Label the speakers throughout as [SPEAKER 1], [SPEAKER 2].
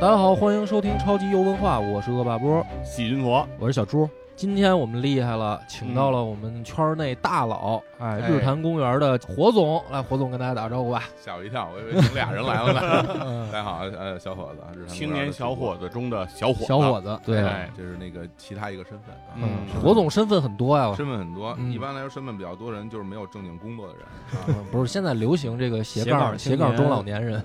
[SPEAKER 1] 大家好，欢迎收听超级游文化，我是恶霸波，
[SPEAKER 2] 细菌佛，
[SPEAKER 1] 我是小猪。今天我们厉害了，请到了我们圈内大佬，哎，
[SPEAKER 2] 哎
[SPEAKER 1] 日坛公园的火总，来，火总跟大家打招呼吧。
[SPEAKER 3] 吓我一跳，我以为你们俩人来了呢。 大
[SPEAKER 1] 嗯，
[SPEAKER 3] 家好，呃，小伙子啊，日坛
[SPEAKER 2] 青年小伙子
[SPEAKER 3] 子，
[SPEAKER 2] 中的小伙，
[SPEAKER 1] 小伙，子，对，
[SPEAKER 2] 哎
[SPEAKER 3] 这是那个其他一个身份啊。
[SPEAKER 2] 嗯
[SPEAKER 3] 是
[SPEAKER 1] 火总身份很多呀，
[SPEAKER 3] 身份很多，
[SPEAKER 1] 嗯
[SPEAKER 3] 一般来说身份比较多的人就是没有正经工作的人，啊
[SPEAKER 1] 嗯不是现在流行这个斜杠斜
[SPEAKER 4] 斜杠
[SPEAKER 1] 杠
[SPEAKER 4] 青年
[SPEAKER 1] 中老年人，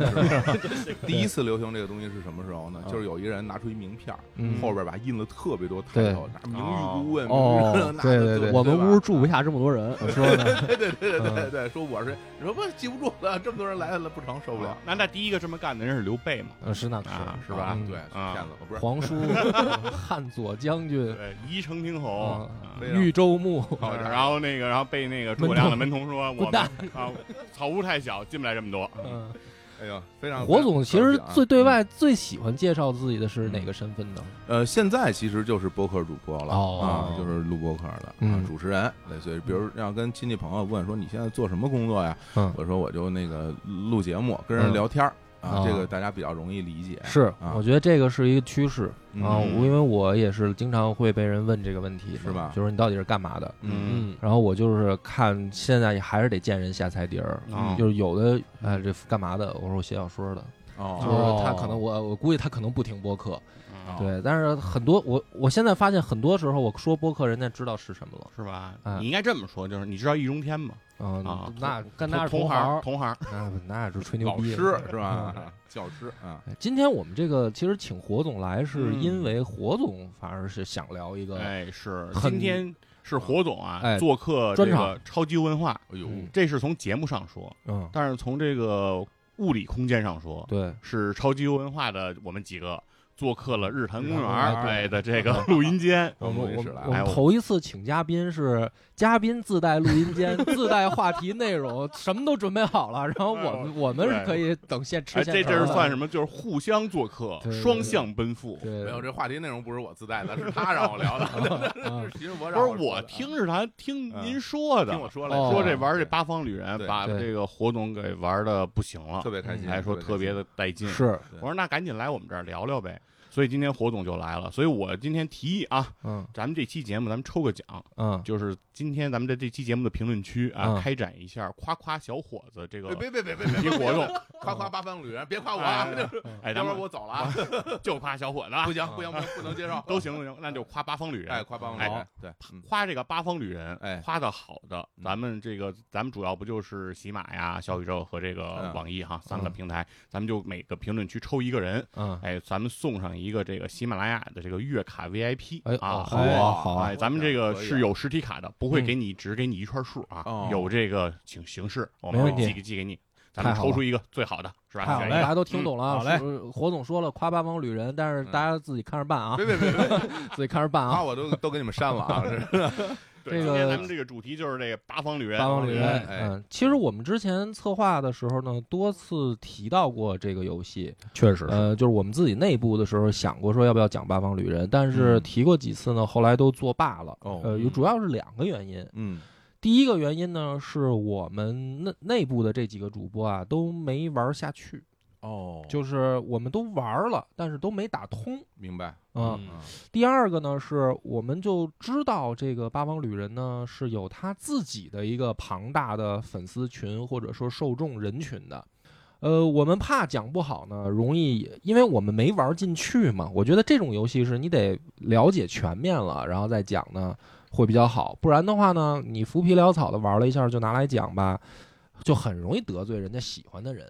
[SPEAKER 3] 第一次流行这个东西是什么时候呢？就是有一个人拿出一名片儿，
[SPEAKER 1] 嗯
[SPEAKER 3] 后边吧印了特别多抬
[SPEAKER 1] 对
[SPEAKER 3] 头，拿名誉顾问，
[SPEAKER 1] 哦
[SPEAKER 3] 名誉这那的
[SPEAKER 4] 对
[SPEAKER 3] 对
[SPEAKER 4] 对，
[SPEAKER 3] 吧
[SPEAKER 4] 我们屋住不下这么多人，
[SPEAKER 1] 我说呢，
[SPEAKER 3] 对对对对对
[SPEAKER 1] 嗯
[SPEAKER 3] 对，说我是你说不记不住了，这么多人来了不成，受不
[SPEAKER 1] 啊
[SPEAKER 3] 了
[SPEAKER 2] 那那第一个这么干的人是刘备嘛？
[SPEAKER 1] 嗯，是那
[SPEAKER 2] 啊，
[SPEAKER 1] 是
[SPEAKER 2] 是吧？
[SPEAKER 1] 嗯
[SPEAKER 3] 对，
[SPEAKER 2] 啊
[SPEAKER 3] 骗子，不是
[SPEAKER 1] 皇叔汉左将军
[SPEAKER 2] 对，宜城平侯，
[SPEAKER 1] 嗯
[SPEAKER 2] 嗯
[SPEAKER 3] 非常
[SPEAKER 1] 豫州牧，
[SPEAKER 3] 好
[SPEAKER 2] 然后那个，然后被那个诸葛亮的门童 说，我们啊，草屋太小，进不来这么多。
[SPEAKER 1] 嗯，
[SPEAKER 3] 哎呦，非常啊
[SPEAKER 1] 火总其实最对
[SPEAKER 3] 外。
[SPEAKER 1] 外最喜欢介绍自己的是哪个身份呢？
[SPEAKER 3] 呃，现在其实就是播客主播了、
[SPEAKER 1] 哦
[SPEAKER 3] 啊，就是录播客的、
[SPEAKER 1] 嗯
[SPEAKER 3] 啊，主持人，类似于比如让跟亲戚朋友问说你现在做什么工作呀？
[SPEAKER 1] 嗯
[SPEAKER 3] 我说我就那个录节目，跟人
[SPEAKER 1] 嗯
[SPEAKER 3] 聊天儿、
[SPEAKER 1] 哦
[SPEAKER 3] 啊，这个大家比较容易理解。
[SPEAKER 1] 是，
[SPEAKER 3] 啊
[SPEAKER 1] 我觉得这个是一个趋势
[SPEAKER 3] 嗯
[SPEAKER 1] 啊，我因为我也是经常会被人问这个问题，
[SPEAKER 3] 是吧
[SPEAKER 1] 就是你到底是干嘛的？
[SPEAKER 3] 嗯，
[SPEAKER 1] 然后我就是看现在还是得见人下菜碟儿，
[SPEAKER 2] 嗯
[SPEAKER 1] 就是有的哎这干嘛的？我说我写小说的，就
[SPEAKER 3] 哦，
[SPEAKER 1] 是 他可能我我估计他可能不听播客，
[SPEAKER 2] 啊
[SPEAKER 1] 对，但是很多我我现在发现很多时候我说播客人家知道是什么了，
[SPEAKER 2] 是吧
[SPEAKER 1] 嗯？
[SPEAKER 2] 啊你应该这么说，就是你知道易中天吗？啊
[SPEAKER 1] 嗯，那跟他
[SPEAKER 2] 同
[SPEAKER 1] 是
[SPEAKER 2] 同
[SPEAKER 1] 行
[SPEAKER 2] 行，，同行，
[SPEAKER 1] 那那是吹牛
[SPEAKER 3] 老
[SPEAKER 1] 逼
[SPEAKER 3] 师
[SPEAKER 1] 了。
[SPEAKER 3] 是吧？教师啊，
[SPEAKER 1] 哎今天我们这个其实请火总来，是
[SPEAKER 2] 嗯
[SPEAKER 1] 因为火总反而是想聊一个
[SPEAKER 2] 哎，是
[SPEAKER 1] 很
[SPEAKER 2] 今天是火总啊
[SPEAKER 1] 哎，
[SPEAKER 2] 做客这
[SPEAKER 1] 专
[SPEAKER 2] 个
[SPEAKER 1] 场
[SPEAKER 2] 超级文化，
[SPEAKER 3] 哎呦，。
[SPEAKER 1] 嗯
[SPEAKER 2] 这是从节目上说，
[SPEAKER 1] 嗯，
[SPEAKER 2] 但是从这个物理空间上说，
[SPEAKER 1] 对，
[SPEAKER 2] 是超级文化的我们几个做客了日坛公园
[SPEAKER 1] 日坛公园
[SPEAKER 2] 哎的这个 录音间
[SPEAKER 3] 我
[SPEAKER 1] 嗯
[SPEAKER 3] 们
[SPEAKER 1] 我
[SPEAKER 3] 也是
[SPEAKER 1] 们
[SPEAKER 3] 来
[SPEAKER 1] 我
[SPEAKER 3] 了，
[SPEAKER 1] 们头一次请嘉宾是嘉宾自带录音间，自带话题内容，什么都准备好了，然后我们我们是可以等现吃
[SPEAKER 2] 哎，
[SPEAKER 1] 现
[SPEAKER 2] 这这是算什
[SPEAKER 1] 么？
[SPEAKER 2] 么？就是互相做客
[SPEAKER 1] 对对，对
[SPEAKER 2] 双向奔赴。
[SPEAKER 1] 对，
[SPEAKER 3] 没有这话题内容不是我自带的，是他让我 聊 的，
[SPEAKER 1] 啊
[SPEAKER 3] 其实我
[SPEAKER 2] 不
[SPEAKER 3] 让
[SPEAKER 2] 是
[SPEAKER 3] 说的啊
[SPEAKER 2] 我听是他听您说的
[SPEAKER 3] 听，我说了，
[SPEAKER 1] 哦
[SPEAKER 2] 说这玩这八方旅人
[SPEAKER 3] 对
[SPEAKER 2] 把
[SPEAKER 1] 对
[SPEAKER 2] 这个活动给玩的不行了
[SPEAKER 3] 特，别
[SPEAKER 1] 嗯
[SPEAKER 3] 开心，
[SPEAKER 2] 还说特别
[SPEAKER 3] 开
[SPEAKER 2] 的带劲。
[SPEAKER 1] 是，
[SPEAKER 3] 对
[SPEAKER 2] 我说那赶紧来我们这儿聊聊呗。所以今天火总就来了，所以我今天提议啊，
[SPEAKER 1] 嗯
[SPEAKER 2] 咱们这期节目咱们抽个奖，
[SPEAKER 1] 嗯，
[SPEAKER 2] 就是今天咱们的这期节目的评论区啊，
[SPEAKER 1] 嗯
[SPEAKER 2] 开展一下夸夸小伙子这个
[SPEAKER 3] 心。别别别别别
[SPEAKER 2] 一活动，
[SPEAKER 3] 夸夸八方旅人，别夸我啊！
[SPEAKER 2] 哎哎，
[SPEAKER 3] 要
[SPEAKER 2] 咱
[SPEAKER 3] 不然
[SPEAKER 2] 们
[SPEAKER 3] 我走了啊！
[SPEAKER 2] 就夸小伙子啊
[SPEAKER 3] 不行不行不行，不能接受，
[SPEAKER 2] 都 行都行，那就夸八方旅人，
[SPEAKER 3] 哎，夸帮
[SPEAKER 2] 哎
[SPEAKER 3] 忙，对，嗯
[SPEAKER 2] 夸这个八方旅人，
[SPEAKER 3] 哎
[SPEAKER 2] 夸的好的，
[SPEAKER 3] 嗯
[SPEAKER 2] 咱们这个咱们主要不就是喜马呀、小宇宙和这个
[SPEAKER 3] 嗯
[SPEAKER 2] 网易哈三个平台，咱们就每个评论区抽一个人，
[SPEAKER 1] 嗯，
[SPEAKER 2] 哎，咱们送上一个这个喜马拉雅的这个月卡 VIP
[SPEAKER 1] 哎
[SPEAKER 2] 啊，
[SPEAKER 1] 好
[SPEAKER 2] 哎
[SPEAKER 1] 啊
[SPEAKER 3] 哇
[SPEAKER 1] 好啊
[SPEAKER 2] 哎，咱们这个是
[SPEAKER 3] 有
[SPEAKER 2] 有实体卡的，不会给你只给你一圈数啊
[SPEAKER 3] 嗯哦，
[SPEAKER 2] 有这个形形式，我们
[SPEAKER 1] 没
[SPEAKER 2] 会
[SPEAKER 1] 问题
[SPEAKER 2] 寄给寄给你，咱们
[SPEAKER 1] 太好了
[SPEAKER 2] 抽出一个最好的，是吧？
[SPEAKER 1] 太好
[SPEAKER 2] 选
[SPEAKER 1] 了，
[SPEAKER 2] 一个
[SPEAKER 1] 大家都听懂了啊。
[SPEAKER 4] 好嘞
[SPEAKER 1] 是不是火总说了夸八方旅人，但是大家自己看着办啊，
[SPEAKER 3] 别别别别，
[SPEAKER 1] 自己看着办
[SPEAKER 3] 夸
[SPEAKER 1] 啊。
[SPEAKER 3] 我都都给你们删了啊！ 这
[SPEAKER 2] 对，
[SPEAKER 1] 这
[SPEAKER 2] 今天
[SPEAKER 1] 个
[SPEAKER 2] 咱们这个主题就是这个八方旅人，啊
[SPEAKER 1] 八方旅人，
[SPEAKER 3] 哎
[SPEAKER 1] 嗯，其实我们之前策划的时候呢，多次提到过这个游戏，
[SPEAKER 4] 确实
[SPEAKER 1] 呃，就是我们自己内部的时候想过说要不要讲八方旅人，但是
[SPEAKER 3] 嗯
[SPEAKER 1] 提过几次呢，后来都作罢了。
[SPEAKER 3] 哦
[SPEAKER 1] 呃，有主要是两个原因。
[SPEAKER 3] 嗯
[SPEAKER 1] 第一个原因呢，是我们内内部的这几个主播啊都没玩下去，
[SPEAKER 3] 哦
[SPEAKER 1] 就是我们都玩了，但是都没打通
[SPEAKER 3] 明白
[SPEAKER 1] 啊、
[SPEAKER 2] 嗯
[SPEAKER 1] 第二个呢，是我们就知道这个八方旅人呢是有他自己的一个庞大的粉丝群或者说受众人群的。呃，我们怕讲不好呢，容易因为我们没玩进去嘛。我觉得这种游戏是你得了解全面了，然后再讲呢会比较好，不然的话呢，你浮皮潦草的玩了一下就拿来讲吧，就很容易得罪人家喜欢的人。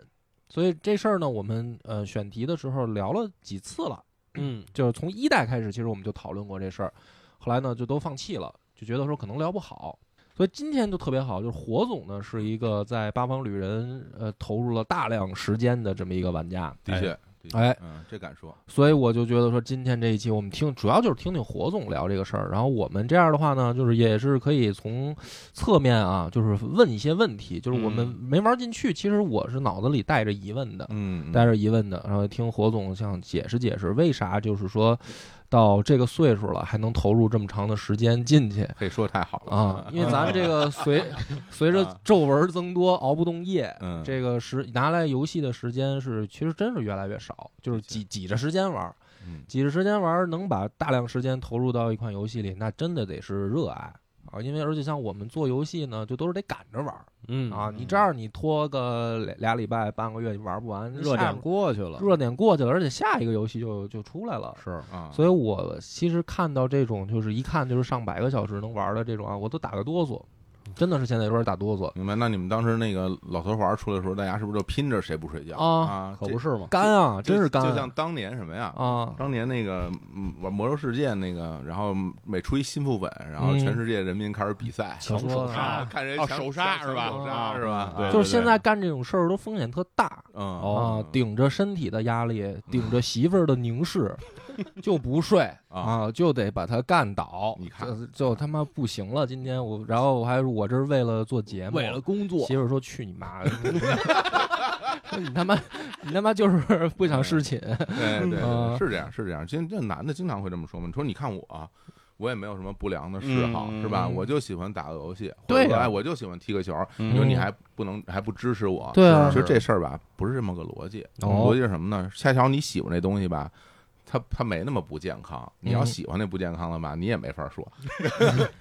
[SPEAKER 1] 所以这事儿呢，我们呃选题的时候聊了几次了。 嗯，就是从一代开始，其实我们就讨论过这事儿，后来呢就都放弃了，就觉得说可能聊不好，所以今天就特别好，就是火总呢是一个在八方旅人呃投入了大量时间的这么一个玩家，
[SPEAKER 3] 的确，的确
[SPEAKER 1] 哎，
[SPEAKER 3] 嗯，这敢说，
[SPEAKER 1] 所以我就觉得说今天这一期我们听主要就是听听火总聊这个事儿，然后我们这样的话呢，就是也是可以从侧面啊，就是问一些问题，就是我们
[SPEAKER 2] 嗯
[SPEAKER 1] 没玩进去，其实我是脑子里带着疑问的，
[SPEAKER 3] 嗯
[SPEAKER 1] 带着疑问的，然后听火总想解释解释为啥就是说到这个岁数了，还能投入这么长的时间进去
[SPEAKER 3] 嘿，说得太好了
[SPEAKER 1] 啊，因为咱们这 个随随
[SPEAKER 4] 啊
[SPEAKER 1] 着皱纹增多，熬不动夜，
[SPEAKER 3] 嗯，
[SPEAKER 1] 这个时拿来游戏的时间是，其实真是越来越少，就是挤挤着时间玩儿，
[SPEAKER 3] 嗯
[SPEAKER 1] 挤着时间玩儿，能把大量时间投入到一款游戏里，那真的得是热爱啊！因为而且像我们做游戏呢，就都是得赶着玩儿
[SPEAKER 4] 嗯
[SPEAKER 1] 啊，你这样你拖个俩俩礼拜、半个月你玩不完，
[SPEAKER 4] 热
[SPEAKER 1] 下
[SPEAKER 4] 点过去了，
[SPEAKER 1] 热点过去了，而且下一个游戏就就出来了。
[SPEAKER 4] 是
[SPEAKER 3] 啊，
[SPEAKER 1] 所以我其实看到这种就是一看就是上百个小时能玩的这种啊，我都打个哆嗦，真的是现在有点打哆嗦。
[SPEAKER 3] 明白？那你们当时那个老头环出来的时候，大家是不是就拼着谁不睡觉
[SPEAKER 1] 啊
[SPEAKER 3] 啊？
[SPEAKER 4] 可
[SPEAKER 3] 这
[SPEAKER 4] 不是嘛？
[SPEAKER 1] 干啊，
[SPEAKER 3] 就
[SPEAKER 1] 真是干
[SPEAKER 3] 就像当年什么呀？
[SPEAKER 1] 啊！
[SPEAKER 3] 当年那个嗯玩《魔兽世界》那个，然后每出一新副本，然后全
[SPEAKER 1] 嗯
[SPEAKER 3] 世界人民开始比赛，
[SPEAKER 1] 强说呢
[SPEAKER 2] 啊
[SPEAKER 3] 看谁
[SPEAKER 2] 哦
[SPEAKER 3] 强
[SPEAKER 2] 手刹
[SPEAKER 3] 强
[SPEAKER 2] 是吧
[SPEAKER 3] 手刹
[SPEAKER 2] 啊
[SPEAKER 3] 是吧？
[SPEAKER 2] 对
[SPEAKER 1] 就是现在干这种事儿都风险特大
[SPEAKER 3] 嗯
[SPEAKER 1] 啊，
[SPEAKER 2] 哦
[SPEAKER 1] 顶着身体的压力，顶着媳妇儿的凝 视，就不睡
[SPEAKER 3] 啊
[SPEAKER 1] 啊，就得把它干倒。
[SPEAKER 3] 你看
[SPEAKER 1] 就就他妈不行了，今天我，然后我还我这是为了做节目，
[SPEAKER 4] 为了工作，
[SPEAKER 1] 媳妇儿说去你妈的， 说你他妈你他妈就是不想侍寝，
[SPEAKER 3] 哎对对
[SPEAKER 1] 嗯
[SPEAKER 3] 对，是这样是这样。今这男的经常会这么说嘛，你说你看我。我也没有什么不良的嗜好，
[SPEAKER 2] 嗯
[SPEAKER 3] 是吧？
[SPEAKER 1] 嗯
[SPEAKER 3] 我就喜欢打个游戏，或
[SPEAKER 1] 对啊
[SPEAKER 3] 者说
[SPEAKER 1] 呀
[SPEAKER 3] 哎，我就喜欢踢个球。
[SPEAKER 2] 嗯
[SPEAKER 3] 你说你还不能，还不支持我？
[SPEAKER 1] 对啊
[SPEAKER 3] 其实这事儿吧，不是这么个逻辑。
[SPEAKER 1] 哦
[SPEAKER 3] 逻辑是什么呢？恰巧你喜欢这东西吧，它它没那么不健康。你要
[SPEAKER 1] 嗯
[SPEAKER 3] 喜欢那不健康的吧，你也没 法说。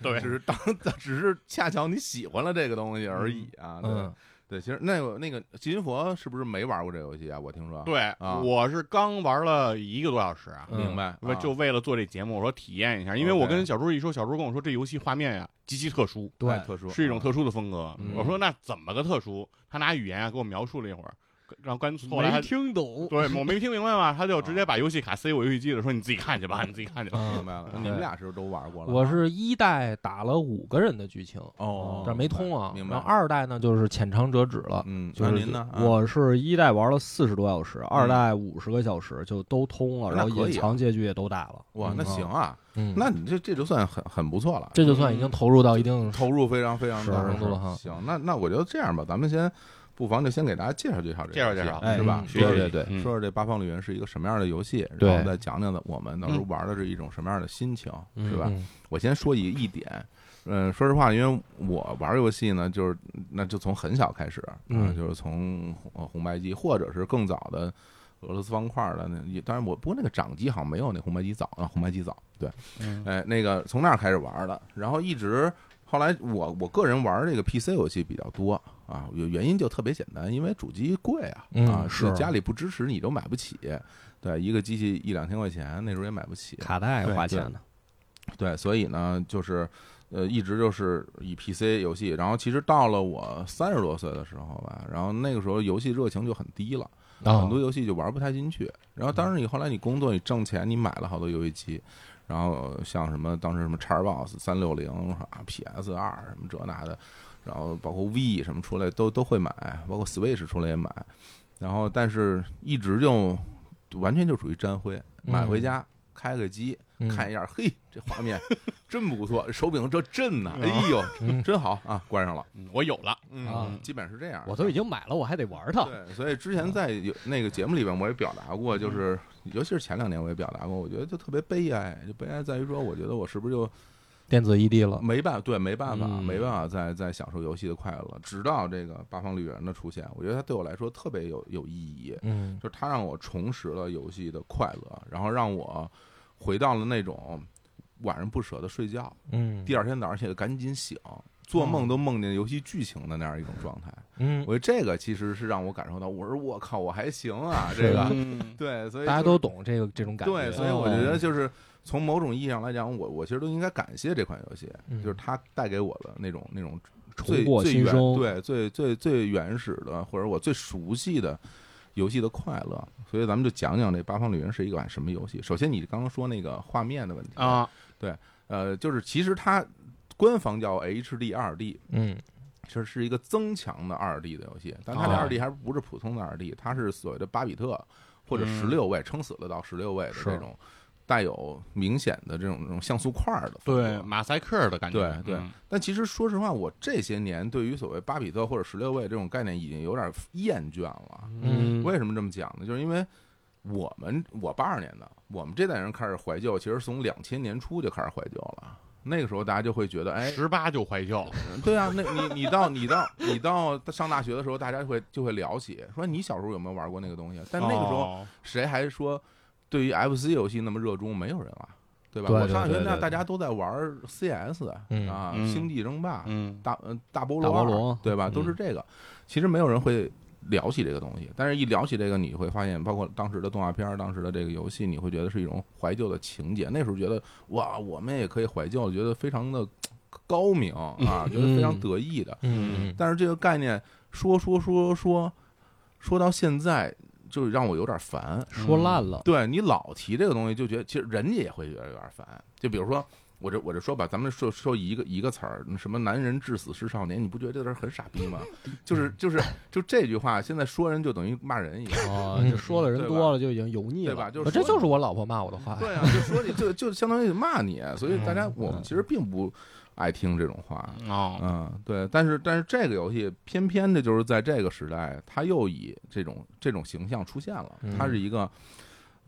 [SPEAKER 2] 对
[SPEAKER 3] 只是当只是恰巧你喜欢了这个东西而已啊。对、
[SPEAKER 1] 嗯，
[SPEAKER 3] 对，其实那个那个吉云佛是不是没玩过这游戏啊？我听说。，
[SPEAKER 2] 对
[SPEAKER 3] 啊，
[SPEAKER 2] 我是刚玩了一个多小时啊，
[SPEAKER 1] 嗯
[SPEAKER 3] 明白。
[SPEAKER 2] 我
[SPEAKER 3] 啊
[SPEAKER 2] 就为了做这节目，我说体验一下，因为我
[SPEAKER 3] OK
[SPEAKER 2] 跟小猪一说，小猪跟我说这游戏画面呀、极其特殊，
[SPEAKER 1] 对
[SPEAKER 3] 哎特殊
[SPEAKER 2] 是一种
[SPEAKER 3] 殊。
[SPEAKER 2] 特殊的风格。
[SPEAKER 1] 嗯
[SPEAKER 2] 我说那怎么个特殊？他拿语言啊给我描述了一会儿，然后干脆后来
[SPEAKER 4] 没
[SPEAKER 2] 他
[SPEAKER 4] 听懂，
[SPEAKER 2] 对我没听明白嘛，他就
[SPEAKER 3] 啊
[SPEAKER 2] 直接把游戏卡塞我游戏机了，说你自己看去吧，你自己看去吧。
[SPEAKER 1] 嗯
[SPEAKER 3] 明白了，那你们俩是不是都玩过了？
[SPEAKER 1] 我是一代打了五个人的剧情，
[SPEAKER 3] 哦，
[SPEAKER 1] 这没通啊。
[SPEAKER 3] 明
[SPEAKER 1] 然
[SPEAKER 3] 白。
[SPEAKER 1] 后二代呢，就是浅尝辄止了。
[SPEAKER 3] 嗯，
[SPEAKER 4] 就
[SPEAKER 3] 那
[SPEAKER 4] 是
[SPEAKER 3] 您呢？啊嗯
[SPEAKER 4] 我是一代玩了四十多小时，二代五十个小时就都通了，
[SPEAKER 3] 那
[SPEAKER 4] 然后
[SPEAKER 3] 可以啊
[SPEAKER 4] 隐藏结局也都打了。
[SPEAKER 3] 哇，那
[SPEAKER 4] 嗯
[SPEAKER 3] 行啊，
[SPEAKER 1] 嗯，
[SPEAKER 3] 那嗯你这这就算很很不错了。
[SPEAKER 1] 这就算已经投入到一定
[SPEAKER 3] 投入非常非常
[SPEAKER 1] 是
[SPEAKER 3] 大
[SPEAKER 1] 是是哈
[SPEAKER 3] 行，那那我觉得这样吧，咱们先不妨就先给大家介绍介绍这
[SPEAKER 2] 介绍
[SPEAKER 3] 个游戏
[SPEAKER 2] 介绍
[SPEAKER 3] 是吧
[SPEAKER 1] 嗯？
[SPEAKER 2] 学习
[SPEAKER 3] 对对对，
[SPEAKER 2] 嗯
[SPEAKER 3] 说说这《八方旅人》是一个什么样的游戏，
[SPEAKER 1] 对
[SPEAKER 3] 然后再讲讲我们
[SPEAKER 2] 嗯
[SPEAKER 3] 当时玩的是一种什么样的心情，
[SPEAKER 4] 嗯
[SPEAKER 3] 是吧？
[SPEAKER 1] 嗯
[SPEAKER 3] 我先说一一点。嗯，说实话，因为我玩游戏呢，就是那就从很小开始，
[SPEAKER 1] 嗯
[SPEAKER 3] 啊就是从红红白机，或者是更早的俄罗斯方块的那，也当然我不过那个掌机好像没有那红白机早啊，红白机早，对，
[SPEAKER 2] 嗯
[SPEAKER 3] 哎，那个从那儿开始玩的，然后一直后来我我个人玩这个 PC 游戏比较多啊，有原因就特别简单，因为主机贵啊，
[SPEAKER 1] 嗯
[SPEAKER 3] 啊，
[SPEAKER 1] 是
[SPEAKER 3] 家里不支持你都买不起，对，一个机器一两千块钱，那时候也买不
[SPEAKER 1] 嗯
[SPEAKER 3] 起，
[SPEAKER 4] 卡带花钱的，
[SPEAKER 3] 对，所以呢，就是呃，一直就是以 PC 游戏，然后其实到了我三十多岁的时候吧，然后那个时候游戏热情就很低了，
[SPEAKER 1] 啊
[SPEAKER 3] 很多游戏就玩不太进去。然后当然你后来你工作你挣钱，你买了好多游戏机，然后像什么当时什么叉 box 三六零啊 PS 二什么这那的，然后包括 V 什么出来都都会买，包括 Switch 出来也买，然后但是一直就完全就属于沾灰，买回家开个机。
[SPEAKER 1] 嗯
[SPEAKER 3] 看一下，嘿，这画面真不错，手柄这震呐，
[SPEAKER 2] 嗯
[SPEAKER 3] 哎呦，
[SPEAKER 1] 嗯
[SPEAKER 3] 真好啊！关上了，
[SPEAKER 2] 嗯我有了，嗯
[SPEAKER 4] 啊
[SPEAKER 3] 基本是这样。
[SPEAKER 4] 我都已经买了，我还得玩它。
[SPEAKER 3] 对，所以之前在有那个节目里边，我也表达过，
[SPEAKER 4] 嗯
[SPEAKER 3] 就是尤其是前两年我也表达过，我觉得就特别悲哀，就悲哀在于说，我觉得我是不是就
[SPEAKER 1] 电
[SPEAKER 4] E
[SPEAKER 1] 子异地了，
[SPEAKER 3] 没办对没办法
[SPEAKER 4] 嗯
[SPEAKER 3] 没办法再再享受游戏的快乐，直到这个《八方旅人》的出现，我觉得它对我来说特别有有意义。
[SPEAKER 1] 嗯
[SPEAKER 3] 就是它让我重拾了游戏的快乐，然后让我回到了那种晚上不舍得睡觉，
[SPEAKER 1] 嗯，
[SPEAKER 3] 第二天早上起来赶紧醒，
[SPEAKER 1] 哦
[SPEAKER 3] 做梦都梦见游戏剧情的那样一种状态。
[SPEAKER 1] 嗯，
[SPEAKER 3] 我觉得这个其实是让我感受到，我说我靠，我还行啊，
[SPEAKER 1] 是
[SPEAKER 3] 这个
[SPEAKER 2] 嗯
[SPEAKER 3] 对，所以
[SPEAKER 1] 大家
[SPEAKER 3] 就
[SPEAKER 1] 都懂这个这种感觉，哦
[SPEAKER 3] 对，所以我觉得就是从某种意义上来讲，我我其实都应该感谢这款游戏，
[SPEAKER 1] 嗯
[SPEAKER 3] 就是它带给我的那种那种最
[SPEAKER 4] 重获
[SPEAKER 3] 最
[SPEAKER 4] 新
[SPEAKER 3] 原
[SPEAKER 4] 生
[SPEAKER 3] 对最最最原始的或者我最熟悉的游戏的快乐。所以咱们就讲讲这《八方旅人》是一款什么游戏。首先，你刚刚说那个画面的问题，
[SPEAKER 2] 啊，
[SPEAKER 3] 呃，就是其实它官方叫 HD 二 D，
[SPEAKER 1] 嗯
[SPEAKER 3] 其实是一个增强的二 D 的游戏，但它这
[SPEAKER 1] 哦
[SPEAKER 3] 二 D 还不是普通的二 D，它是所谓的八比特或者十六位，撑死了到十六位的
[SPEAKER 1] 嗯是
[SPEAKER 3] 这种带有明显的这种这种像素块儿的风格。
[SPEAKER 2] 马赛克的感觉，
[SPEAKER 3] 对对
[SPEAKER 2] 嗯
[SPEAKER 3] 但其实说实话，我这些年对于所谓八比特或者十六位这种概念已经有点厌倦了。
[SPEAKER 1] 嗯
[SPEAKER 3] 为什么这么讲呢？就是因为我们我八二年的，我们这代人开始怀旧，其实从两千年初就开始怀旧了。那个时候大家就会觉得，哎，
[SPEAKER 2] 十八就怀旧，
[SPEAKER 3] 对啊，那你你到你到你到上大学的时候，大家会就会聊起，说你小时候有没有玩过那个东西？啊但那个时候
[SPEAKER 2] 哦
[SPEAKER 3] 谁还说对于 FC 游戏那么热衷？没有人了，对吧？
[SPEAKER 4] 对对
[SPEAKER 3] 我上学
[SPEAKER 4] 对
[SPEAKER 3] 那
[SPEAKER 4] 对
[SPEAKER 3] 大家都在玩 CS
[SPEAKER 1] 嗯
[SPEAKER 3] 啊，
[SPEAKER 2] 嗯
[SPEAKER 3] 星际争霸，
[SPEAKER 2] 嗯，
[SPEAKER 3] 大呃大菠萝
[SPEAKER 4] 大菠
[SPEAKER 3] 二
[SPEAKER 4] 萝嗯
[SPEAKER 3] 对吧？都是这个，其实没有人会聊起这个东西，但是一聊起这个，你会发现，包括当时的动画片儿、当时的这个游戏，你会觉得是一种怀旧的情节。那时候觉得哇，我们也可以怀旧，觉得非常的高明
[SPEAKER 4] 嗯
[SPEAKER 3] 啊，觉得非常得意的。
[SPEAKER 1] 嗯
[SPEAKER 3] 但是这个概念说说说说说到现在，就让我有点烦。
[SPEAKER 4] 说烂了，
[SPEAKER 3] 对你老提这个东西，就觉得其实人家也会觉得有点烦。就比如说我这我这说吧，咱们说说一个一个词儿，什么男人至死是少年，你不觉得这词儿很傻逼吗？就是就是就这句话，现在说人就等于骂人一样，
[SPEAKER 4] 啊，
[SPEAKER 1] 嗯
[SPEAKER 4] 就说的人多了就已经油腻了，
[SPEAKER 3] 对
[SPEAKER 4] 啊
[SPEAKER 3] 吧？就是
[SPEAKER 1] 嗯，
[SPEAKER 3] 说
[SPEAKER 1] 这
[SPEAKER 3] 你
[SPEAKER 1] 就是我老婆骂我的话。
[SPEAKER 3] 对啊，就说你就就相当于骂你，啊所以大家我们其实并不爱听这种话。
[SPEAKER 2] 哦，
[SPEAKER 3] 嗯，对，但是但是这个游戏偏偏的就是在这个时代，它又以这种这种形象出现了
[SPEAKER 1] 嗯。
[SPEAKER 3] 它是一个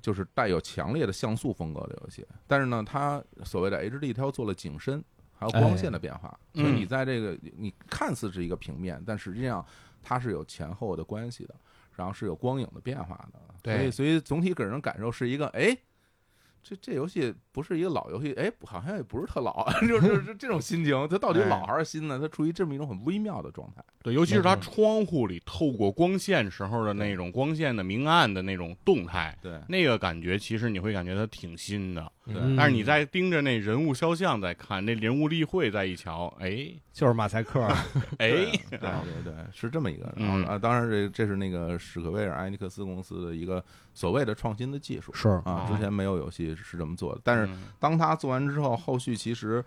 [SPEAKER 3] 就是带有强烈的像素风格的游戏，但是呢，它所谓的 HD，它又做了景深还有光线的变化，
[SPEAKER 2] 哎
[SPEAKER 3] 所以你在这个你看似是一个平面，但实际上它是有前后的关系的，然后是有光影的变化的。
[SPEAKER 2] 对
[SPEAKER 3] 所以所以总体给人感受是一个哎。这这游戏不是一个老游戏，哎，好像也不是特老，啊 就是这这种心情，它到底老还是新呢？它处于这么一种很微妙的状态。
[SPEAKER 2] 对，尤其是它窗户里透过光线时候的那种光线的明暗的那种动态，
[SPEAKER 3] 对，
[SPEAKER 2] 那个感觉其实你会感觉它挺新的，
[SPEAKER 1] 嗯，
[SPEAKER 2] 但是你在盯着那人物肖像在看，那人物例会再一瞧，哎
[SPEAKER 4] 就是马赛克，啊
[SPEAKER 2] 哎，
[SPEAKER 3] 对对对，是这么一个。然
[SPEAKER 2] 嗯
[SPEAKER 3] 后啊，当然这这是那个史克威尔埃尼克斯公司的一个所谓的创新的技术
[SPEAKER 4] 是
[SPEAKER 3] 啊，
[SPEAKER 2] 哦
[SPEAKER 3] 之前没有游戏是这么做的。但是
[SPEAKER 2] 嗯
[SPEAKER 3] 当他做完之后，后续其实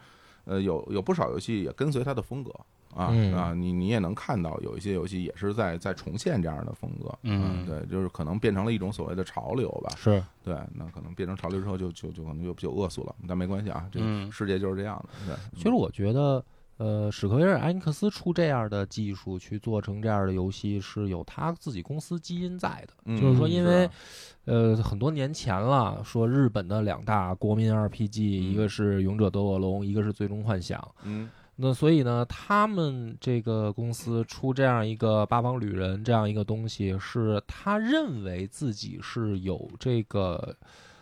[SPEAKER 3] 呃有有不少游戏也跟随他的风格啊
[SPEAKER 1] 嗯
[SPEAKER 3] 啊，你你也能看到有一些游戏也是在在重现这样的风格。啊
[SPEAKER 2] 嗯
[SPEAKER 3] 对，就是可能变成了一种所谓的潮流吧。
[SPEAKER 1] 是
[SPEAKER 3] 对，那可能变成潮流之后就就就可能就就恶俗了，但没关系啊，这
[SPEAKER 2] 嗯
[SPEAKER 3] 世界就是这样的。对，
[SPEAKER 1] 其实我觉得，呃，史克威尔埃尼克斯出这样的技术去做成这样的游戏，是有他自己公司基因在的。
[SPEAKER 3] 嗯
[SPEAKER 1] 就是说，因为
[SPEAKER 3] 是
[SPEAKER 1] 呃很多年前了，说日本的两大国民 RPG，一个是《勇者斗恶龙》，一个是《最终幻想》。
[SPEAKER 3] 嗯
[SPEAKER 1] 那所以呢，他们这个公司出这样一个八方旅人这样一个东西，是他认为自己是有这个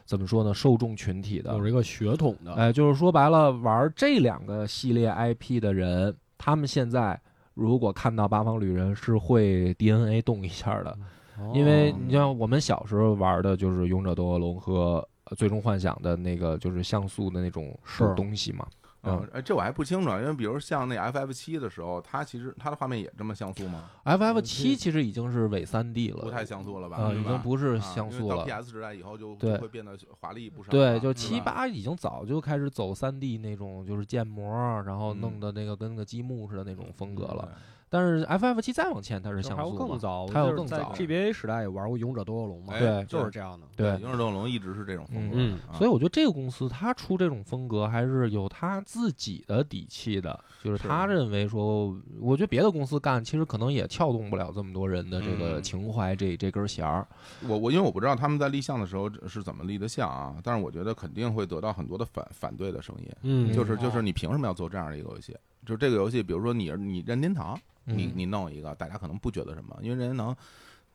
[SPEAKER 1] 怎么说呢，受众群体的，
[SPEAKER 4] 有一个血统的，
[SPEAKER 1] 哎，就是说白了，玩这两个系列 IP 的人，他们现在如果看到八方旅人，是会 DNA 动一下的，因为
[SPEAKER 3] 哦
[SPEAKER 1] 你像我们小时候玩的就是《勇者斗恶龙》和呃《最终幻想》的那个就是像素的那种
[SPEAKER 4] 是
[SPEAKER 1] 东西嘛。
[SPEAKER 3] 嗯，哎，这我还不清楚，因为比如像那 FF 七的时候，它其实它的画面也这么像素吗？
[SPEAKER 1] FF
[SPEAKER 4] 嗯
[SPEAKER 1] 七其实已经是伪三 D 了，
[SPEAKER 3] 不太像素了吧？
[SPEAKER 1] 啊、
[SPEAKER 3] 对
[SPEAKER 1] 已
[SPEAKER 3] 吧
[SPEAKER 1] 经不是
[SPEAKER 3] 啊
[SPEAKER 1] 像
[SPEAKER 3] 因
[SPEAKER 1] 素
[SPEAKER 3] 为到
[SPEAKER 1] 了。
[SPEAKER 3] PS 时代以后就
[SPEAKER 1] 对
[SPEAKER 3] 就会变得华丽不少了。
[SPEAKER 1] 对，就是七
[SPEAKER 3] 吧
[SPEAKER 1] 八已经早就开始走三 D 那种，就是建模，然后弄
[SPEAKER 3] 嗯
[SPEAKER 1] 的那个跟个积木似的那种风格了。。但是 FF 七再往前它是像
[SPEAKER 4] 还有
[SPEAKER 1] 素
[SPEAKER 4] 更
[SPEAKER 1] 嘛，
[SPEAKER 4] 早，
[SPEAKER 1] 还有
[SPEAKER 4] 就是
[SPEAKER 1] 更
[SPEAKER 4] 在
[SPEAKER 1] 早
[SPEAKER 4] GBA 时代也玩过《勇者斗恶龙》嘛，
[SPEAKER 3] 哎
[SPEAKER 1] 对
[SPEAKER 4] 就是这样的，
[SPEAKER 3] 对
[SPEAKER 1] 对
[SPEAKER 3] 《勇者斗恶龙》一直是这种风格的，
[SPEAKER 4] 嗯
[SPEAKER 3] 啊
[SPEAKER 1] 所以我觉得这个公司它出这种风格还是有它自己的底气的，就是
[SPEAKER 3] 是
[SPEAKER 1] 他
[SPEAKER 3] 啊
[SPEAKER 1] 认为说，我觉得别的公司干其实可能也撬动不了这么多人的这个
[SPEAKER 2] 嗯
[SPEAKER 1] 情怀这这根弦儿。
[SPEAKER 3] 我我因为我不知道他们在立项的时候是怎么立的项啊，但是我觉得肯定会得到很多的反反对的声音，
[SPEAKER 4] 嗯
[SPEAKER 3] 就是
[SPEAKER 2] 嗯
[SPEAKER 3] 就是
[SPEAKER 2] 哦
[SPEAKER 3] 你凭什么要做这样的一个游戏？就是这个游戏，比如说你你任天堂，你
[SPEAKER 1] 嗯
[SPEAKER 3] 你弄一个，大家可能不觉得什么，因为任天堂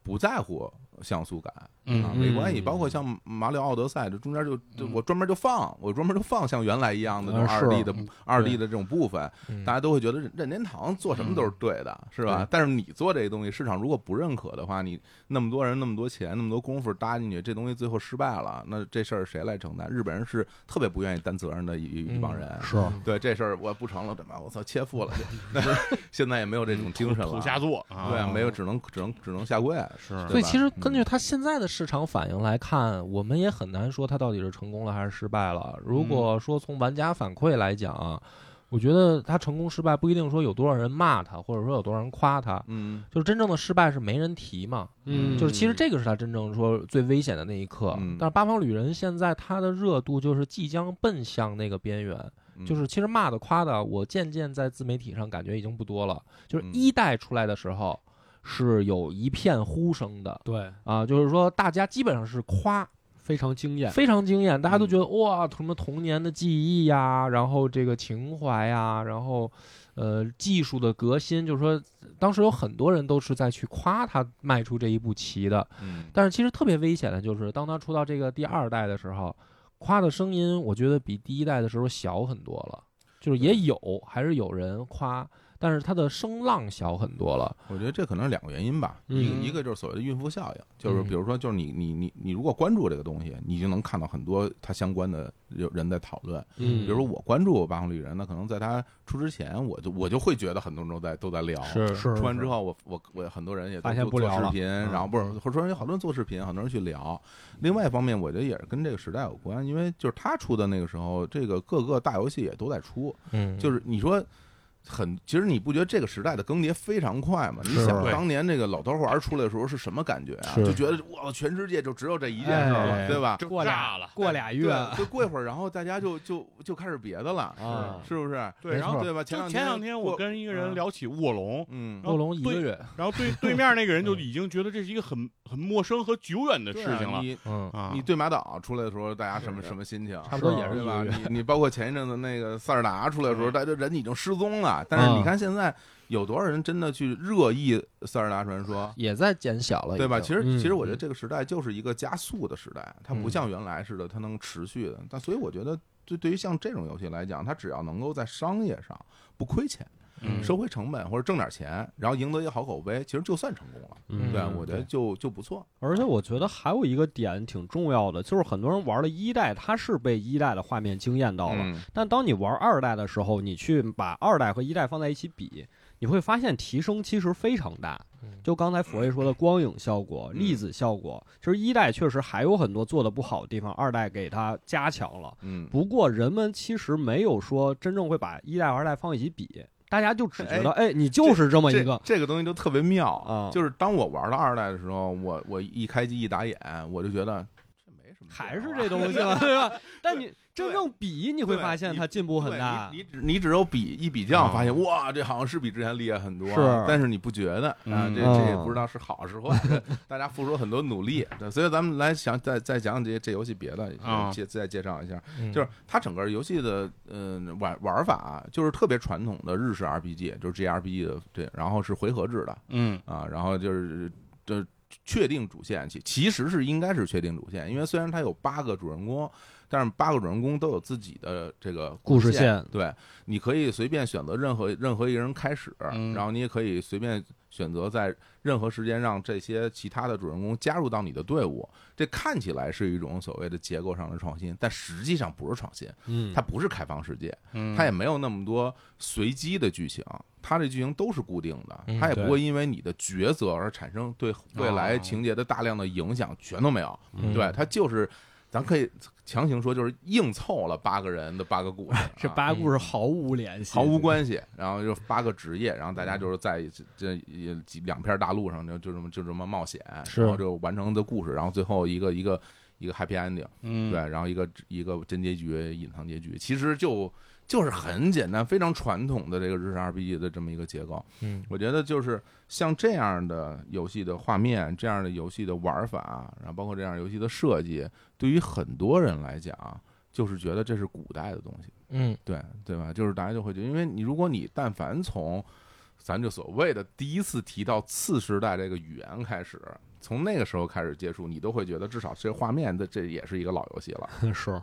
[SPEAKER 3] 不在乎像素感啊，
[SPEAKER 2] 嗯
[SPEAKER 3] 没关系。
[SPEAKER 1] 嗯
[SPEAKER 3] 包括像马里奥奥德赛，这中间就就
[SPEAKER 2] 嗯
[SPEAKER 3] 我专门就放，我专门就放像原来一样的这种
[SPEAKER 4] 啊
[SPEAKER 3] 二 D
[SPEAKER 4] 是
[SPEAKER 3] 的
[SPEAKER 2] 嗯
[SPEAKER 3] 二 D 的这种部分，
[SPEAKER 1] 嗯
[SPEAKER 3] 大家都会觉得任任天堂做什么都是对的，是吧
[SPEAKER 1] 对？
[SPEAKER 3] 但是你做这个东西，市场如果不认可的话，你那么多人、那么多钱、那么多功夫搭进去，这东西最后失败了，那这事儿谁来承担？日本人是特别不愿意担责任的一一一帮人，
[SPEAKER 4] 是
[SPEAKER 3] 对这事儿我不成了，怎么我操切腹了？那 现在也没有这种精神
[SPEAKER 1] 嗯
[SPEAKER 3] 了，
[SPEAKER 2] 土下座啊，
[SPEAKER 3] 对，没有只能只能只能下跪。啊
[SPEAKER 2] 是，
[SPEAKER 1] 所以
[SPEAKER 3] 吧
[SPEAKER 1] 其实根据
[SPEAKER 3] 嗯
[SPEAKER 1] 它现在的市场反应来看，我们也很难说它到底是成功了还是失败了。
[SPEAKER 3] 嗯
[SPEAKER 1] 如果说从玩家反馈来讲啊，我觉得它成功失败不一定说有多少人骂它，或者说有多少人夸它，
[SPEAKER 3] 嗯
[SPEAKER 1] 就是真正的失败是没人提嘛。
[SPEAKER 4] 嗯，
[SPEAKER 1] 就是其实这个是他真正说最危险的那一刻。
[SPEAKER 3] 嗯
[SPEAKER 1] 但是八方旅人现在他的热度就是即将奔向那个边缘，
[SPEAKER 3] 嗯
[SPEAKER 1] 就是其实骂的夸的，我渐渐在自媒体上感觉已经不多了。就是
[SPEAKER 3] 嗯
[SPEAKER 1] 一代出来的时候。是有一片呼声的
[SPEAKER 4] 对，
[SPEAKER 1] 啊，就是说大家基本上是夸，
[SPEAKER 4] 非常惊艳。
[SPEAKER 1] 非常惊艳，大家都觉得、
[SPEAKER 3] 嗯
[SPEAKER 1] 哇，什么童年的记忆呀、然后这个情怀呀、然后呃技术的革新，就是说当时有很多人都是在去夸他迈出这一步棋的，
[SPEAKER 2] 嗯，
[SPEAKER 1] 但是其实特别危险的就是，当他出到这个第二代的时候，夸的声音我觉得比第一代的时候小很多了，就是也有还是有人夸，但是他的声浪小很多了。
[SPEAKER 3] 我觉得这可能是两个原因吧，一个
[SPEAKER 1] 嗯
[SPEAKER 3] 一个就是所谓的孕妇效应，就是
[SPEAKER 1] 嗯
[SPEAKER 3] 比如说，就是你你你你如果关注这个东西，你就能看到很多它相关的有人在讨论。
[SPEAKER 1] 嗯
[SPEAKER 3] 比如说我关注《八方旅人》，那可能在它出之前，我就我就会觉得很多人都在都在聊。
[SPEAKER 1] 哦是
[SPEAKER 4] 是
[SPEAKER 3] 出完之
[SPEAKER 4] 是
[SPEAKER 3] 后，我我我很多人也都
[SPEAKER 4] 发现
[SPEAKER 3] 做
[SPEAKER 4] 不聊
[SPEAKER 3] 做
[SPEAKER 4] 了嗯
[SPEAKER 3] 视频，然后不是或者说有好多人做视频，很多人去聊。另外一方面，我觉得也是跟这个时代有关，因为就是他出的那个时候，这个各个大游戏也都在出，
[SPEAKER 1] 嗯
[SPEAKER 3] 就是是你说。很，其实你不觉得这个时代的更迭非常快吗？你
[SPEAKER 1] 是
[SPEAKER 3] 想
[SPEAKER 2] 对
[SPEAKER 3] 当年那个老头环出来的时候是什么感觉啊？
[SPEAKER 1] 是
[SPEAKER 3] 就觉得哇，全世界就只有这一件事儿
[SPEAKER 4] 哎
[SPEAKER 3] 了，对吧？
[SPEAKER 2] 就
[SPEAKER 4] 过
[SPEAKER 2] 炸
[SPEAKER 4] 俩
[SPEAKER 2] 了，
[SPEAKER 4] 过俩月
[SPEAKER 3] 对，就过一会儿，然后大家就就就开始别的了，
[SPEAKER 4] 啊，
[SPEAKER 3] 是不是？
[SPEAKER 2] 对，
[SPEAKER 1] 没
[SPEAKER 2] 然后
[SPEAKER 1] 错
[SPEAKER 3] 对吧？前
[SPEAKER 2] 就
[SPEAKER 3] 两
[SPEAKER 2] 前两
[SPEAKER 3] 天
[SPEAKER 2] 天我
[SPEAKER 3] 过
[SPEAKER 2] 跟一个人聊起卧龙，
[SPEAKER 3] 嗯
[SPEAKER 1] 卧龙一个月，
[SPEAKER 2] 然后对对面那个人就
[SPEAKER 1] 嗯
[SPEAKER 2] 已经觉得这是一个很很陌生和久远的事
[SPEAKER 3] 对啊
[SPEAKER 2] 情了
[SPEAKER 3] 你
[SPEAKER 1] 嗯，
[SPEAKER 2] 啊！
[SPEAKER 3] 你对马岛出来的时候，大家什么
[SPEAKER 1] 是
[SPEAKER 3] 什么心情？
[SPEAKER 1] 差不多也
[SPEAKER 3] 吧
[SPEAKER 1] 是
[SPEAKER 3] 对
[SPEAKER 1] 一
[SPEAKER 3] 吧
[SPEAKER 1] 个？月。
[SPEAKER 3] 你你包括前一阵子那个塞尔达出来的时候，
[SPEAKER 2] 嗯
[SPEAKER 3] 大家人已经失踪了。但是
[SPEAKER 1] 嗯
[SPEAKER 3] 你看现在有多少人真的去热议塞尔达传说？
[SPEAKER 1] 也在减小了，
[SPEAKER 3] 对吧？其实，
[SPEAKER 4] 嗯
[SPEAKER 3] 其实我觉得这个时代就是一个加速的时代，它不
[SPEAKER 1] 嗯
[SPEAKER 3] 像原来似的，它能持续的。但所以我觉得，对对于像这种游戏来讲，它只要能够在商业上不亏钱，
[SPEAKER 2] 嗯
[SPEAKER 3] 收回成本或者挣点钱，然后赢得一个好口碑，其实就算成功了。
[SPEAKER 1] 嗯
[SPEAKER 3] 对，啊我觉得就就不错。
[SPEAKER 4] 而且我觉得还有一个点挺重要的，就是很多人玩了一代，他是被一代的画面惊艳到了，
[SPEAKER 3] 嗯
[SPEAKER 4] 但当你玩二代的时候，你去把二代和一代放在一起比，你会发现提升其实非常大
[SPEAKER 1] 嗯。
[SPEAKER 4] 就刚才佛爷说的光影效果、
[SPEAKER 3] 嗯
[SPEAKER 4] 粒子效果，其实一代确实还有很多做的不好的地方，二代给它加强了。
[SPEAKER 3] 嗯，
[SPEAKER 4] 不过人们其实没有说真正会把一代和二代放一起比，大家就只觉得，哎，你就是这么一个，
[SPEAKER 3] 这这个东西就特别妙
[SPEAKER 4] 啊
[SPEAKER 3] 就是当我玩到二代的时候，我我一开机一打眼，我就觉得这没什么，啊
[SPEAKER 4] 还是 这东西嘛，对吧？但你真正比，你会
[SPEAKER 3] 对
[SPEAKER 4] 发现
[SPEAKER 3] 你
[SPEAKER 4] 它进步很
[SPEAKER 3] 对
[SPEAKER 4] 大
[SPEAKER 3] 你。
[SPEAKER 4] 嗯
[SPEAKER 3] 你只你只有比一比较，
[SPEAKER 2] 啊
[SPEAKER 3] 发现、哇，这好像是比之前厉害很多，
[SPEAKER 4] 是
[SPEAKER 3] 但是你不觉得啊？
[SPEAKER 2] 嗯
[SPEAKER 3] 这这也不知道是好是坏， 这大家付出很多努力。对，所以咱们来想再再讲讲这这游戏别的，
[SPEAKER 4] 嗯
[SPEAKER 2] 啊
[SPEAKER 3] 介再介绍一下，
[SPEAKER 1] 嗯
[SPEAKER 3] 就是它整个游戏的嗯、呃玩玩法啊就是特别传统的日式 RPG，就是 JRPG 的这，然后是回合制的，
[SPEAKER 2] 嗯
[SPEAKER 3] 啊，然后就是这确定主线，其其实是应该是确定主线，因为虽然它有八个主人公，但是八个主人公都有自己的这个
[SPEAKER 4] 故事
[SPEAKER 3] 线
[SPEAKER 4] 线，
[SPEAKER 3] 对，你可以随便选择任何任何一个人开始，
[SPEAKER 2] 嗯
[SPEAKER 3] 然后你也可以随便选择在任何时间让这些其他的主人公加入到你的队伍。这看起来是一种所谓的结构上的创新，但实际上不是创新，
[SPEAKER 4] 嗯
[SPEAKER 3] 它，不是开放世界，
[SPEAKER 2] 嗯，
[SPEAKER 3] 它也没有那么多随机的剧情，它这剧情都是固定的
[SPEAKER 1] 嗯，
[SPEAKER 3] 它也不
[SPEAKER 4] 对，
[SPEAKER 3] 会因为你的抉择而产生对未来情节的大量的影响，全都没有。
[SPEAKER 1] 嗯
[SPEAKER 3] 对，它就是，咱可以强行说，就是硬凑了八个人的八个故事
[SPEAKER 4] 这
[SPEAKER 3] 啊
[SPEAKER 4] 八故事毫无联系，
[SPEAKER 3] 毫无关系，然后就八个职业，然后大家就是在这这一几两片大陆上就就这么就这么冒险，
[SPEAKER 1] 是
[SPEAKER 3] 然后就完成的故事，然后最后一个一个一个 happy ending。
[SPEAKER 2] 嗯
[SPEAKER 3] 对，然后一个一个真结局、隐藏结局，其实就就是很简单、非常传统的这个日式 RPG 的这么一个结构。
[SPEAKER 1] 嗯
[SPEAKER 3] 我觉得就是像这样的游戏的画面、这样的游戏的玩法，然后包括这样游戏的设计，对于很多人来讲，就是觉得这是古代的东西，
[SPEAKER 1] 嗯
[SPEAKER 3] 对对吧？就是大家就会觉得，因为你如果你但凡从咱就所谓的第一次提到次时代这个语言开始，从那个时候开始接触，你都会觉得至少这画面的这也是一个老游戏了。
[SPEAKER 4] 是，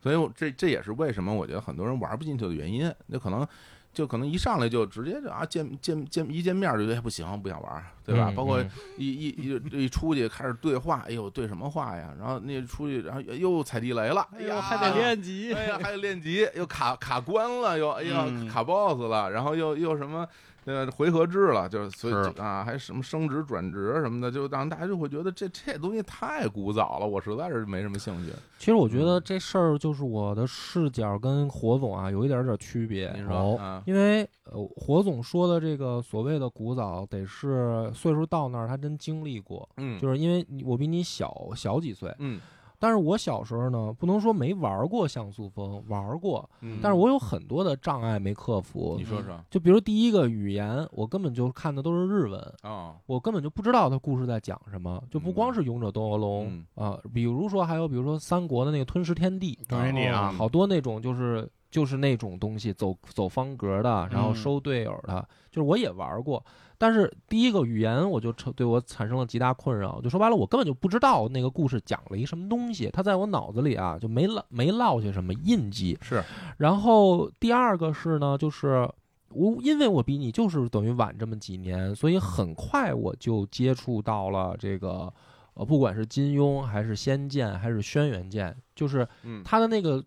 [SPEAKER 3] 所以我这这也是为什么我觉得很多人玩不进去的原因。那可能就可能一上来就直接就啊见见见一见面就觉得哎不行不想玩，对吧？
[SPEAKER 1] 嗯
[SPEAKER 3] 包括
[SPEAKER 1] 嗯
[SPEAKER 3] 一一一一出去开始对话，哎呦对什么话呀？然后那出去然后又踩地雷了，哎呀
[SPEAKER 4] 还
[SPEAKER 1] 啊
[SPEAKER 4] 得。练级，
[SPEAKER 3] 哎呀，还得练级，又卡卡关了，又哎呀
[SPEAKER 2] 嗯
[SPEAKER 3] 卡 BOSS 了，然后又又什么呃回合制了，就是所以
[SPEAKER 2] 是
[SPEAKER 3] 就啊，还什么升职转职什么的，就让大家就会觉得这这东西太古早了，我实在是没什么兴趣。
[SPEAKER 1] 其实我觉得这事儿就是我的视角跟火总啊有一点点区别。
[SPEAKER 3] 您说、
[SPEAKER 1] 哦
[SPEAKER 3] 啊？
[SPEAKER 1] 因为呃，火总说的这个所谓的古早，得是岁数到那儿，他真经历过。
[SPEAKER 3] 嗯，
[SPEAKER 1] 就是因为你我比你小小几岁，
[SPEAKER 3] 嗯
[SPEAKER 1] 但是我小时候呢，不能说没玩过像素风，玩过，
[SPEAKER 3] 嗯
[SPEAKER 1] 但是我有很多的障碍没克服
[SPEAKER 3] 你。说说
[SPEAKER 1] 就比如第一个语言，我根本就看的都是日文，
[SPEAKER 3] 啊，
[SPEAKER 1] 我根本就不知道他故事在讲什么。就不光是《勇者斗恶龙》
[SPEAKER 3] 嗯
[SPEAKER 1] 啊、比如说还有比如说三国的那个《吞食天地》，
[SPEAKER 2] 当然你啊，
[SPEAKER 1] 好多那种就是就是那种东西，走走方格的，然后
[SPEAKER 2] 嗯
[SPEAKER 1] 收队友的，就是我也玩过。但是第一个语言我就成对我产生了极大困扰，就说白了，我根本就不知道那个故事讲了一什么东西，它在我脑子里啊就没落没落下什么印记。
[SPEAKER 3] 是，
[SPEAKER 1] 然后第二个是呢，就是。我因为我比你就是等于晚这么几年，所以很快我就接触到了这个，呃，不管是金庸还是仙剑还是轩辕剑，就是
[SPEAKER 3] 嗯，
[SPEAKER 1] 他的那个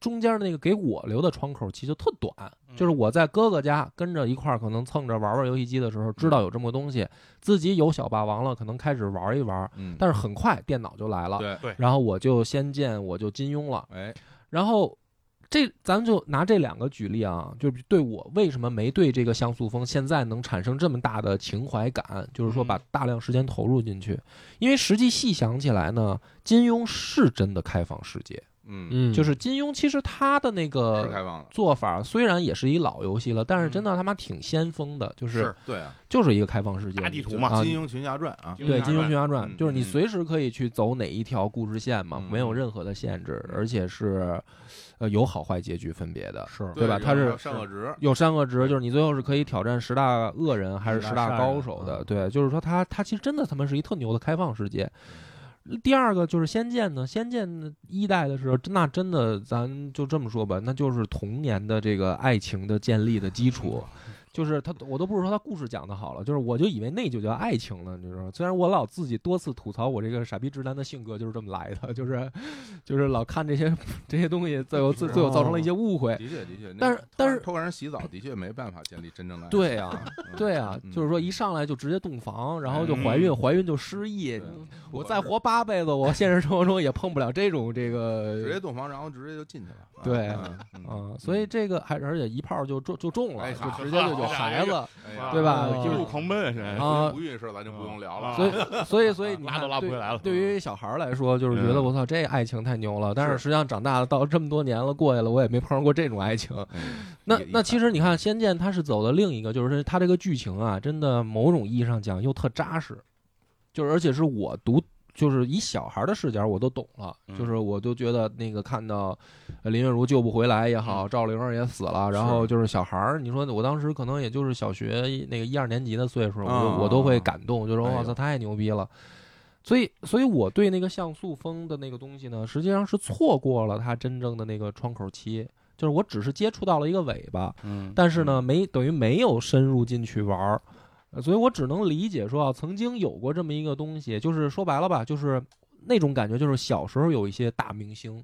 [SPEAKER 1] 中间的那个给我留的窗口期就特短，
[SPEAKER 2] 嗯
[SPEAKER 1] 就是我在哥哥家跟着一块儿，可能蹭着玩玩游戏机的时候，知道有这么个东西，自己有小霸王了，可能开始玩一玩，
[SPEAKER 3] 嗯，
[SPEAKER 1] 但是很快电脑就来了，
[SPEAKER 3] 对，
[SPEAKER 1] 然后我就仙剑，我就金庸了，
[SPEAKER 3] 哎，
[SPEAKER 1] 然后。这咱们就拿这两个举例啊，就是对我为什么没对这个像素风现在能产生这么大的情怀感，就是
[SPEAKER 3] 嗯
[SPEAKER 1] 说把大量时间投入进去，因为实际细想起来呢，金庸是真的开放世界，
[SPEAKER 3] 嗯，
[SPEAKER 4] 嗯，
[SPEAKER 1] 就是金庸，其实他的那
[SPEAKER 3] 是开
[SPEAKER 1] 个
[SPEAKER 3] 放了，
[SPEAKER 1] 做法虽然也是一老游戏了，但是真的他妈挺先锋的，就是
[SPEAKER 2] 是
[SPEAKER 3] 对啊，
[SPEAKER 1] 就是一个开放世界
[SPEAKER 2] 大地图
[SPEAKER 1] 就
[SPEAKER 2] 嘛
[SPEAKER 1] 啊
[SPEAKER 3] 金庸群侠传》啊，
[SPEAKER 1] 对《金
[SPEAKER 2] 金庸
[SPEAKER 1] 庸群
[SPEAKER 2] 群
[SPEAKER 1] 侠传
[SPEAKER 3] 嗯》
[SPEAKER 1] 就是你
[SPEAKER 2] 嗯
[SPEAKER 1] 随时可以去走哪一条故事线嘛，
[SPEAKER 3] 嗯
[SPEAKER 1] 没有任何的限制，
[SPEAKER 3] 嗯
[SPEAKER 1] 而且是呃有好坏结局分别的，
[SPEAKER 4] 是
[SPEAKER 1] 对吧他是
[SPEAKER 3] 有善恶值，
[SPEAKER 1] 有善恶值，就是你最后是可以挑战十大恶人还是
[SPEAKER 4] 十
[SPEAKER 1] 十大
[SPEAKER 4] 大善
[SPEAKER 1] 高
[SPEAKER 4] 人
[SPEAKER 1] 手
[SPEAKER 4] 嗯
[SPEAKER 1] 的，对，就是说他他其实真的他妈是一特牛的开放世界。第二个就是《仙剑》呢，《仙剑》一代的时候，那真的咱就这么说吧，那就是童年的这个爱情的建立的基 础。就是他，我都不是说他故事讲的好了，就是我就以为那就叫爱情了，你知道吗？虽然我老自己多次吐槽我这个傻逼直男的性格就是这么来的，就是就是老看这些 这些东西，最后最最后造成了一些误会。
[SPEAKER 3] 的确的确，那
[SPEAKER 1] 哎但是
[SPEAKER 3] 个
[SPEAKER 1] 但是
[SPEAKER 3] 偷看人洗澡的确没办法建立真正的爱，
[SPEAKER 1] 对 啊，
[SPEAKER 3] 嗯，
[SPEAKER 1] 对啊，
[SPEAKER 3] 嗯
[SPEAKER 1] 就是说一上来就直接洞房，然后就怀孕，怀孕就失忆。
[SPEAKER 3] 对
[SPEAKER 1] 我再活八辈子，我现实生活中也碰不了这种这
[SPEAKER 3] 直接
[SPEAKER 1] 个
[SPEAKER 3] 洞房，然后直接就进去了，啊
[SPEAKER 1] 对
[SPEAKER 3] 嗯嗯
[SPEAKER 1] 啊，所以这个还而且一炮就中就中了，
[SPEAKER 3] 哎
[SPEAKER 1] 就直接就有孩子，
[SPEAKER 3] 哎呀哎
[SPEAKER 1] 对吧
[SPEAKER 2] 一路哦狂奔，是
[SPEAKER 1] 啊
[SPEAKER 2] 哦
[SPEAKER 3] 不孕事儿咱就不用聊了，
[SPEAKER 1] 所以所以所以你
[SPEAKER 2] 啊拉
[SPEAKER 1] 看
[SPEAKER 2] 都拉不
[SPEAKER 1] 对
[SPEAKER 2] 回来了
[SPEAKER 1] 对于小孩儿来说，就是觉得
[SPEAKER 3] 嗯
[SPEAKER 1] 我操，这爱情太牛了。但是
[SPEAKER 3] 是
[SPEAKER 1] 实际上长大了，到这么多年了，过去了，我也没碰上过这种爱情。
[SPEAKER 3] 嗯
[SPEAKER 1] 那
[SPEAKER 3] 也也
[SPEAKER 1] 那其实你看，《仙剑》它是走的另一个，就是它这个剧情啊，真的某种意义上讲又特扎实，就是而且是我读，就是以小孩的视角我都懂了，
[SPEAKER 2] 嗯
[SPEAKER 1] 就是我都觉得那个看到呃林月如救不回来也好，赵灵儿也死了，然后就是小孩儿，你说我当时可能也就是小学一那个一二年级的岁数，我就
[SPEAKER 3] 啊
[SPEAKER 1] 我都会感动，就说
[SPEAKER 3] 哎呦
[SPEAKER 1] 哇塞，太牛逼了。所以，所以我对那个像素风的那个东西呢，实际上是错过了它真正的那个窗口期，就是我只是接触到了一个尾巴，
[SPEAKER 2] 嗯，
[SPEAKER 1] 但是呢，没等于没有深入进去玩儿，呃所以我只能理解说啊，曾经有过这么一个东西，就是说白了吧，就是那种感觉，就是小时候有一些大明星，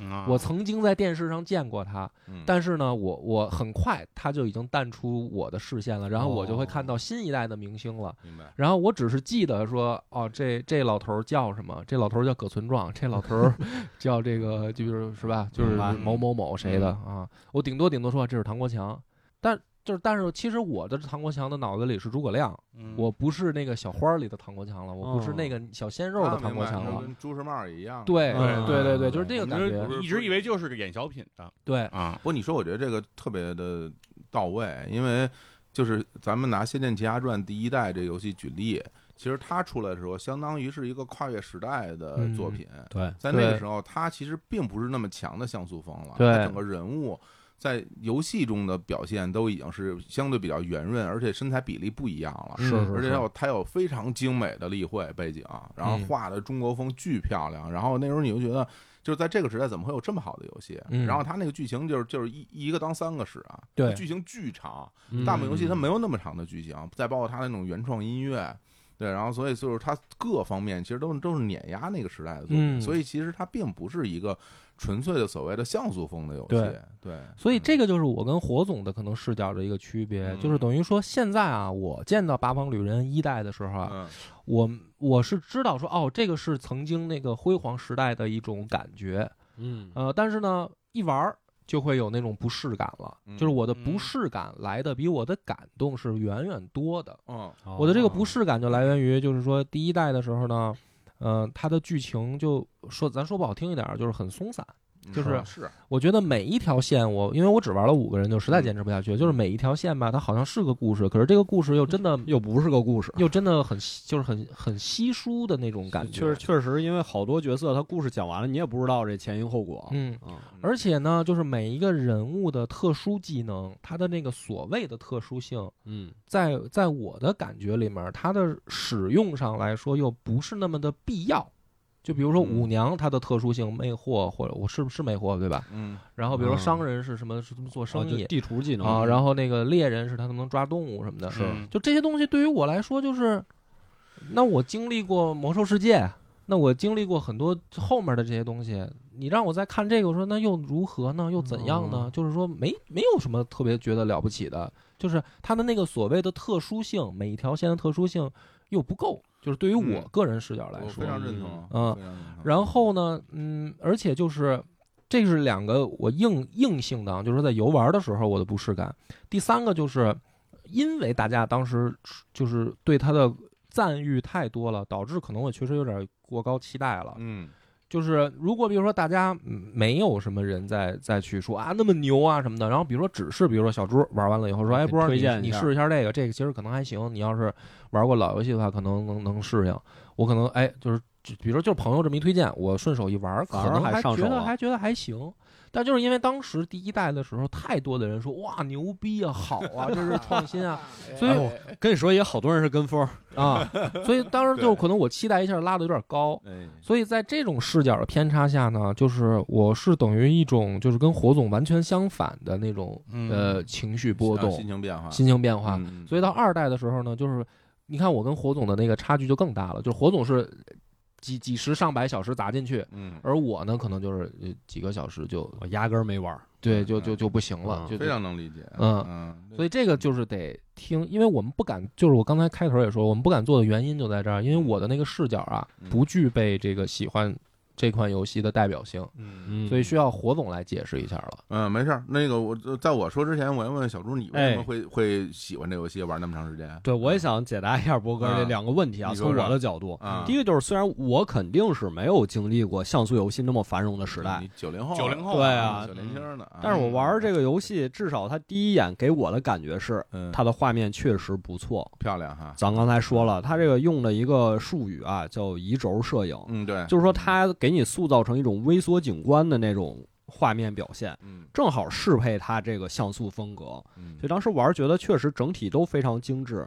[SPEAKER 2] 啊
[SPEAKER 1] 我曾经在电视上见过他，
[SPEAKER 3] 嗯
[SPEAKER 1] 但是呢，我我很快他就已经淡出我的视线了，然后我就会
[SPEAKER 3] 哦
[SPEAKER 1] 看到新一代的明星了。
[SPEAKER 3] 明白，
[SPEAKER 1] 然后我只是记得说，哦，这这老头儿叫什么？这老头儿叫葛存壮，这老头儿叫这个就是是吧？就是
[SPEAKER 4] 明白
[SPEAKER 1] 某某某谁的啊？我顶多顶多说这是唐国强，但就是但是其实我的唐国强的脑子里是诸葛亮，
[SPEAKER 2] 嗯
[SPEAKER 1] 我不是那个小花儿里的唐国强了，我不是那个小鲜肉的
[SPEAKER 3] 啊
[SPEAKER 1] 唐
[SPEAKER 3] 明
[SPEAKER 1] 国
[SPEAKER 3] 白
[SPEAKER 1] 强
[SPEAKER 3] 就
[SPEAKER 1] 了。
[SPEAKER 3] 跟朱时茂也一样，
[SPEAKER 1] 对
[SPEAKER 4] 嗯
[SPEAKER 1] 对对对，
[SPEAKER 3] 嗯
[SPEAKER 1] 就是这个
[SPEAKER 2] 你
[SPEAKER 1] 感
[SPEAKER 2] 就
[SPEAKER 1] 觉。
[SPEAKER 2] 一直以为就是个演小品的
[SPEAKER 1] 对，
[SPEAKER 2] 啊，
[SPEAKER 3] 不，你说我觉得这个特别的到位，因为就是咱们拿《仙剑奇侠传》第一代这游戏举例，其实它出来的时候，相当于是一个跨越时代的作品，
[SPEAKER 4] 对，
[SPEAKER 3] 在那
[SPEAKER 1] 嗯对
[SPEAKER 3] 个时候，它其实并不是那么强的像素风了，
[SPEAKER 1] 对
[SPEAKER 3] 它整个人物。在游戏中的表现都已经是相对比较圆润，而且身材比例不一样了，
[SPEAKER 1] 是是
[SPEAKER 3] 而且
[SPEAKER 1] 是
[SPEAKER 3] 有它有非常精美的例会背景，然后
[SPEAKER 1] 嗯
[SPEAKER 3] 画的中国风巨漂亮，然后那时候你就觉得就是在这个时代怎么会有这么好的游戏？
[SPEAKER 1] 嗯
[SPEAKER 3] 然后它那个剧情就是就是一一个当三个使啊，
[SPEAKER 1] 对
[SPEAKER 3] 它剧情巨长，
[SPEAKER 4] 嗯
[SPEAKER 3] 大部分游戏它没有那么长的剧情，再包括它那种原创音乐。对，然后所以就是它各方面其实都是都是碾压那个时代的作品，
[SPEAKER 1] 嗯
[SPEAKER 3] 所以其实它并不是一个纯粹的所谓的像素风的游戏。
[SPEAKER 1] 对
[SPEAKER 3] 对，对
[SPEAKER 1] 所以这个就是我跟火总的可能视角的一个区别，
[SPEAKER 3] 嗯
[SPEAKER 1] 就是等于说现在啊，我见到《八方旅人》一代的时候啊，
[SPEAKER 3] 嗯
[SPEAKER 1] 我我是知道说哦，这个是曾经那个辉煌时代的一种感觉，
[SPEAKER 4] 嗯
[SPEAKER 1] 呃，但是呢，一玩儿就会有那种不适感了，
[SPEAKER 3] 嗯
[SPEAKER 1] 就是我的不适感来的比我的感动是远远多的，
[SPEAKER 3] 嗯
[SPEAKER 1] 我的这个
[SPEAKER 4] 哦
[SPEAKER 1] 不适感就来源于就是说第一代的时候呢。呃，它的剧情就说咱说不好听一点儿，就是很松散。就是
[SPEAKER 3] 嗯是是
[SPEAKER 1] 我觉得每一条线我，因为我只玩了五个人，就实
[SPEAKER 4] 嗯
[SPEAKER 1] 在坚持不下去了。就是每一条线吧，它好像是个故事，可是这个故事又真 的
[SPEAKER 4] 又不是个故事。
[SPEAKER 1] 又真的很稀就是很很稀疏的那种感觉。
[SPEAKER 4] 确实，确实，因为好多角色他故事讲完了，你也不知道这前因后果。
[SPEAKER 1] 嗯，
[SPEAKER 4] 嗯，
[SPEAKER 1] 而且呢，就是每一个人物的特殊技能，它的那个所谓的特殊性，
[SPEAKER 4] 嗯，
[SPEAKER 1] 在在我的感觉里面，它的使用上来说又不是那么的必要。就比如说
[SPEAKER 3] 嗯
[SPEAKER 1] 舞娘，她的特殊性魅惑，或者我是不是魅惑，对吧？
[SPEAKER 3] 嗯
[SPEAKER 1] 然后比如说
[SPEAKER 4] 嗯
[SPEAKER 1] 商人是什么，是做生
[SPEAKER 4] 哦就
[SPEAKER 1] 意
[SPEAKER 4] 地图技能
[SPEAKER 3] 嗯
[SPEAKER 1] 啊，然后那个猎人是他能抓动物什么的，
[SPEAKER 2] 是嗯
[SPEAKER 1] 就这些东西对于我来说就是，那我经历过魔兽世界，那我经历过很多后面的这些东西，你让我再看这个，我说那又如何呢？又怎样
[SPEAKER 3] 嗯
[SPEAKER 1] 呢？就是说没没有什么特别觉得了不起的，就是它的那个所谓的特殊性，每一条线的特殊性又不够，就是对于我
[SPEAKER 2] 嗯
[SPEAKER 1] 个人视角来
[SPEAKER 3] 我
[SPEAKER 1] 说，
[SPEAKER 3] 非常认同，
[SPEAKER 1] 嗯
[SPEAKER 3] 非常认同
[SPEAKER 1] 然后呢，嗯，而且就是这是两个我硬硬性的啊，就是说在游玩的时候我的不适感。第三个就是因为大家当时就是对它的赞誉太多了，导致可能我确实有点过高期待了。
[SPEAKER 3] 嗯
[SPEAKER 1] 就是如果比如说大家嗯没有什么人再再去说啊那么牛啊什么的，然后比如说只是比如说小猪玩完了以后说，哎，
[SPEAKER 4] 给
[SPEAKER 1] 波儿
[SPEAKER 4] 推
[SPEAKER 1] 你
[SPEAKER 4] 荐一
[SPEAKER 1] 你
[SPEAKER 4] 下
[SPEAKER 1] 试一下这个，这个其实可能还行。你要是玩过老游戏的话，可能能能适应。我可能哎，就是就比如说就是朋友这么一推荐，我顺手一玩儿，可
[SPEAKER 4] 反而
[SPEAKER 1] 能
[SPEAKER 4] 还
[SPEAKER 1] 还
[SPEAKER 4] 上
[SPEAKER 1] 觉
[SPEAKER 4] 手
[SPEAKER 1] 得
[SPEAKER 4] 了
[SPEAKER 1] 还觉得还行。但就是因为当时第一代的时候，太多的人说哇牛逼啊，好啊，这是创新啊，所以
[SPEAKER 4] 哎我跟你说，也好多人是跟风儿，
[SPEAKER 1] 啊，所以当时就可能我期待一下拉的有点高，
[SPEAKER 4] 嗯
[SPEAKER 3] 哎
[SPEAKER 1] 所以在这种视角的偏差下呢，就是我是等于一种就是跟火总完全相反的那种、
[SPEAKER 2] 嗯
[SPEAKER 1] 呃情绪波动、
[SPEAKER 3] 啊心情变化，
[SPEAKER 1] 心情变化。
[SPEAKER 3] 嗯
[SPEAKER 1] 所以到二代的时候呢，就是你看我跟火总的那个差距就更大了，就是火总是几几十上百小时砸进去，
[SPEAKER 3] 嗯
[SPEAKER 1] 而我呢可能就是呃几个小时就
[SPEAKER 4] 我压根儿没玩儿。
[SPEAKER 1] 对就就就不行了，
[SPEAKER 4] 嗯
[SPEAKER 1] 就
[SPEAKER 3] 非常能理解，
[SPEAKER 1] 嗯
[SPEAKER 3] 嗯，
[SPEAKER 1] 所以这个就是得听，因为我们不敢，就是我刚才开头也说，我们不敢做的原因就在这儿，因为我的那个视角啊，
[SPEAKER 3] 嗯
[SPEAKER 1] 不具备这个喜欢这款游戏的代表性，
[SPEAKER 2] 嗯
[SPEAKER 4] 嗯，
[SPEAKER 1] 所以需要火总来解释一下了。
[SPEAKER 3] 嗯，没事儿。那个我在我说之前，我先问小猪，你为什
[SPEAKER 4] 哎
[SPEAKER 3] 么会、会喜欢这游戏，玩那么长时间？
[SPEAKER 4] 对我也想解答一下博哥这
[SPEAKER 3] 啊
[SPEAKER 4] 两个问题啊，
[SPEAKER 3] 你
[SPEAKER 4] 从
[SPEAKER 3] 说说
[SPEAKER 4] 我的角度。
[SPEAKER 3] 啊，
[SPEAKER 4] 第一个就是，虽然我肯定是没有经历过像素游戏那么繁荣的时代，
[SPEAKER 1] 嗯
[SPEAKER 3] 嗯你九零后，嗯
[SPEAKER 2] 90后
[SPEAKER 4] 对啊
[SPEAKER 3] 九年轻的。
[SPEAKER 4] 但是我玩这个游戏，至少它第一眼给我的感觉是，
[SPEAKER 3] 嗯，
[SPEAKER 4] 它的画面确实不错。
[SPEAKER 3] 漂亮哈，
[SPEAKER 4] 咱刚才说了，它这个用的一个术语啊，叫移轴摄影，
[SPEAKER 3] 嗯，对，
[SPEAKER 4] 就是说它给你塑造成一种微缩景观的那种画面表现，
[SPEAKER 3] 嗯
[SPEAKER 4] 正好适配它这个像素风格。
[SPEAKER 3] 嗯
[SPEAKER 4] 所以当时玩儿觉得确实整体都非常精致，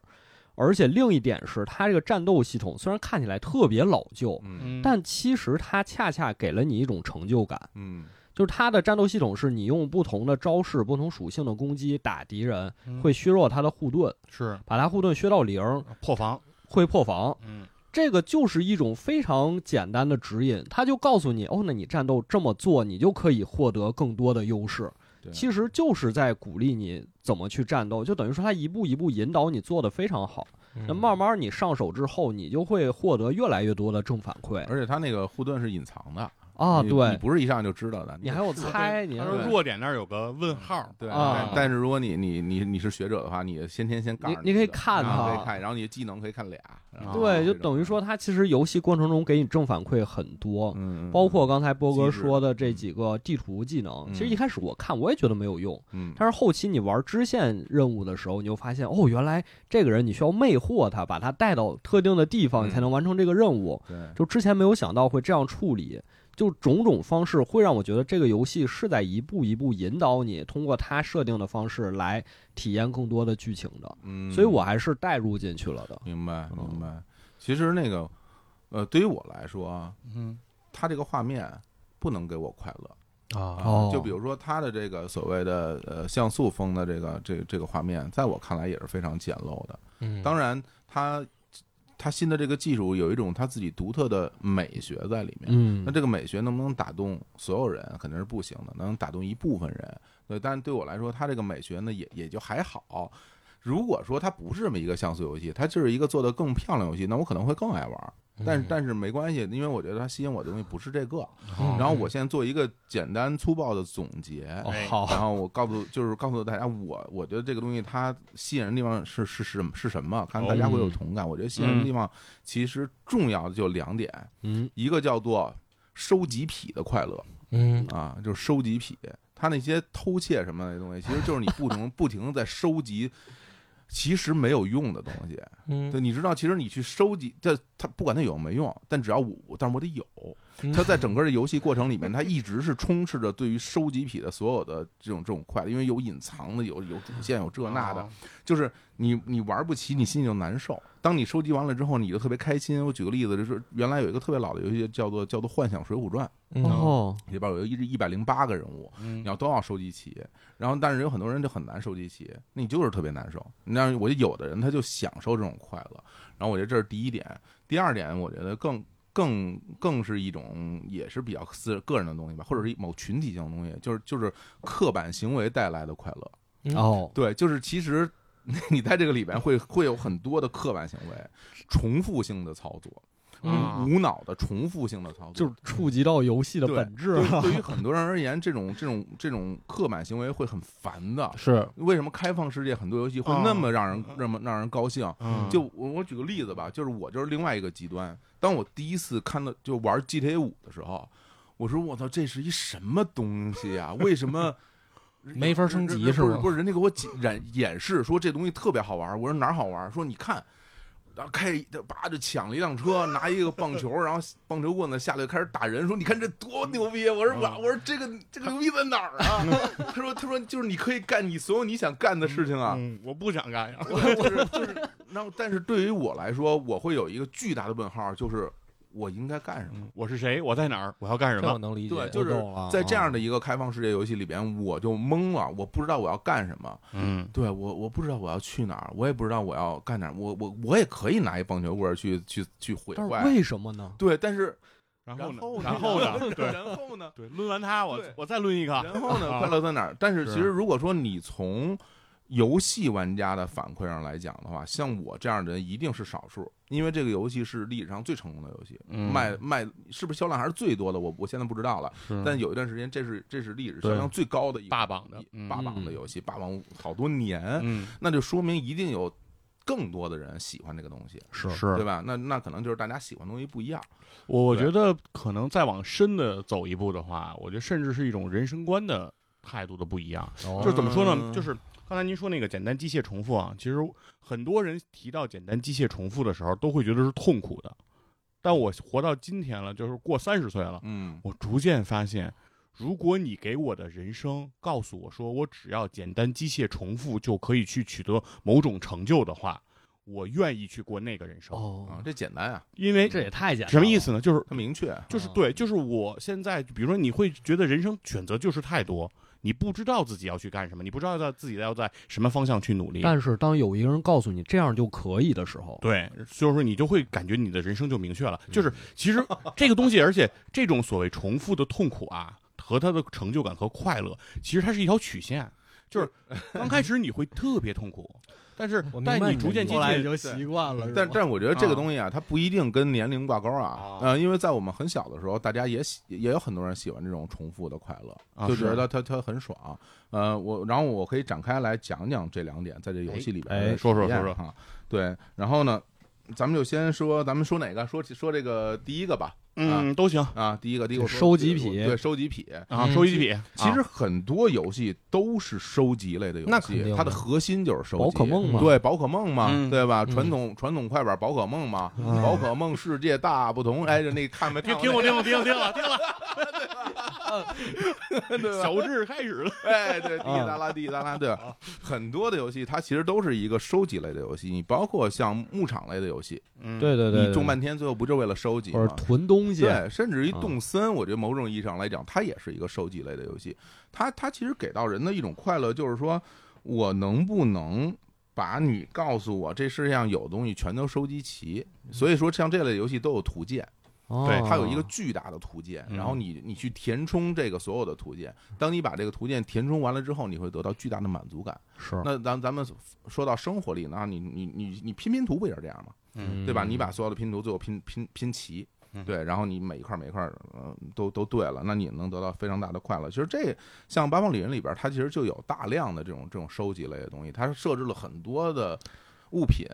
[SPEAKER 4] 而且另一点是它这个战斗系统虽然看起来特别老旧，
[SPEAKER 3] 嗯
[SPEAKER 4] 但其实它恰恰给了你一种成就感。
[SPEAKER 3] 嗯
[SPEAKER 4] 就是它的战斗系统是你用不同的招式、不同属性的攻击打敌人，
[SPEAKER 2] 嗯
[SPEAKER 4] 会削弱他的护盾，
[SPEAKER 2] 是
[SPEAKER 4] 把他护盾削到零，
[SPEAKER 2] 破防，
[SPEAKER 4] 会破防。
[SPEAKER 2] 嗯
[SPEAKER 4] 这个就是一种非常简单的指引，它就告诉你，哦，那你战斗这么做，你就可以获得更多的优势
[SPEAKER 3] 对。
[SPEAKER 4] 其实就是在鼓励你怎么去战斗，就等于说他一步一步引导你做得非常好。
[SPEAKER 2] 嗯
[SPEAKER 4] 那慢慢你上手之后，你就会获得越来越多的正反馈
[SPEAKER 3] 嗯而且它那个护盾是隐藏的
[SPEAKER 4] 啊！
[SPEAKER 3] 你你
[SPEAKER 4] 对，
[SPEAKER 3] 不是一上就知道的，
[SPEAKER 4] 你还有猜，你
[SPEAKER 2] 他
[SPEAKER 4] 还
[SPEAKER 2] 说
[SPEAKER 4] 有
[SPEAKER 2] 弱点那儿有个问号，
[SPEAKER 3] 对。
[SPEAKER 4] 啊
[SPEAKER 3] 但但是如果你你你你是学者的话，你先天先告诉
[SPEAKER 4] 你你可以
[SPEAKER 3] 一个
[SPEAKER 4] 看
[SPEAKER 3] 啊可
[SPEAKER 4] 它
[SPEAKER 3] 以看，然后你的技能可以看俩，然后
[SPEAKER 4] 对，就
[SPEAKER 3] 这种
[SPEAKER 4] 等于说，它其实游戏过程中给你正反馈很多，
[SPEAKER 3] 嗯，嗯
[SPEAKER 4] 包括刚才波哥
[SPEAKER 3] 机制
[SPEAKER 4] 说的这几个地图技能。其实
[SPEAKER 3] 嗯
[SPEAKER 4] 一开始我看我也觉得没有用，
[SPEAKER 3] 嗯，
[SPEAKER 4] 但是后期你玩支线任务的时候，你就发现哦，原来这个人你需要魅惑他，把他带到特定的地
[SPEAKER 3] 嗯
[SPEAKER 4] 方，你才能完成这个任务。
[SPEAKER 3] 对，
[SPEAKER 4] 就之前没有想到会这样处理。就种种方式会让我觉得这个游戏是在一步一步引导你，通过它设定的方式来体验更多的剧情的，
[SPEAKER 3] 嗯，
[SPEAKER 4] 所以我还是带入进去了的。
[SPEAKER 3] 明白
[SPEAKER 4] 嗯
[SPEAKER 3] 明白。其实那个，呃，对于我来说啊，
[SPEAKER 2] 嗯
[SPEAKER 3] 它这个画面不能给我快乐
[SPEAKER 1] 啊，
[SPEAKER 4] 哦
[SPEAKER 3] 就比如说它的这个所谓的呃像素风的这个这这个画面，在我看来也是非常简陋的。
[SPEAKER 1] 嗯
[SPEAKER 3] 当然，它它新的这个技术有一种它自己独特的美学在里面。
[SPEAKER 4] 嗯
[SPEAKER 3] 那这个美学能不能打动所有人，肯定是不行的，能打动一部分人。对，但是对我来说，它这个美学呢，也也就还好。如果说它不是这么一个像素游戏，它就是一个做的更漂亮游戏，那我可能会更爱玩儿。
[SPEAKER 4] 嗯
[SPEAKER 3] 嗯但是但是没关系，因为我觉得它吸引我的东西不是这个。
[SPEAKER 1] 嗯
[SPEAKER 3] 然后我现在做一个简单粗暴的总结，
[SPEAKER 4] 哦
[SPEAKER 2] 哎
[SPEAKER 3] 然
[SPEAKER 4] 好，
[SPEAKER 3] 后我告诉就是告诉大家，我我觉得这个东西它吸引人的地方是是是是什么？看大家
[SPEAKER 4] 哦
[SPEAKER 3] 会有同感。我觉得吸引人的地方其实重要的就两点，
[SPEAKER 4] 嗯
[SPEAKER 3] 一个叫做收集癖的快乐
[SPEAKER 1] 嗯
[SPEAKER 3] 啊，就是收集癖。他那些偷窃什么的东西，其实就是你不停 不停的在收集，其实没有用的东西。
[SPEAKER 1] 嗯，
[SPEAKER 3] 对，你知道，其实你去收集，这它不管它有没用，但只要我，但是我得有。
[SPEAKER 1] 嗯
[SPEAKER 3] 它在整个的游戏过程里面，它一直是充斥着对于收集癖的所有的这种这种快乐，因为有隐藏的，有有主线，有这那
[SPEAKER 2] 哦
[SPEAKER 3] 的，就是你你玩不起，你心里就难受。当你收集完了之后，你就特别开心。我举个例子，就是原来有一个特别老的游戏叫做叫做《幻想水浒传
[SPEAKER 1] 嗯
[SPEAKER 4] 哦》，
[SPEAKER 3] 里边有一一百零八个人物，
[SPEAKER 2] 嗯
[SPEAKER 3] 你要都要收集齐，然后但是有很多人就很难收集齐，那你就是特别难受。那我觉得有的人他就享受这种快乐，然后我觉得这是第一点。第二点，我觉得更更更是一种也是比较私个人的东西吧，或者是某群体性的东西，就是就是刻板行为带来的快乐。
[SPEAKER 4] 哦，
[SPEAKER 3] 对，就是其实你在这个里边会会有很多的刻板行为，重复性的操作，
[SPEAKER 1] 嗯
[SPEAKER 2] 啊
[SPEAKER 3] 无脑的重复性的操作，
[SPEAKER 4] 就是触及到游戏的本质
[SPEAKER 3] 对，
[SPEAKER 4] 了。
[SPEAKER 3] 对于很多人而言，这种这种这种刻板行为会很烦的。
[SPEAKER 1] 是
[SPEAKER 3] 为什么开放世界很多游戏会
[SPEAKER 4] 啊
[SPEAKER 2] 哦
[SPEAKER 3] 那么让
[SPEAKER 4] 嗯
[SPEAKER 3] 人那么让人高兴？
[SPEAKER 2] 嗯
[SPEAKER 3] 就我我举个例子吧，就是我就是另外一个极端。当我第一次看到就玩 GTA 五的时候，我说我操，这是一什么东西啊？为 什么
[SPEAKER 1] 没法升级
[SPEAKER 3] 不是
[SPEAKER 1] 是吗
[SPEAKER 3] 不是，人家给我解演演示说这东西特别好玩，我说哪儿好玩？说你看。然后开就叭就抢了一辆车，拿一个棒球，然后棒球棍子下来就开始打人，说你看这多牛逼！啊我说我
[SPEAKER 1] 嗯
[SPEAKER 3] 我说这个这个牛逼在哪儿啊？他说他说就是你可以干你所有你想干的事情啊，
[SPEAKER 2] 嗯，我不想干呀。
[SPEAKER 3] 我就是就是，然后但是对于我来说，我会有一个巨大的问号，就是我应该干什么？
[SPEAKER 2] 我是谁？我在哪儿？我要干什
[SPEAKER 1] 这我啊
[SPEAKER 2] 么？
[SPEAKER 1] 能理解，
[SPEAKER 3] 对，就是
[SPEAKER 4] 懂了
[SPEAKER 3] 在这样的一个开放世界游戏里边，我就懵了，我不知道我要干什么。
[SPEAKER 2] 嗯
[SPEAKER 3] 对我，我不知道我要去哪儿，我也不知道我要干哪儿。我我我也可以拿一棒球棍儿去去去毁
[SPEAKER 4] 但是
[SPEAKER 3] 坏。
[SPEAKER 4] 为什么呢？
[SPEAKER 3] 对，但是
[SPEAKER 2] 然
[SPEAKER 3] 然
[SPEAKER 2] 后
[SPEAKER 3] 后
[SPEAKER 2] 呢？然
[SPEAKER 3] 呢
[SPEAKER 2] 后 呢？对
[SPEAKER 3] 然后呢？
[SPEAKER 2] 对，抡完他，我
[SPEAKER 3] 对
[SPEAKER 2] 我再抡一个。
[SPEAKER 3] 然 后呢？
[SPEAKER 2] 啊
[SPEAKER 3] 快乐在哪儿？但是
[SPEAKER 2] 是
[SPEAKER 3] 其实如果说你从游戏玩家的反馈上来讲的话，像我这样的人一定是少数，因为这个游戏是历史上最成功的游戏，
[SPEAKER 2] 嗯
[SPEAKER 3] 卖卖是不是销量还是最多的？我我现在不知道了，
[SPEAKER 2] 嗯
[SPEAKER 3] 但有一段时间这是这是历史销量最高的一
[SPEAKER 2] 霸榜的
[SPEAKER 3] 一
[SPEAKER 2] 嗯
[SPEAKER 3] 霸榜的游戏，霸榜好多年，
[SPEAKER 2] 嗯
[SPEAKER 3] 那就说明一定有更多的人喜欢这个东西，
[SPEAKER 4] 是
[SPEAKER 3] 对
[SPEAKER 2] 是
[SPEAKER 3] 吧？那那可能就是大家喜欢的东西不一样。
[SPEAKER 2] 我我
[SPEAKER 3] 对
[SPEAKER 2] 觉得可能再往深的走一步的话，我觉得甚至是一种人生观的态度的不一样。
[SPEAKER 4] 哦
[SPEAKER 2] 就是怎么说呢？
[SPEAKER 3] 嗯
[SPEAKER 2] 就是刚才您说那个简单机械重复啊，其实很多人提到简单机械重复的时候，都会觉得是痛苦的。但我活到今天了，就是过三十岁了，
[SPEAKER 3] 嗯
[SPEAKER 2] 我逐渐发现，如果你给我的人生告诉我说，我只要简单机械重复就可以去取得某种成就的话，我愿意去过那个人生，
[SPEAKER 3] 啊
[SPEAKER 4] 哦，，
[SPEAKER 3] 这简单啊，
[SPEAKER 2] 因为
[SPEAKER 4] 这也太简单了，
[SPEAKER 2] 什么意思呢？就是
[SPEAKER 3] 它明确。
[SPEAKER 2] 就是
[SPEAKER 4] 啊
[SPEAKER 2] 对，就是我现在，比如说你会觉得人生选择就是太多，你不知道自己要去干什么，你不知道在自己要在什么方向去努力。
[SPEAKER 4] 但是当有一个人告诉你这样就可以的时候，
[SPEAKER 2] 对，所以说你就会感觉你的人生就明确了。就是其实这个东西，而且这种所谓重复的痛苦啊，和他的成就感和快乐，其实它是一条曲线。就是刚开始你会特别痛苦，但是
[SPEAKER 1] 我明白
[SPEAKER 2] 但
[SPEAKER 1] 你的
[SPEAKER 2] 你逐渐
[SPEAKER 1] 意思
[SPEAKER 2] 接近
[SPEAKER 4] 就习惯了
[SPEAKER 3] 但但我觉得这
[SPEAKER 2] 啊
[SPEAKER 3] 个东西啊，它不一定跟年龄挂钩啊
[SPEAKER 2] 啊，
[SPEAKER 3] 呃，因为在我们很小的时候，大家也喜也有很多人喜欢这种重复的快乐，
[SPEAKER 2] 啊
[SPEAKER 3] 就是觉得它它很爽。呃，我然后我可以展开来讲讲这两点在这游戏里边
[SPEAKER 4] 哎
[SPEAKER 3] 的
[SPEAKER 4] 哎
[SPEAKER 2] 说说
[SPEAKER 3] 体验
[SPEAKER 2] 说说
[SPEAKER 3] 哈。对，然后呢，咱们就先说，咱们说哪个？说说这个第一个吧。
[SPEAKER 2] 嗯都行
[SPEAKER 3] 啊，第一个第一个我说
[SPEAKER 4] 收集癖
[SPEAKER 3] 我对，收集癖。
[SPEAKER 2] 啊，
[SPEAKER 1] 嗯
[SPEAKER 2] 收一笔。
[SPEAKER 3] 其实
[SPEAKER 2] 啊
[SPEAKER 3] 很多游戏都是收集类的游
[SPEAKER 1] 那肯定
[SPEAKER 3] 戏，
[SPEAKER 1] 的
[SPEAKER 3] 它的核心就是收集。
[SPEAKER 4] 宝可梦嘛，
[SPEAKER 3] 对，宝可梦嘛，
[SPEAKER 2] 嗯
[SPEAKER 3] 对吧？
[SPEAKER 1] 嗯
[SPEAKER 3] 传统传统快板宝可梦嘛，
[SPEAKER 4] 嗯
[SPEAKER 3] 宝可梦世界大不
[SPEAKER 4] 啊
[SPEAKER 3] 同。哎，就那看没看
[SPEAKER 2] 听
[SPEAKER 3] 过
[SPEAKER 2] 听
[SPEAKER 3] 那
[SPEAKER 2] 我啊
[SPEAKER 3] 个
[SPEAKER 2] 听我听我听我听我，
[SPEAKER 3] 对吧？
[SPEAKER 2] 小啊智开始了。
[SPEAKER 3] 哎，对，滴滴
[SPEAKER 4] 啊
[SPEAKER 3] 答啦滴滴答啦，对，很多的游戏它其实都是一个收集类的游戏，你包括像牧场类的游戏，
[SPEAKER 2] 嗯
[SPEAKER 4] 对对对，
[SPEAKER 3] 你种半天最后不就为了收集
[SPEAKER 4] 或
[SPEAKER 3] 吗
[SPEAKER 4] 者？囤东西，
[SPEAKER 3] 对，甚至于
[SPEAKER 4] 啊
[SPEAKER 3] 动森，我觉得某种意义上来讲，它也是一个收集类的游戏。它它其实给到人的一种快乐，就是说我能不能把你告诉我这世界上有的东西全都收集齐。所以说，像这类游戏都有图鉴，
[SPEAKER 4] 哦
[SPEAKER 2] 对
[SPEAKER 3] 它有一个巨大的图鉴，
[SPEAKER 2] 嗯
[SPEAKER 3] 然后你你去填充这个所有的图鉴。当你把这个图鉴填充完了之后，你会得到巨大的满足感。
[SPEAKER 1] 是
[SPEAKER 3] 那咱咱们说到生活里呢，你你你你拼拼图不也是这样吗？
[SPEAKER 2] 嗯
[SPEAKER 3] 对吧？你把所有的拼图最后拼拼拼齐
[SPEAKER 2] 嗯，
[SPEAKER 3] 对，然后你每一块每一块呃都都对了，那你能得到非常大的快乐。其实这像八方旅人里边，它其实就有大量的这种这种收集类的东西，它设置了很多的物品、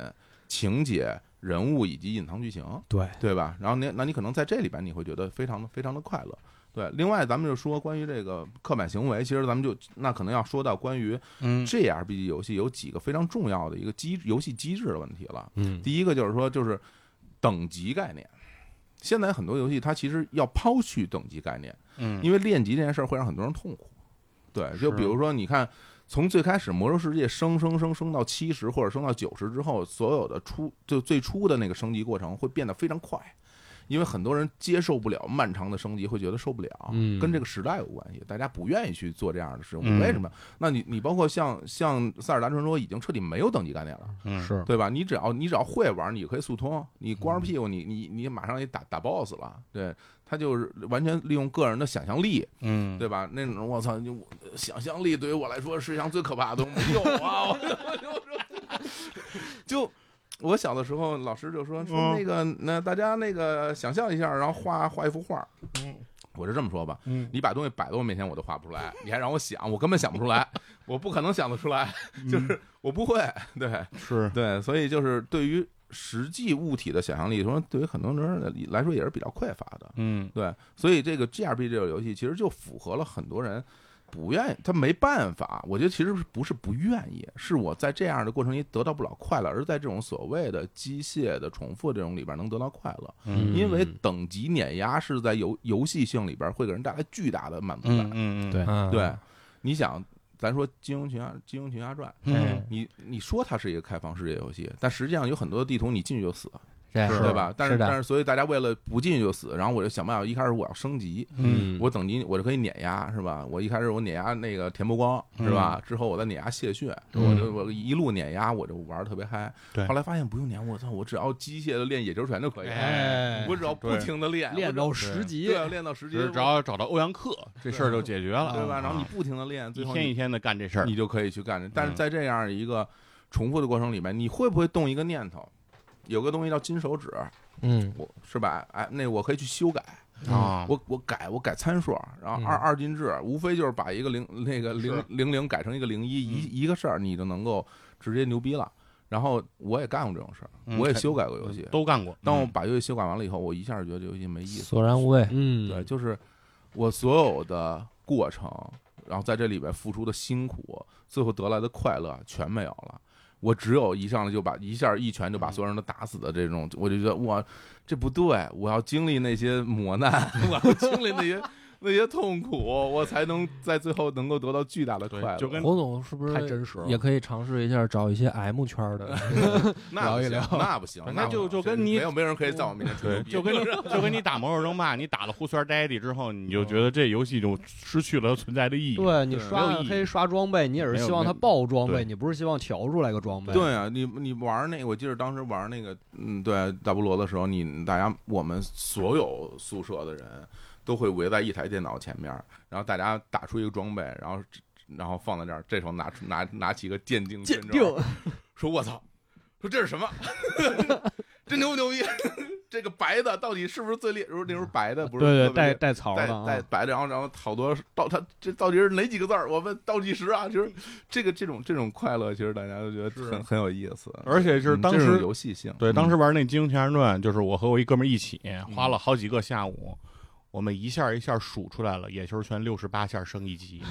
[SPEAKER 3] 情节、人物以及隐藏剧情，
[SPEAKER 1] 对
[SPEAKER 3] 对吧？然后你那你可能在这里边你会觉得非常的非常的快乐。对，另外咱们就说关于这个刻板行为，其实咱们就那可能要说到关于
[SPEAKER 2] 嗯
[SPEAKER 3] JRPG 游戏有几个非常重要的一个机游戏机制的问题了。
[SPEAKER 4] 嗯
[SPEAKER 3] 第一个就是说，就是等级概念。现在很多游戏它其实要抛去等级概念，
[SPEAKER 2] 嗯
[SPEAKER 3] 因为练级这件事儿会让很多人痛苦。对，就比如说，你看，从最开始《魔兽世界》升升升升到七十或者升到九十之后，所有的出就最初的那个升级过程会变得非常快，因为很多人接受不了漫长的升级，会觉得受不了，
[SPEAKER 4] 嗯
[SPEAKER 3] 跟这个时代有关系，大家不愿意去做这样的事情。
[SPEAKER 2] 嗯
[SPEAKER 3] 为什么？那你你包括像像《塞尔达传说》已经彻底没有等级概念了。
[SPEAKER 2] 嗯
[SPEAKER 1] 是，
[SPEAKER 3] 对吧？你只要你只要会玩，你可以速通。你光着屁股，你你你马上也打打 BOSS 了。对他就是完全利用个人的想象力，
[SPEAKER 2] 嗯
[SPEAKER 3] 对吧？那种我操，就我想象力对于我来说是一项最可怕的东西。 没有啊，我就我小的时候，老师就说
[SPEAKER 2] 嗯
[SPEAKER 3] 说那个，那大家那个想象一下，然后画画一幅画。
[SPEAKER 2] 嗯，
[SPEAKER 3] 我就这么说吧，
[SPEAKER 2] 嗯
[SPEAKER 3] 你把东西摆到我面前，我都画不出来，你还让我想，我根本想不出来，我不可能想得出来，
[SPEAKER 2] 嗯
[SPEAKER 3] 就是我不会。对，
[SPEAKER 2] 是
[SPEAKER 3] 对，所以就是对于实际物体的想象力，说对于很多人来说也是比较匮乏的。
[SPEAKER 2] 嗯
[SPEAKER 3] 对，所以这个 G R B 这个游戏其实就符合了很多人不愿意，他没办法。我觉得其实不是不愿意，是我在这样的过程里得到不了快乐，而是在这种所谓的机械的重复这种里边能得到快乐，
[SPEAKER 2] 嗯
[SPEAKER 3] 因为等级碾压是在游游戏性里边会给人带来巨大的满足
[SPEAKER 2] 嗯
[SPEAKER 3] 感。
[SPEAKER 2] 嗯
[SPEAKER 4] 对
[SPEAKER 1] 嗯
[SPEAKER 3] 对，你想，咱说《金庸群侠》《金庸群侠传》，
[SPEAKER 2] 嗯
[SPEAKER 3] 你你说它是一个开放世界游戏，但实际上有很多地图你进去就死，
[SPEAKER 1] 对
[SPEAKER 3] 对吧？但
[SPEAKER 1] 是
[SPEAKER 3] 但
[SPEAKER 1] 的，
[SPEAKER 3] 是所以大家为了不进去就死，然后我就想办法，一开始我要升级，
[SPEAKER 2] 嗯
[SPEAKER 3] 我等级我就可以碾压，是吧？我一开始我碾压那个田伯光，是
[SPEAKER 2] 嗯
[SPEAKER 3] 吧？之后我再碾压谢逊，我就我一路碾压，我就玩的特别嗨。
[SPEAKER 2] 对
[SPEAKER 3] 后来发现不用碾，我操，我只要机械的练野球拳就可以了，
[SPEAKER 2] 哎
[SPEAKER 3] 我只要不
[SPEAKER 2] 对
[SPEAKER 3] 停的练，
[SPEAKER 4] 练
[SPEAKER 3] 我
[SPEAKER 4] 到
[SPEAKER 3] 只
[SPEAKER 4] 十级
[SPEAKER 3] 对，啊练到十级，
[SPEAKER 2] 只要找到欧阳克，这事儿就解决了，
[SPEAKER 3] 对吧？然后你
[SPEAKER 2] 啊
[SPEAKER 3] 不停的练，最
[SPEAKER 2] 一
[SPEAKER 3] 后
[SPEAKER 2] 天
[SPEAKER 3] 你
[SPEAKER 2] 一天的干这事儿，
[SPEAKER 3] 你就可以去干。但是
[SPEAKER 2] 嗯
[SPEAKER 3] 在这样一个重复的过程里面，你会不会动一个念头？有个东西叫金手指，
[SPEAKER 1] 嗯
[SPEAKER 3] 我是吧？哎，那我可以去修改，
[SPEAKER 2] 啊，
[SPEAKER 3] 嗯我我改我改参数，然后
[SPEAKER 1] 嗯
[SPEAKER 3] 二二进制，无非就是把一个零那个零
[SPEAKER 2] 是嗯
[SPEAKER 3] 零零改成一个零一，一一个事儿你就能够直接牛逼了。然后我也干过这种事儿，
[SPEAKER 2] 嗯
[SPEAKER 3] 我也
[SPEAKER 2] 肯
[SPEAKER 3] 修改过游戏。
[SPEAKER 2] 都干过。
[SPEAKER 3] 当我
[SPEAKER 2] 嗯
[SPEAKER 3] 把游戏修改完了以后，我一下就觉得这游戏没意思。
[SPEAKER 1] 索然无味，
[SPEAKER 4] 嗯
[SPEAKER 3] 对，就是我所有的过程，然后在这里边付出的辛苦，最后得来的快乐全没有了。我只有一上来就把一下一拳就把所有人都打死的这种，我就觉得哇，这不对！我要经历那些磨 难，我要经历那些那些痛苦，我才能在最后能够得到巨大的快乐。
[SPEAKER 2] 对，就跟
[SPEAKER 1] 侯总是不是
[SPEAKER 4] 太真实了
[SPEAKER 1] 也可以尝试一下找一些 M 圈的，
[SPEAKER 3] 那不
[SPEAKER 4] 聊
[SPEAKER 3] 行
[SPEAKER 4] 一聊
[SPEAKER 3] 那不行，
[SPEAKER 2] 反
[SPEAKER 3] 那
[SPEAKER 2] 正
[SPEAKER 3] 不
[SPEAKER 2] 就就
[SPEAKER 3] 行
[SPEAKER 2] 跟你
[SPEAKER 3] 没有没有人可以在我面前吹牛逼，
[SPEAKER 2] 就跟你就跟你打魔兽争霸，你打了互圈 daddy 之后，你就觉得这游戏就失去了存在的意义。
[SPEAKER 4] 对你
[SPEAKER 2] 没
[SPEAKER 4] 刷
[SPEAKER 2] 有意义
[SPEAKER 4] 可以刷装备，你也是
[SPEAKER 2] 没有
[SPEAKER 4] 希望
[SPEAKER 2] 没
[SPEAKER 4] 它
[SPEAKER 2] 有
[SPEAKER 4] 爆装备，
[SPEAKER 2] 对
[SPEAKER 4] 你不是希望调出来个装备。
[SPEAKER 3] 对啊，你你玩那个，我记得当时玩那个，嗯，对，大菠萝的时候，你大家我们所有宿舍的人都会围在一台电脑前面，然后大家打出一个装备，然后然后放在这儿，这时候拿出拿拿起一个鉴定
[SPEAKER 4] 鉴
[SPEAKER 3] 卷轴
[SPEAKER 4] 定，
[SPEAKER 3] 说我操，说这是什么？ 这牛不牛逼？ 这个白的到底是不是最烈？如果那时候白的不
[SPEAKER 4] 对
[SPEAKER 3] 是
[SPEAKER 4] 对，
[SPEAKER 3] 特别
[SPEAKER 4] 带带槽
[SPEAKER 3] 带
[SPEAKER 4] 的啊
[SPEAKER 3] 带，白的，然后然后好多到他这到底是哪几个字儿？我们倒计时啊，就是
[SPEAKER 1] 嗯
[SPEAKER 3] 这个这种这种快乐，其实大家都觉得很很有意思，
[SPEAKER 2] 而且是
[SPEAKER 3] 嗯
[SPEAKER 2] 当
[SPEAKER 3] 这种
[SPEAKER 2] 时
[SPEAKER 3] 游戏性，
[SPEAKER 2] 对，
[SPEAKER 3] 嗯
[SPEAKER 2] 当时玩那《金庸群侠传》，就是我和我一哥们儿一起，花了好几个下午，我们一下一下数出来了，野球拳六十八下升一级。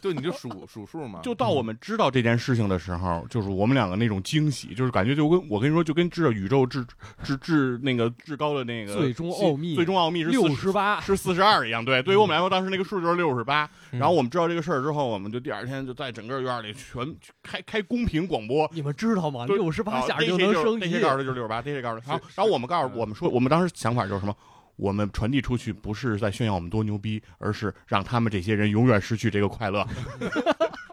[SPEAKER 3] 对你就数数数嘛，
[SPEAKER 2] 就到我们知道这件事情的时候，就是我们两个那种惊喜，就是感觉就跟我跟你说，就跟知道宇宙至至至那个至高的那个
[SPEAKER 4] 最终奥秘
[SPEAKER 2] 最终奥秘是
[SPEAKER 4] 六
[SPEAKER 2] 40
[SPEAKER 4] 十八，
[SPEAKER 2] 是四十二一样。对，对于我们来说，当时那个数就是六十八。
[SPEAKER 1] 嗯
[SPEAKER 2] 然后我们知道这个事儿之后，我们就第二天就在整个院儿里全开开公屏广播，
[SPEAKER 4] 你们知道吗？
[SPEAKER 2] 对
[SPEAKER 4] 六十
[SPEAKER 2] 然
[SPEAKER 4] 八
[SPEAKER 2] 后
[SPEAKER 4] 下
[SPEAKER 2] 这
[SPEAKER 4] 就
[SPEAKER 2] 啊些
[SPEAKER 4] 能
[SPEAKER 2] 是
[SPEAKER 4] 升
[SPEAKER 2] 这
[SPEAKER 4] 级
[SPEAKER 2] 些，告诉就是六十八，这些告诉然后
[SPEAKER 3] 是
[SPEAKER 2] 然后我们告诉
[SPEAKER 3] 嗯
[SPEAKER 2] 我们说，我们当时想法就是什么？我们传递出去不是在炫耀我们多牛逼，而是让他们这些人永远失去这个快乐。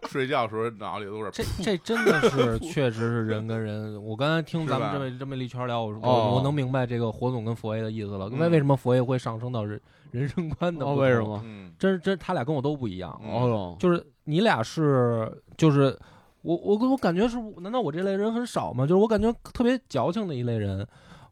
[SPEAKER 3] 睡觉的时候脑里 都是
[SPEAKER 1] 这这真的 是确实是人跟人。我刚才听咱们这么这么一圈聊，我说
[SPEAKER 4] 哦
[SPEAKER 1] 我我能明白这个火总跟佛爷的意思了。
[SPEAKER 3] 嗯
[SPEAKER 1] 为为什么佛爷会上升到人人生观的不
[SPEAKER 4] 哦，
[SPEAKER 1] 同？
[SPEAKER 4] 为什么？
[SPEAKER 3] 嗯
[SPEAKER 1] 真真他俩跟我都不一样。啊
[SPEAKER 3] 嗯
[SPEAKER 4] 哦，
[SPEAKER 1] 就是你俩是，就是我我我感觉是，难道我这类人很少吗？就是我感觉特别矫情的一类人，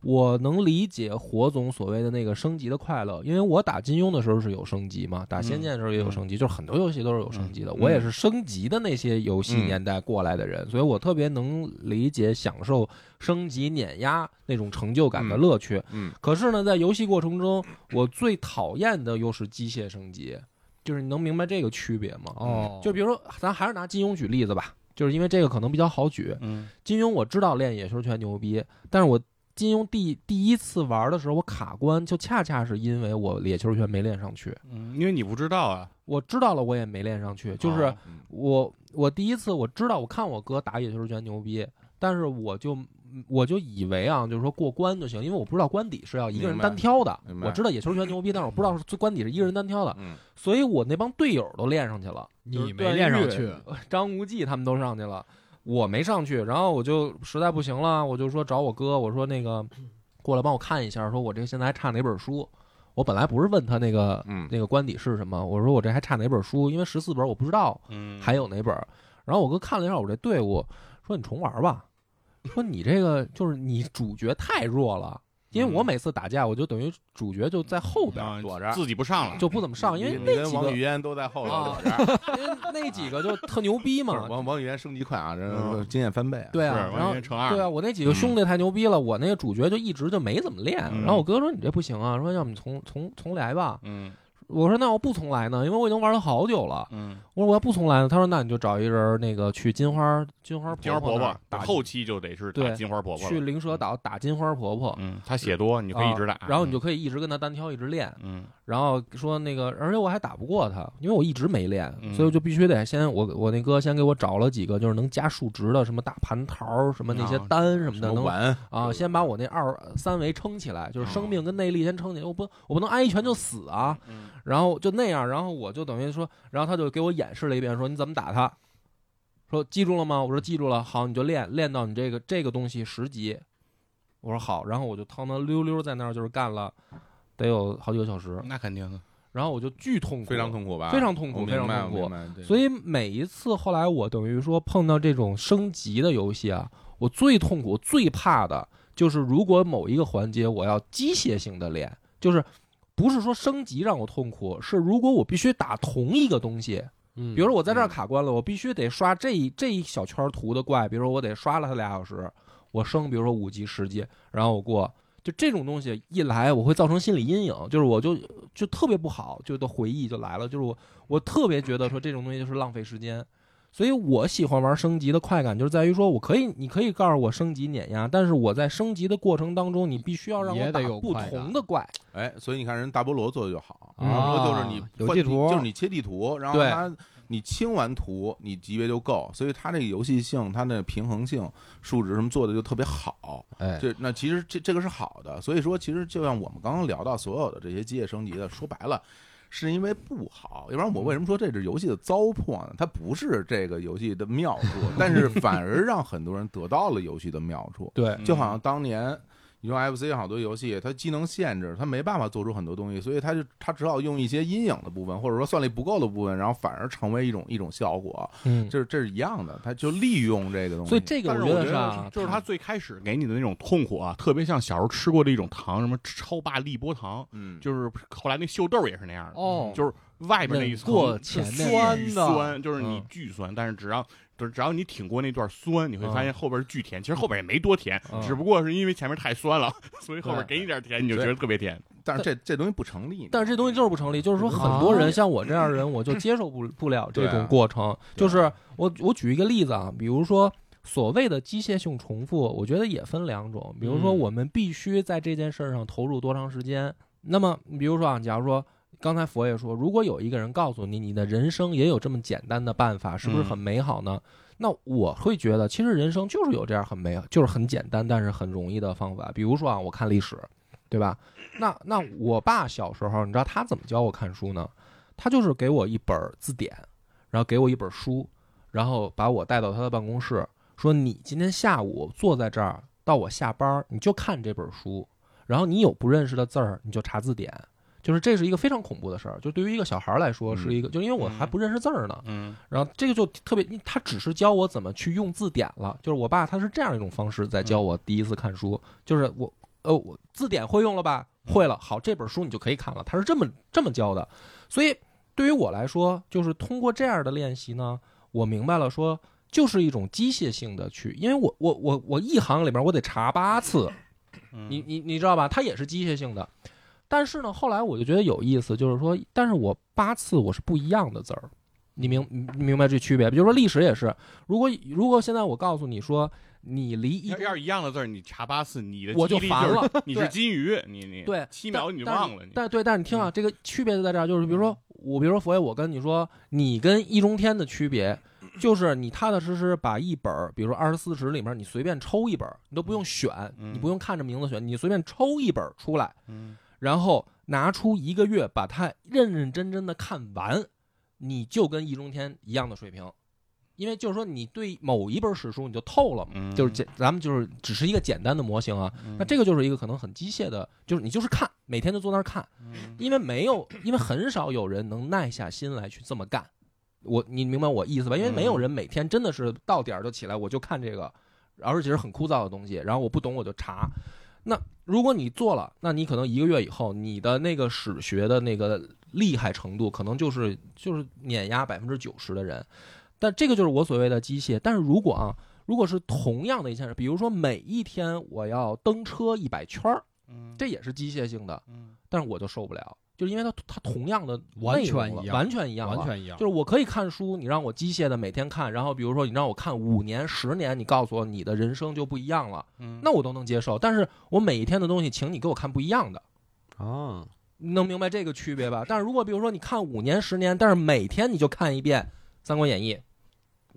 [SPEAKER 1] 我能理解火总所谓的那个升级的快乐，因为我打金庸的时候是有升级嘛，打仙剑的时候也有升级，就是很多游戏都是有升级的。我也是升级的那些游戏年代过来的人，所以我特别能理解享受升级碾压那种成就感的乐趣。
[SPEAKER 3] 嗯
[SPEAKER 1] 可是呢，在游戏过程中，我最讨厌的又是机械升级，就是你能明白这个区别吗？
[SPEAKER 4] 哦，
[SPEAKER 1] 就比如说，咱还是拿金庸举例子吧，就是因为这个可能比较好举。
[SPEAKER 2] 嗯
[SPEAKER 1] 金庸我知道练野兽拳牛逼，但是我金庸第第一次玩的时候，我卡关，就恰恰是因为我野球拳没练上去。
[SPEAKER 2] 嗯，因为你不知道啊，
[SPEAKER 1] 我知道了，我也没练上去，就是
[SPEAKER 2] 哦
[SPEAKER 3] 嗯
[SPEAKER 1] 我我第一次我知道，我看我哥打野球拳牛逼，但是我就嗯我就以为啊，就是说过关就行，因为我不知道关底是要一个人
[SPEAKER 3] 明白
[SPEAKER 1] 单挑的
[SPEAKER 3] 明。白
[SPEAKER 1] 我知道野球拳牛逼，但是我不知道是关底是一个人单挑的，
[SPEAKER 3] 嗯
[SPEAKER 1] 所以我那帮队友都练上去了。
[SPEAKER 5] 你没练上去，
[SPEAKER 1] 张无忌他们都上去了，我没上去，然后我就实在不行了，我就说找我哥，我说那个过来帮我看一下，说我这现在还差哪本书。我本来不是问他那个
[SPEAKER 3] 嗯
[SPEAKER 1] 那个官邸是什么，我说我这还差哪本书，因为十四本我不知道
[SPEAKER 2] 嗯，
[SPEAKER 1] 还有哪本。然后我哥看了一下我这队伍，说你重玩吧，说你这个就是你主角太弱了，因为
[SPEAKER 3] 嗯
[SPEAKER 1] 我每次打架我就等于主角就在后边
[SPEAKER 2] 啊
[SPEAKER 3] 躲着
[SPEAKER 2] 自己不上了，
[SPEAKER 1] 就不怎么上，因为
[SPEAKER 3] 你
[SPEAKER 1] 那
[SPEAKER 3] 跟
[SPEAKER 1] 几
[SPEAKER 3] 王
[SPEAKER 1] 个
[SPEAKER 3] 语嫣都在后头
[SPEAKER 1] 啊
[SPEAKER 3] 躲着，
[SPEAKER 1] 因为那几个就特牛逼
[SPEAKER 3] 不 是
[SPEAKER 1] 嘛，
[SPEAKER 3] 王王语嫣升级快啊，人
[SPEAKER 2] 嗯
[SPEAKER 3] 经验翻倍啊。
[SPEAKER 1] 对
[SPEAKER 2] 是
[SPEAKER 1] 啊，然
[SPEAKER 2] 完
[SPEAKER 1] 后
[SPEAKER 2] 全乘二，
[SPEAKER 1] 对啊，我那
[SPEAKER 3] 嗯
[SPEAKER 1] 几个兄弟太牛逼了，我那个主角就一直就没怎么练。
[SPEAKER 2] 嗯
[SPEAKER 1] 然后我哥说你这不行啊，说要不你重重重来吧。
[SPEAKER 2] 嗯
[SPEAKER 1] 我说那我不重来呢，因为我已经玩了好久了。
[SPEAKER 2] 嗯，
[SPEAKER 1] 我说我要不重来呢，他说那你就找一人那个去金花金花
[SPEAKER 2] 金花
[SPEAKER 1] 婆
[SPEAKER 2] 婆
[SPEAKER 1] 那
[SPEAKER 2] 婆
[SPEAKER 1] 儿打
[SPEAKER 2] 后期就得是打
[SPEAKER 1] 对
[SPEAKER 2] 金花婆婆
[SPEAKER 1] 去
[SPEAKER 2] 了，
[SPEAKER 1] 灵蛇岛打金花婆婆，
[SPEAKER 2] 嗯，她血多，你可以一直打，
[SPEAKER 1] 啊然后你就可以一直跟他单挑，一直练。
[SPEAKER 2] 嗯
[SPEAKER 1] 然后说那个，而且我还打不过他，因为我一直没练，
[SPEAKER 2] 嗯
[SPEAKER 1] 所以我就必须得先我我那哥先给我找了几个就是能加数值的，什么大盘桃，什么那些
[SPEAKER 2] 啊
[SPEAKER 1] 单什么的，
[SPEAKER 3] 什么
[SPEAKER 1] 能
[SPEAKER 3] 丸
[SPEAKER 1] 啊，先把我那二三维撑起来，就是
[SPEAKER 2] 啊
[SPEAKER 1] 生命跟内力先撑起来，我不我不能挨一拳就死啊，
[SPEAKER 2] 嗯
[SPEAKER 1] 然后就那样，然后我就等于说，然后他就给我演示了一遍，说你怎么打他，说记住了吗？我说记住了，好，你就练练到你这个这个东西十级，我说好，然后我就他妈溜溜在那儿就是干了，得有好几个小时，
[SPEAKER 2] 那肯定的，
[SPEAKER 1] 然后我就巨痛苦，
[SPEAKER 3] 非常痛苦吧？
[SPEAKER 1] 非常痛苦
[SPEAKER 3] 我明白
[SPEAKER 1] 非常痛苦
[SPEAKER 3] 我明白对
[SPEAKER 1] 所以每一次后来我等于说碰到这种升级的游戏啊，我最痛苦、最怕的就是如果某一个环节我要机械性的练，就是不是说升级让我痛苦，是如果我必须打同一个东西，
[SPEAKER 4] 嗯
[SPEAKER 1] 比如说我在这儿卡关了，我必须得刷这一这一小圈图的怪，比如说我得刷了它俩小时，我升比如说五级、十级，然后我过。就这种东西一来，我会造成心理阴影，就是我就就特别不好，就的回忆就来了，就是我我特别觉得说这种东西就是浪费时间，所以我喜欢玩升级的快感，就是在于说我可以，你可以告诉我升级碾压，但是我在升级的过程当中，你必须要让我
[SPEAKER 5] 也
[SPEAKER 1] 打
[SPEAKER 5] 得有
[SPEAKER 1] 不
[SPEAKER 5] 快感
[SPEAKER 1] 同的怪，
[SPEAKER 3] 哎，所以你看人大菠萝做的就好，
[SPEAKER 1] 嗯
[SPEAKER 3] 大菠萝就是
[SPEAKER 4] 啊
[SPEAKER 3] 你
[SPEAKER 4] 有
[SPEAKER 3] 换
[SPEAKER 4] 地
[SPEAKER 3] 地
[SPEAKER 4] 图
[SPEAKER 3] 就是你切地图，然后
[SPEAKER 1] 对
[SPEAKER 3] 它你清完图，你级别就够，所以它这个游戏性、它那平衡性、数值什么做的就特别好。
[SPEAKER 5] 哎，
[SPEAKER 3] 这那其实这这个是好的，所以说其实就像我们刚刚聊到所有的这些机械升级的，说白了。是因为不好，要不然我为什么说这是游戏的糟粕呢？它不是这个游戏的妙 处，但是反而让很多人得到了游戏的妙处。
[SPEAKER 2] 嗯
[SPEAKER 1] 对
[SPEAKER 3] 就好像当年你说 FC 好多游戏，它机能限制，它没办法做出很多东西，所以它就它只好用一些阴影的部分，或者说算力不够的部分，然后反而成为一种一种效果，
[SPEAKER 1] 嗯，
[SPEAKER 3] 这是这是一样的，它就利用这个东西。
[SPEAKER 1] 所以这个
[SPEAKER 2] 但是
[SPEAKER 1] 觉
[SPEAKER 2] 我
[SPEAKER 1] 得
[SPEAKER 2] 觉
[SPEAKER 1] 啊
[SPEAKER 2] 得，就是他最开始给你的那种痛苦啊，特别像小时候吃过的一种糖，什么超霸利波糖，
[SPEAKER 3] 嗯，
[SPEAKER 2] 就是后来那秀豆也是那样的，
[SPEAKER 5] 哦，
[SPEAKER 2] 就是外边那一层
[SPEAKER 1] 忍过
[SPEAKER 2] 是
[SPEAKER 1] 前面
[SPEAKER 2] 酸
[SPEAKER 5] 那一层
[SPEAKER 2] 酸，就是你
[SPEAKER 1] 嗯
[SPEAKER 2] 巨酸，但是只要就是只要你挺过那段酸，你会
[SPEAKER 1] 嗯
[SPEAKER 2] 发现后边是巨甜，其实后边也没多甜，
[SPEAKER 1] 嗯
[SPEAKER 2] 只不过是因为前面太酸了， 所以后边给你点甜，你就觉得特别甜。
[SPEAKER 3] 但是这这东西不成立。
[SPEAKER 1] 但是这东西就是不成立，就是说很
[SPEAKER 3] 啊
[SPEAKER 1] 多人像我这样的人，我就接受不不了这种过程。
[SPEAKER 3] 嗯对
[SPEAKER 1] 就
[SPEAKER 3] 啊
[SPEAKER 1] 是我我举一个例子啊，比如说所谓的机械性重复，我觉得也分两种。比如说
[SPEAKER 4] 嗯
[SPEAKER 1] 我们必须在这件事上投入多长时间。那么比如说啊，假如说刚才佛爷说，如果有一个人告诉你你的人生也有这么简单的办法，是不是很美好呢？那我会觉得，其实人生就是有这样很美，就是很简单，但是很容易的方法。比如说啊，我看历史，对吧？那那我爸小时候，你知道他怎么教我看书呢？他就是给我一本字典，然后给我一本书，然后把我带到他的办公室，说你今天下午坐在这儿，到我下班儿你就看这本书，然后你有不认识的字儿你就查字典。就是这是一个非常恐怖的事儿，就对于一个小孩儿来说是一个，就因为我还不认识字儿呢，
[SPEAKER 2] 嗯
[SPEAKER 1] 然后这个就特别，因为他只是教我怎么去用字典了。就是我爸他是这样一种方式在教我第一次看书，就是我呃我字典会用了吧？会了，好，这本书你就可以看了。他是这么这么教的，所以对于我来说，就是通过这样的练习呢，我明白了说。就是一种机械性的去，因为我我我我一行里边我得查八次，
[SPEAKER 2] 嗯
[SPEAKER 1] 你你你知道吧？它也是机械性的，但是呢，后来我就觉得有意思，就是说，但是我八次我是不一样的字儿，你明你明白这区别？比如说历史也是，如果如果现在我告诉你说你离一
[SPEAKER 2] 要要是一样的字儿，你查八次，你的
[SPEAKER 1] 我就
[SPEAKER 2] 记忆力
[SPEAKER 1] 烦
[SPEAKER 2] 是
[SPEAKER 1] 了，
[SPEAKER 2] 你
[SPEAKER 1] 对
[SPEAKER 2] 是金鱼，你你
[SPEAKER 1] 对
[SPEAKER 2] 七秒你就
[SPEAKER 1] 但
[SPEAKER 2] 忘了，你嗯
[SPEAKER 1] 但对，但是你听啊，这个区别就在这儿，就是比如说我，比如说佛爷，我跟你说，你跟易中天的区别，就是你踏踏实实把一本儿，比如说二十四史里面，你随便抽一本儿，你都不用选，
[SPEAKER 2] 嗯
[SPEAKER 1] 你不用看着名字选，你随便抽一本儿出来，
[SPEAKER 2] 嗯
[SPEAKER 1] 然后拿出一个月把它认认真真的看完，你就跟易中天一样的水平，因为就是说你对某一本史书你就透了嘛，
[SPEAKER 2] 嗯
[SPEAKER 1] 就是简咱们就是只是一个简单的模型啊，那这个就是一个可能很机械的，就是你就是看，每天就坐那儿看，因为没有，因为很少有人能耐下心来去这么干。我你明白我意思吧？因为没
[SPEAKER 4] 嗯
[SPEAKER 1] 有人每天真的是到点儿就起来，我就看这个，而且是很枯燥的东西，然后我不懂我就查。那如果你做了，那你可能一个月以后，你的那个史学的那个厉害程度，可能就是就是碾压百分之九十的人。但这个就是我所谓的机械。但是如果啊，如果是同样的一件事，比如说每一天我要蹬车一百圈儿，
[SPEAKER 2] 嗯
[SPEAKER 1] 这也是机械性的，
[SPEAKER 2] 嗯
[SPEAKER 1] 但是我就受不了，就是因为它它同样的
[SPEAKER 4] 完全
[SPEAKER 1] 内容了
[SPEAKER 4] 一样
[SPEAKER 1] 完全一样了，
[SPEAKER 4] 完全一样，
[SPEAKER 1] 就是我可以看书，你让我机械的每天看，然后比如说你让我看五年、十年，你告诉我你的人生就不一样了，
[SPEAKER 2] 嗯
[SPEAKER 1] 那我都能接受。但是我每一天的东西，请你给我看不一样的，
[SPEAKER 4] 啊，
[SPEAKER 1] 你能明白这个区别吧？但是如果比如说你看五年、十年，但是每天你就看一遍《三国演义》，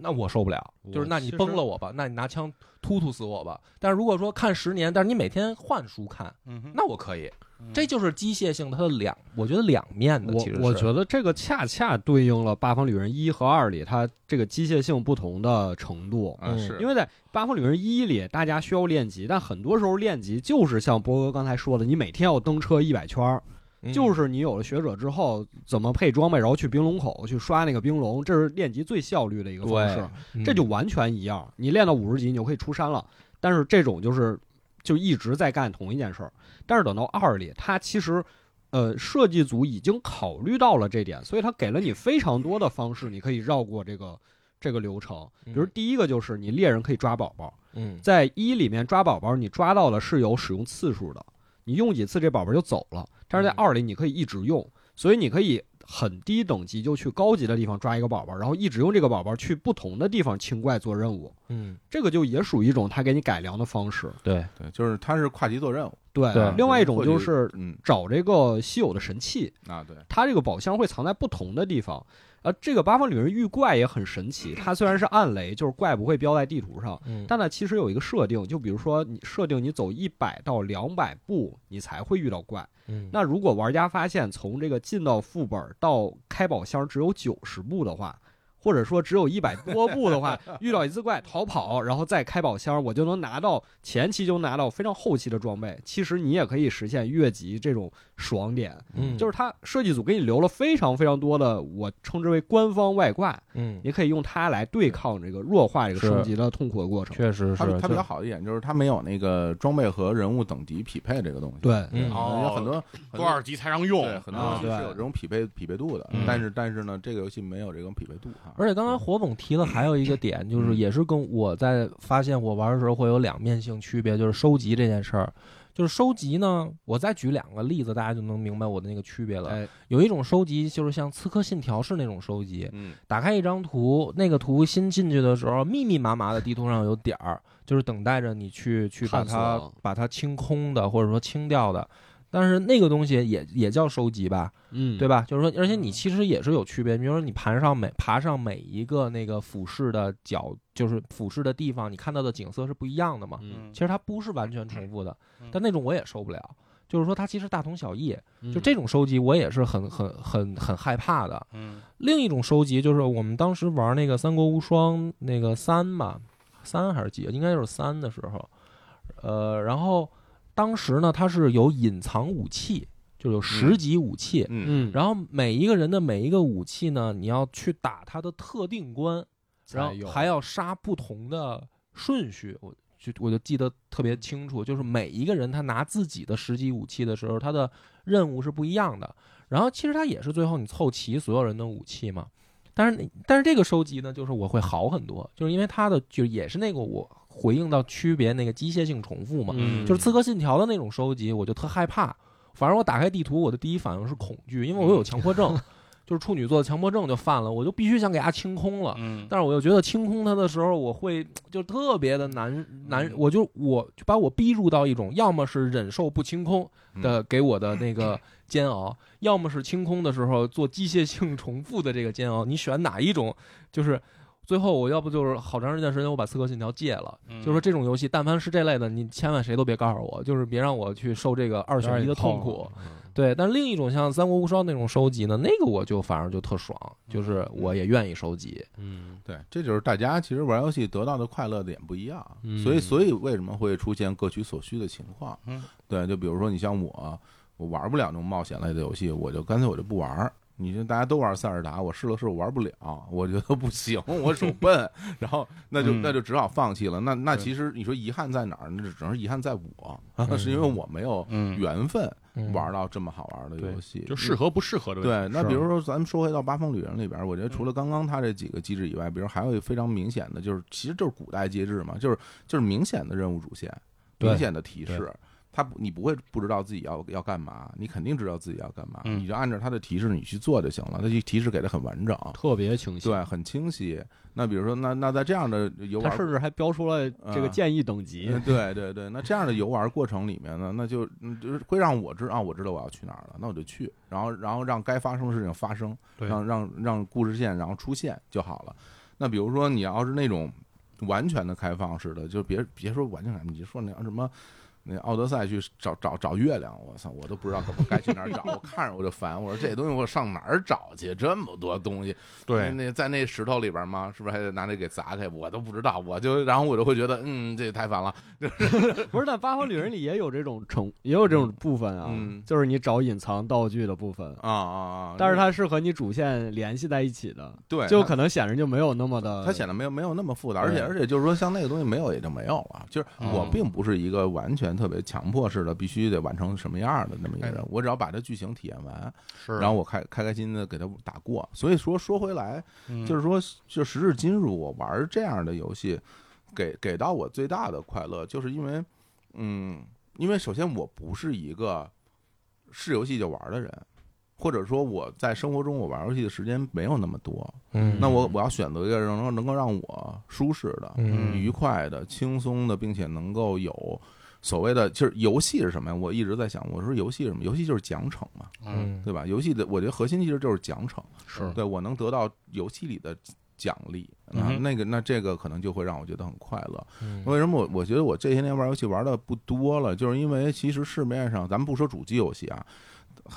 [SPEAKER 1] 那我受不了，就
[SPEAKER 4] 我
[SPEAKER 1] 是那你
[SPEAKER 4] 其实
[SPEAKER 1] 崩了我吧，那你拿枪突突死我吧。但是如果说看十年，但是你每天换书看，
[SPEAKER 2] 嗯哼
[SPEAKER 1] 那我可以
[SPEAKER 2] 嗯。
[SPEAKER 1] 这就是机械性，它的两，我觉得两面的。嗯
[SPEAKER 4] 我
[SPEAKER 1] 其实
[SPEAKER 4] 我
[SPEAKER 1] 是
[SPEAKER 4] 觉得这个恰恰对应了《八方旅人一》和二里它这个机械性不同的程度。
[SPEAKER 3] 啊
[SPEAKER 1] 嗯
[SPEAKER 3] 是
[SPEAKER 4] 因为在《八方旅人一》里，大家需要练级，但很多时候练级就是像波哥刚才说的，你每天要蹬车一百圈儿，
[SPEAKER 1] 嗯
[SPEAKER 4] 就是你有了学者之后，怎么配装备，然后去冰龙口去刷那个冰龙，这是练级最效率的一个方式。
[SPEAKER 1] 嗯
[SPEAKER 4] 这就完全一样。你练到五十级，你就可以出山了。但是这种就是就一直在干同一件事儿。但是等到二里，它其实呃设计组已经考虑到了这点，所以它给了你非常多的方式，你可以绕过这个这个流程。比如第一个就是你猎人可以抓宝宝，
[SPEAKER 1] 嗯
[SPEAKER 4] 在一里面抓宝宝，你抓到的是有使用次数的，你用几次这宝宝就走了。但是在
[SPEAKER 1] 嗯
[SPEAKER 4] 二里你可以一直用，所以你可以很低等级就去高级的地方抓一个宝宝，然后一直用这个宝宝去不同的地方清怪做任务。
[SPEAKER 1] 嗯，
[SPEAKER 4] 这个就也属于一种他给你改良的方式。
[SPEAKER 1] 对，
[SPEAKER 3] 对，就是它是跨级做任务，
[SPEAKER 4] 对
[SPEAKER 1] 对
[SPEAKER 4] 另外一种就是
[SPEAKER 3] 嗯
[SPEAKER 4] 找这个稀有的神器，
[SPEAKER 3] 啊，对，
[SPEAKER 4] 它这个宝箱会藏在不同的地方。呃，这个八方旅人遇怪也很神奇，它虽然是暗雷，就是怪不会标在地图上。
[SPEAKER 1] 嗯
[SPEAKER 4] 但呢，其实有一个设定，就比如说你设定你走一百到两百步，你才会遇到怪。
[SPEAKER 1] 嗯
[SPEAKER 4] 那如果玩家发现从这个进到副本到开宝箱只有九十步的话，或者说只有一百多步的话，遇到一次怪逃跑，然后再开宝箱，我就能拿到前期就能拿到非常后期的装备。其实你也可以实现越级这种爽点，
[SPEAKER 1] 嗯
[SPEAKER 4] 就是它设计组给你留了非常非常多的，我称之为官方外挂，
[SPEAKER 1] 嗯，
[SPEAKER 4] 也可以用它来对抗这个弱化这个
[SPEAKER 1] 是
[SPEAKER 4] 升级的痛苦的过程。
[SPEAKER 1] 确实
[SPEAKER 3] 它
[SPEAKER 1] 是
[SPEAKER 3] 它比较好一点就是它没有那个装备和人物等级匹配这个东西，
[SPEAKER 4] 对，
[SPEAKER 1] 嗯
[SPEAKER 3] 嗯，有很多
[SPEAKER 2] 多少级才让用
[SPEAKER 3] 对？很多
[SPEAKER 2] 啊
[SPEAKER 3] 游戏是有这种匹配匹配度的
[SPEAKER 2] 嗯，
[SPEAKER 3] 但是但是呢，这个游戏没有这种匹配度啊，
[SPEAKER 1] 而且刚才火总提了还有一个点，就是也是跟我在发现我玩的时候会有两面性区别，就是收集这件事儿。就是收集呢，我再举两个例子，大家就能明白我的那个区别了。
[SPEAKER 4] 哎，
[SPEAKER 1] 有一种收集就是像《刺客信条》式那种收集，
[SPEAKER 3] 嗯
[SPEAKER 1] 打开一张图，那个图新进去的时候，密密麻麻的地图上有点儿，就是等待着你去去把
[SPEAKER 4] 探索
[SPEAKER 1] 它把它清空的，或者说清掉的。但是那个东西也也叫收集吧，
[SPEAKER 4] 嗯，
[SPEAKER 1] 对
[SPEAKER 4] 吧？
[SPEAKER 1] 吧？就是说，而且你其实也是有区别，比如说你爬上每爬上每一个那个俯视的角，就是俯视的地方，你看到的景色是不一样的嘛。
[SPEAKER 4] 嗯，
[SPEAKER 1] 其实它不是完全重复的
[SPEAKER 2] 嗯，
[SPEAKER 1] 但那种我也受不了。就是说它其实大同小异。
[SPEAKER 4] 嗯
[SPEAKER 1] 就这种收集，我也是很很很很害怕的。
[SPEAKER 2] 嗯
[SPEAKER 1] 另一种收集就是我们当时玩那个《三国无双》那个三吧，三还是几？应该就是三的时候，呃，然后当时呢，它是有隐藏武器，就有十级武器，
[SPEAKER 3] 嗯，
[SPEAKER 4] 嗯，
[SPEAKER 1] 然后每一个人的每一个武器呢，你要去打它的特定关，然
[SPEAKER 4] 才
[SPEAKER 1] 后
[SPEAKER 4] 有
[SPEAKER 1] 还要杀不同的顺序，我就我就记得特别清楚，就是每一个人他拿自己的十级武器的时候，他的任务是不一样的。然后其实他也是最后你凑齐所有人的武器嘛。但是你但是这个收集呢，就是我会好很多，就是因为它的就也是那个我回应到区别那个机械性重复嘛，
[SPEAKER 4] 嗯
[SPEAKER 1] 就是《刺客信条》的那种收集，我就特害怕。反正我打开地图，我的第一反应是恐惧，因为我有强迫症， 就是处女座的强迫症就犯了，我就必须想给它清空了。
[SPEAKER 2] 嗯，
[SPEAKER 1] 但是我又觉得清空它的时候，我会就特别的难难，我就我就把我逼入到一种要么是忍受不清空的给我的那个煎熬，要么是清空的时候做机械性重复的这个煎熬。你选哪一种？就是最后我要不就是好长一段时间我把《刺客信条》戒了，
[SPEAKER 2] 嗯
[SPEAKER 1] 就是说这种游戏，但凡是这类的，你千万谁都别告诉我，就是别让我去受这个二选一的痛苦。对，但另一种像《三国无双》那种收集呢，那个我就反而就特爽，就是
[SPEAKER 3] 嗯
[SPEAKER 1] 我也愿意收集。
[SPEAKER 4] 嗯
[SPEAKER 3] 对，这就是大家其实玩游戏得到的快乐点不一样，
[SPEAKER 4] 嗯
[SPEAKER 3] 所以所以为什么会出现各取所需的情况？
[SPEAKER 2] 嗯，
[SPEAKER 3] 对，就比如说你像我，我玩不了那种冒险类的游戏，我就干脆我就不玩儿。你说大家都玩塞尔达，我试了试，我玩不了，我觉得不行，我手笨，然后那就
[SPEAKER 2] 嗯
[SPEAKER 3] 那就只好放弃了。那那
[SPEAKER 2] 对
[SPEAKER 3] 其实你说遗憾在哪儿？那只能是遗憾在 我，
[SPEAKER 1] 嗯
[SPEAKER 3] 是因为我没有
[SPEAKER 2] 嗯，
[SPEAKER 3] 缘分
[SPEAKER 1] 嗯
[SPEAKER 3] 玩到这么好玩的
[SPEAKER 1] 对
[SPEAKER 3] 游戏，
[SPEAKER 2] 就适合不适合的问题。
[SPEAKER 3] 对，
[SPEAKER 1] 是
[SPEAKER 3] 那比如说咱们说回到《八方旅人》里边儿，我觉得除了刚刚他这几个机制以外，比如还有一个非常明显的，就是其实就是古代机制嘛，就是就是明显的任务主线，
[SPEAKER 1] 对
[SPEAKER 3] 明显的提
[SPEAKER 1] 对
[SPEAKER 3] 示。他不，你不会不知道自己要要干嘛，你肯定知道自己要干嘛，
[SPEAKER 2] 嗯
[SPEAKER 3] 你就按照他的提示你去做就行了。他就提示给的很完整，
[SPEAKER 4] 特别清晰，
[SPEAKER 3] 对，很清晰。那比如说，那那在这样的游玩
[SPEAKER 4] 他甚至还标出了这个
[SPEAKER 3] 啊
[SPEAKER 4] 建议等级
[SPEAKER 3] 嗯，对对对，那这样的游玩过程里面呢，那就嗯就是会让我知道，啊我知道我要去哪儿了，那我就去，然后然后让该发生的事情发生，
[SPEAKER 2] 对
[SPEAKER 3] 让让让故事线然后出现就好了。那比如说你要是那种完全的开放式的，就别别说完全开放，你就说那叫什么。那奥德赛去找找找月亮，我操，我都不知道我该去哪儿 找，我看着我就烦，我说这东西我上哪儿找去？这么多东西，那
[SPEAKER 2] 对，
[SPEAKER 3] 那在那石头里边吗？是不是还得拿那给砸开？我都不知道，我就然后我就会觉得，嗯，这也太烦了。
[SPEAKER 4] 不是？但《八方旅人》里也有这种成，也有这种部分啊，
[SPEAKER 3] 嗯
[SPEAKER 4] 就是你找隐藏道具的部分，
[SPEAKER 3] 啊啊啊！
[SPEAKER 4] 但是它是和你主线联系在一起的，
[SPEAKER 3] 对
[SPEAKER 4] 就
[SPEAKER 3] 它
[SPEAKER 4] 可能显然就没有那么的，
[SPEAKER 3] 它显得没有没有那么复杂，而且
[SPEAKER 4] 对
[SPEAKER 3] 而且就是说，像那个东西没有也就没有了。就是我
[SPEAKER 2] 嗯
[SPEAKER 3] 并不是一个完全特别强迫式的，必须得完成什么样的那么一个人
[SPEAKER 2] 哎，
[SPEAKER 3] 我只要把这剧情体验完，
[SPEAKER 2] 是。
[SPEAKER 3] 然后我开开开心心的给它打过。所以说说回来，
[SPEAKER 2] 嗯
[SPEAKER 3] 就是说，就时至今日，我玩这样的游戏，给给到我最大的快乐，就是因为，嗯，因为首先我不是一个是游戏就玩的人，或者说我在生活中我玩游戏的时间没有那么多，
[SPEAKER 1] 嗯，
[SPEAKER 3] 那我我要选择一个能够能够让我舒适的、
[SPEAKER 1] 嗯
[SPEAKER 3] 愉快的、轻松的，并且能够有。所谓的就是游戏是什么呀？我一直在想，我说游戏是什么？游戏就是奖惩嘛，
[SPEAKER 2] 嗯
[SPEAKER 3] 对吧？游戏的我觉得核心其实就是奖惩，
[SPEAKER 2] 是
[SPEAKER 3] 对我能得到游戏里的奖励，
[SPEAKER 2] 嗯
[SPEAKER 3] 那
[SPEAKER 2] 哼
[SPEAKER 3] 那个那这个可能就会让我觉得很快乐。
[SPEAKER 1] 嗯
[SPEAKER 3] 为什么我我觉得我这些年玩游戏玩的不多了，就是因为其实市面上咱们不说主机游戏啊，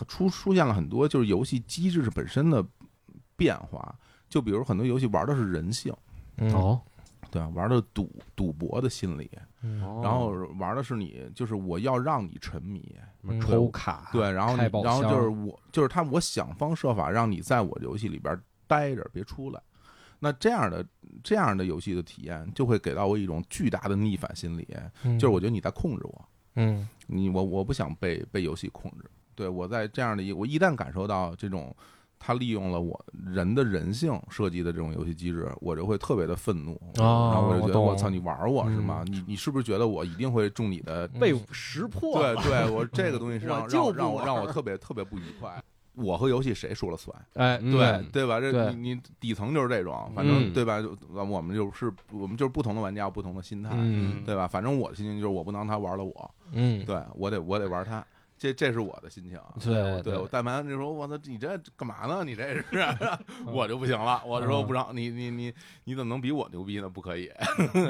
[SPEAKER 3] 出出现了很多就是游戏机制本身的变化，就比如很多游戏玩的是人性，
[SPEAKER 1] 嗯
[SPEAKER 4] 哦，
[SPEAKER 3] 对吧？玩的赌赌博的心理，
[SPEAKER 1] 嗯
[SPEAKER 4] 哦
[SPEAKER 3] 然后玩的是你就是我要让你沉迷，
[SPEAKER 1] 嗯
[SPEAKER 4] 抽卡，
[SPEAKER 3] 对，然后
[SPEAKER 4] 啊开
[SPEAKER 3] 你
[SPEAKER 4] 宝
[SPEAKER 3] 然后
[SPEAKER 4] 箱
[SPEAKER 3] 就是我就是他，我想方设法让你在我的游戏里边待着，别出来。那这样的这样的游戏的体验，就会给到我一种巨大的逆反心理，
[SPEAKER 4] 嗯
[SPEAKER 3] 就是我觉得你在控制我，
[SPEAKER 1] 嗯
[SPEAKER 3] 你我我不想被被游戏控制。对我在这样的一，我一旦感受到这种他利用了我人的人性设计的这种游戏机制，我就会特别的愤怒。然后
[SPEAKER 1] 哦
[SPEAKER 3] 我就觉得
[SPEAKER 1] 我懂
[SPEAKER 3] 我操，你玩我是吗？你你是不是觉得我一定会中你的
[SPEAKER 1] 嗯
[SPEAKER 4] 被识破，
[SPEAKER 3] 嗯对对，我这个东西是让
[SPEAKER 4] 我
[SPEAKER 3] 让我
[SPEAKER 4] 就不
[SPEAKER 3] 让我
[SPEAKER 4] 玩
[SPEAKER 3] 让我特别特别不愉快。我和游戏谁说了算？
[SPEAKER 1] 哎
[SPEAKER 3] 对对吧？这
[SPEAKER 1] 对
[SPEAKER 3] 你你底层就是这种，反正
[SPEAKER 4] 嗯
[SPEAKER 3] 对吧？就我们就是我们就是不同的玩家，有不同的心态，
[SPEAKER 1] 嗯
[SPEAKER 3] 对吧？反正我的心情就是我不能让他玩了我，
[SPEAKER 1] 嗯
[SPEAKER 3] 对我得我得玩他。这这是我的心情啊。
[SPEAKER 1] 对
[SPEAKER 3] 对我但凡就说，我操，你这干嘛呢？你这是， 我就不行了。我就说不让你，你你你怎么能比我牛逼呢？不可 以。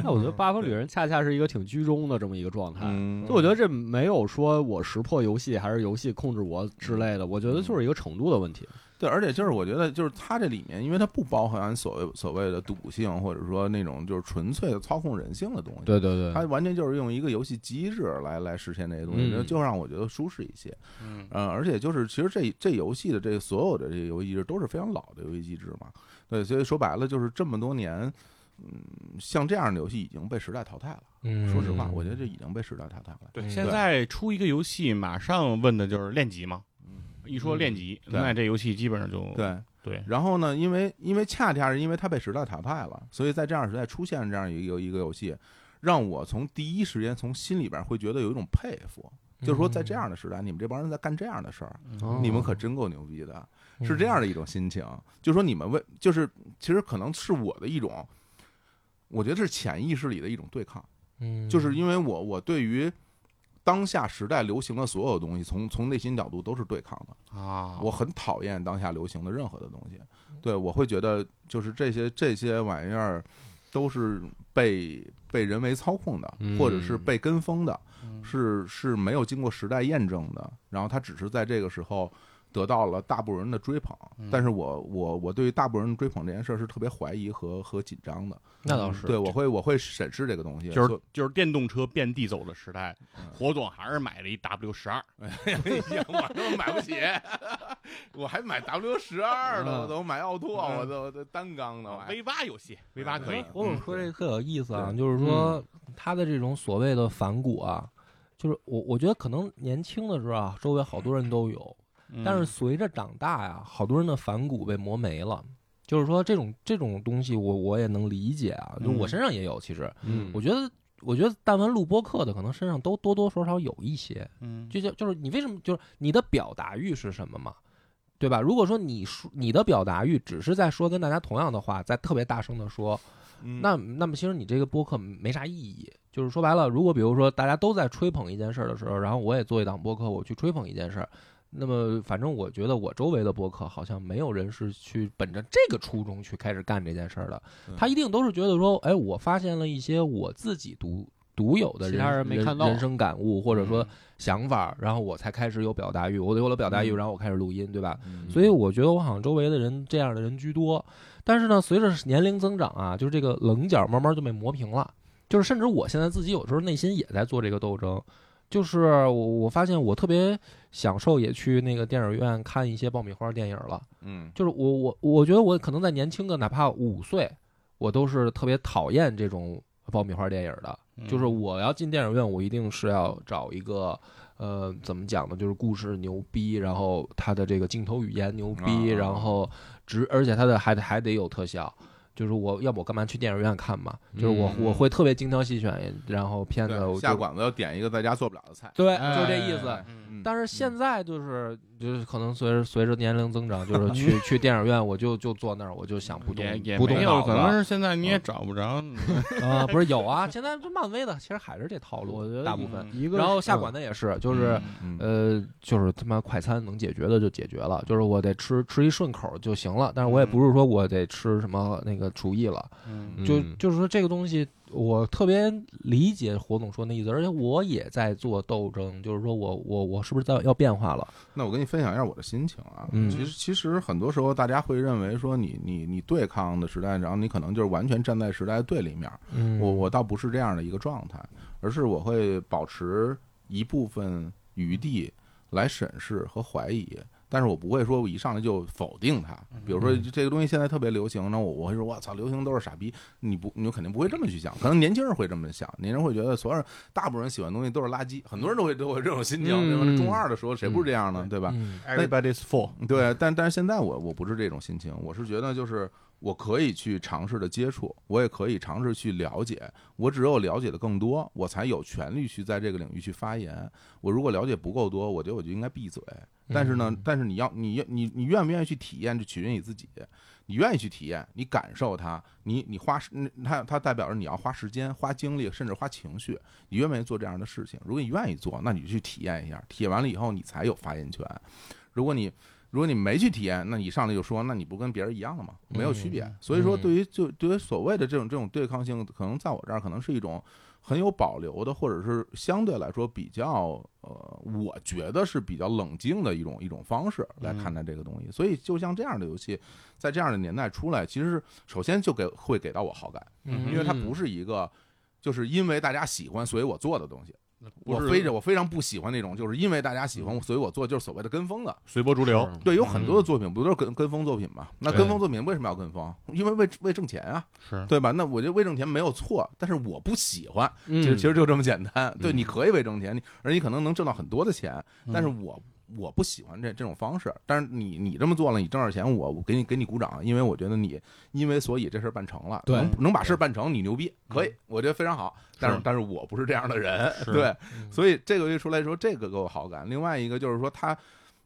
[SPEAKER 4] 那我觉得《八方旅人》恰恰是一个挺居中的这么一个状态。
[SPEAKER 3] 嗯
[SPEAKER 4] 就我觉得这没有说我识破游戏还是游戏控制我之类的，我觉得就是一个程度的问题。
[SPEAKER 3] 对，而且就是我觉得，就是它这里面，因为它不包含所谓所谓的赌性，或者说那种就是纯粹的操控人性的东西。
[SPEAKER 4] 对对对
[SPEAKER 3] 它完全就是用一个游戏机制来来实现这些东西，
[SPEAKER 4] 嗯
[SPEAKER 3] 就让我觉得舒适一些。
[SPEAKER 2] 嗯
[SPEAKER 3] 嗯，而且就是其实这这游戏的这所有的这些游戏机制都是非常老的游戏机制嘛，对，所以说白了就是这么多年，嗯，像这样的游戏已经被时代淘汰了。
[SPEAKER 1] 嗯
[SPEAKER 3] 说实话，我觉得这已经被时代淘汰了。
[SPEAKER 2] 对，
[SPEAKER 1] 嗯
[SPEAKER 2] 现在出一个游戏，马上问的就是练级嘛。一说练级，
[SPEAKER 3] 嗯对
[SPEAKER 2] 那这游戏基本上就
[SPEAKER 3] 对，
[SPEAKER 2] 哦对，
[SPEAKER 3] 然后呢，因为因为恰恰是因为它被时代淘汰了，所以在这样的时代出现这样一个一个游戏，让我从第一时间从心里边会觉得有一种佩服，就是说在这样的时代，你们这帮人在干这样的事儿，
[SPEAKER 1] 哦嗯
[SPEAKER 3] 你们可真够牛逼的。是这样的一种心情，就说你们为就是其实可能是我的一种，我觉得是潜意识里的一种对抗，
[SPEAKER 1] 嗯，
[SPEAKER 3] 就是因为我我对于当下时代流行的所有东西，从从内心角度都是对抗的，
[SPEAKER 2] 啊，
[SPEAKER 3] 我很讨厌当下流行的任何的东西，对我会觉得就是这些这些玩意儿都是被被人为操控的，
[SPEAKER 4] 嗯
[SPEAKER 3] 或者是被跟风的，
[SPEAKER 2] 嗯
[SPEAKER 3] 是是没有经过时代验证的，然后它只是在这个时候得到了大部分人的追捧，但是我我我对于大部分人追捧这件事儿是特别怀疑和和紧张的，
[SPEAKER 1] 那
[SPEAKER 4] 嗯
[SPEAKER 1] 倒是
[SPEAKER 3] 对我会我会审视这个东西，
[SPEAKER 2] 就是
[SPEAKER 3] 所
[SPEAKER 2] 就是电动车遍地走的时代，
[SPEAKER 3] 嗯
[SPEAKER 2] 火总还是买了一 W 十 二，
[SPEAKER 3] 以哎我都买不起，我还买 W 十二呢，
[SPEAKER 4] 嗯
[SPEAKER 3] 我都买奥拓，我都我都单缸呢，我还
[SPEAKER 2] ，V 八游戏，V 八可以，
[SPEAKER 3] 嗯
[SPEAKER 1] 我总说这个特有意思啊，
[SPEAKER 3] 对
[SPEAKER 1] 就是说他的这种所谓的反骨啊，就是我我觉得可能年轻的时候啊，周围好多人都有，
[SPEAKER 2] 嗯
[SPEAKER 1] 但是随着长大呀，好多人的反骨被磨没了。就是说这种这种东西我，我也能理解啊，就
[SPEAKER 2] 嗯
[SPEAKER 1] 我身上也有。其实
[SPEAKER 4] 嗯
[SPEAKER 1] 我觉得，我觉得但凡录播客的，可能身上都多多少少有一些。
[SPEAKER 2] 嗯
[SPEAKER 1] 就叫就是你为什么就是你的表达欲是什么嘛，对吧？如果说你说你的表达欲只是在说跟大家同样的话，在特别大声的说，
[SPEAKER 3] 嗯
[SPEAKER 1] 那那么其实你这个播客没啥意义。就是说白了，如果比如说大家都在吹捧一件事儿的时候，然后我也做一档播客，我去吹捧一件事儿，那么反正我觉得我周围的播客好像没有人是去本着这个初衷去开始干这件事儿的
[SPEAKER 3] 嗯，
[SPEAKER 1] 他一定都是觉得说，哎，我发现了一些我自己独独有的
[SPEAKER 4] 其
[SPEAKER 1] 人
[SPEAKER 4] 他人没看到嗯
[SPEAKER 1] 人生感悟，或者说想法，然后我才开始有表达欲，我有了表达欲，
[SPEAKER 3] 嗯
[SPEAKER 1] 然后我开始录音，对吧？
[SPEAKER 3] 嗯
[SPEAKER 1] 所以我觉得我好像周围的人这样的人居多，但是呢，随着年龄增长啊，就是这个棱角慢慢就被磨平了，就是甚至我现在自己有时候内心也在做这个斗争，就是我我发现我特别享受也去那个电影院看一些爆米花电影了，
[SPEAKER 3] 嗯
[SPEAKER 1] 就是我我我觉得我可能在年轻个哪怕五岁，我都是特别讨厌这种爆米花电影的，
[SPEAKER 2] 嗯
[SPEAKER 1] 就是我要进电影院，我一定是要找一个，呃，怎么讲呢？就是故事牛逼，然后它的这个镜头语言牛逼，
[SPEAKER 3] 啊
[SPEAKER 1] 然后只而且它的还得还得有特效。就是我要不我干嘛去电影院看嘛？就是我
[SPEAKER 4] 嗯
[SPEAKER 1] 我会特别精挑细选，然后片子我
[SPEAKER 3] 对
[SPEAKER 1] 就
[SPEAKER 3] 下馆子要点一个在家做不了的菜，
[SPEAKER 1] 对，
[SPEAKER 4] 哎
[SPEAKER 1] 就这意思。
[SPEAKER 2] 嗯
[SPEAKER 3] 嗯
[SPEAKER 1] 但是现在就是就是可能随着随着年龄增长，就是去去电影院，我就就坐那儿，我就想不动
[SPEAKER 2] 也也
[SPEAKER 1] 不动
[SPEAKER 2] 没有，
[SPEAKER 1] 脑
[SPEAKER 2] 可能
[SPEAKER 1] 子
[SPEAKER 2] 是现在你也找不着，
[SPEAKER 1] 啊，不是有啊？现在这漫威的其实还是这套
[SPEAKER 4] 我
[SPEAKER 1] 路，
[SPEAKER 4] 觉得
[SPEAKER 1] 大部分。
[SPEAKER 4] 一个，
[SPEAKER 1] 然后下馆子也是，就是
[SPEAKER 3] 嗯
[SPEAKER 1] 呃，就是他妈快餐能解决的就解决了，就是我得吃吃一顺口就行了。但是我也不是说我得吃什么那个厨艺了，
[SPEAKER 2] 嗯
[SPEAKER 1] 就
[SPEAKER 4] 嗯
[SPEAKER 1] 就是说这个东西我特别理解火总说那意思，而且我也在做斗争，就是说我我我是不是在要变化了？
[SPEAKER 3] 那我跟你分享一下我的心情啊。
[SPEAKER 1] 嗯
[SPEAKER 3] 其实其实很多时候大家会认为说你你你对抗的时代，然后你可能就是完全站在时代的对立面儿。
[SPEAKER 1] 嗯
[SPEAKER 3] 我我倒不是这样的一个状态，而是我会保持一部分余地来审视和怀疑。但是我不会说，我一上来就否定它。比如说
[SPEAKER 1] 嗯
[SPEAKER 3] 这个东西现在特别流行，那我我会说，我操，流行都是傻逼。你不，你肯定不会这么去想。可能年轻人会这么想，年轻人会觉得所有人大部分人喜欢的东西都是垃圾，很多人都会都会这种心情。对吧？
[SPEAKER 4] 嗯
[SPEAKER 3] 中二的时候谁不是这样呢？对吧？
[SPEAKER 1] 嗯
[SPEAKER 2] Everybody's full，
[SPEAKER 3] 对，但但是现在我我不是这种心情，我是觉得就是我可以去尝试的接触，我也可以尝试去了解。我只有了解的更多，我才有权利去在这个领域去发言。我如果了解不够多，我觉得我就应该闭嘴。但是呢
[SPEAKER 1] 嗯，
[SPEAKER 3] 但是你要你要你你愿不愿意去体验，这取决于你自己。你愿意去体验，你感受它，你你花时，嗯它它代表着你要花时间、花精力，甚至花情绪。你愿不愿意做这样的事情？如果你愿意做，那你就去体验一下，体验完了以后你才有发言权。如果你如果你没去体验，那你上来就说，那你不跟别人一样了吗？没有区别。
[SPEAKER 1] 嗯
[SPEAKER 3] 所以说，
[SPEAKER 1] 嗯
[SPEAKER 3] 对于就对于所谓的这种这种对抗性，可能在我这儿可能是一种很有保留的，或者是相对来说比较呃，我觉得是比较冷静的一种一种方式来
[SPEAKER 1] 嗯
[SPEAKER 3] 看待这个东西。所以，就像这样的游戏，在这样的年代出来，其实是首先就给会给到我好感，
[SPEAKER 1] 嗯
[SPEAKER 3] 因为它不是一个。就是因为大家喜欢，所以我做的东西。我
[SPEAKER 2] 不是
[SPEAKER 3] 非着我非常不喜欢那种，就是因为大家喜欢，
[SPEAKER 1] 嗯
[SPEAKER 3] 所以我做，就是所谓的跟风的。
[SPEAKER 2] 随波逐流，
[SPEAKER 3] 对，有很多的作品不都是跟跟风作品嘛？那
[SPEAKER 1] 对
[SPEAKER 3] 跟风作品为什么要跟风？因为为为挣钱啊，
[SPEAKER 2] 是
[SPEAKER 3] 对吧？那我觉得为挣钱没有错，但是我不喜欢，
[SPEAKER 4] 其
[SPEAKER 3] 其实其实就这么简单。对，
[SPEAKER 2] 嗯
[SPEAKER 3] 你可以为挣钱，你而你可能能挣到很多的钱，但是我。我不喜欢这这种方式，但是你你这么做了，你挣着钱，我我给你给你鼓掌，因为我觉得你因为所以这事儿办成了，
[SPEAKER 4] 对
[SPEAKER 3] 能能把事儿办成，你牛逼，可以，我觉得非常好。但是
[SPEAKER 2] 是
[SPEAKER 3] 但是我不是这样的人，
[SPEAKER 2] 是
[SPEAKER 3] 对，
[SPEAKER 1] 嗯
[SPEAKER 3] 所以这个月出来说，这个给我好感。另外一个就是说它，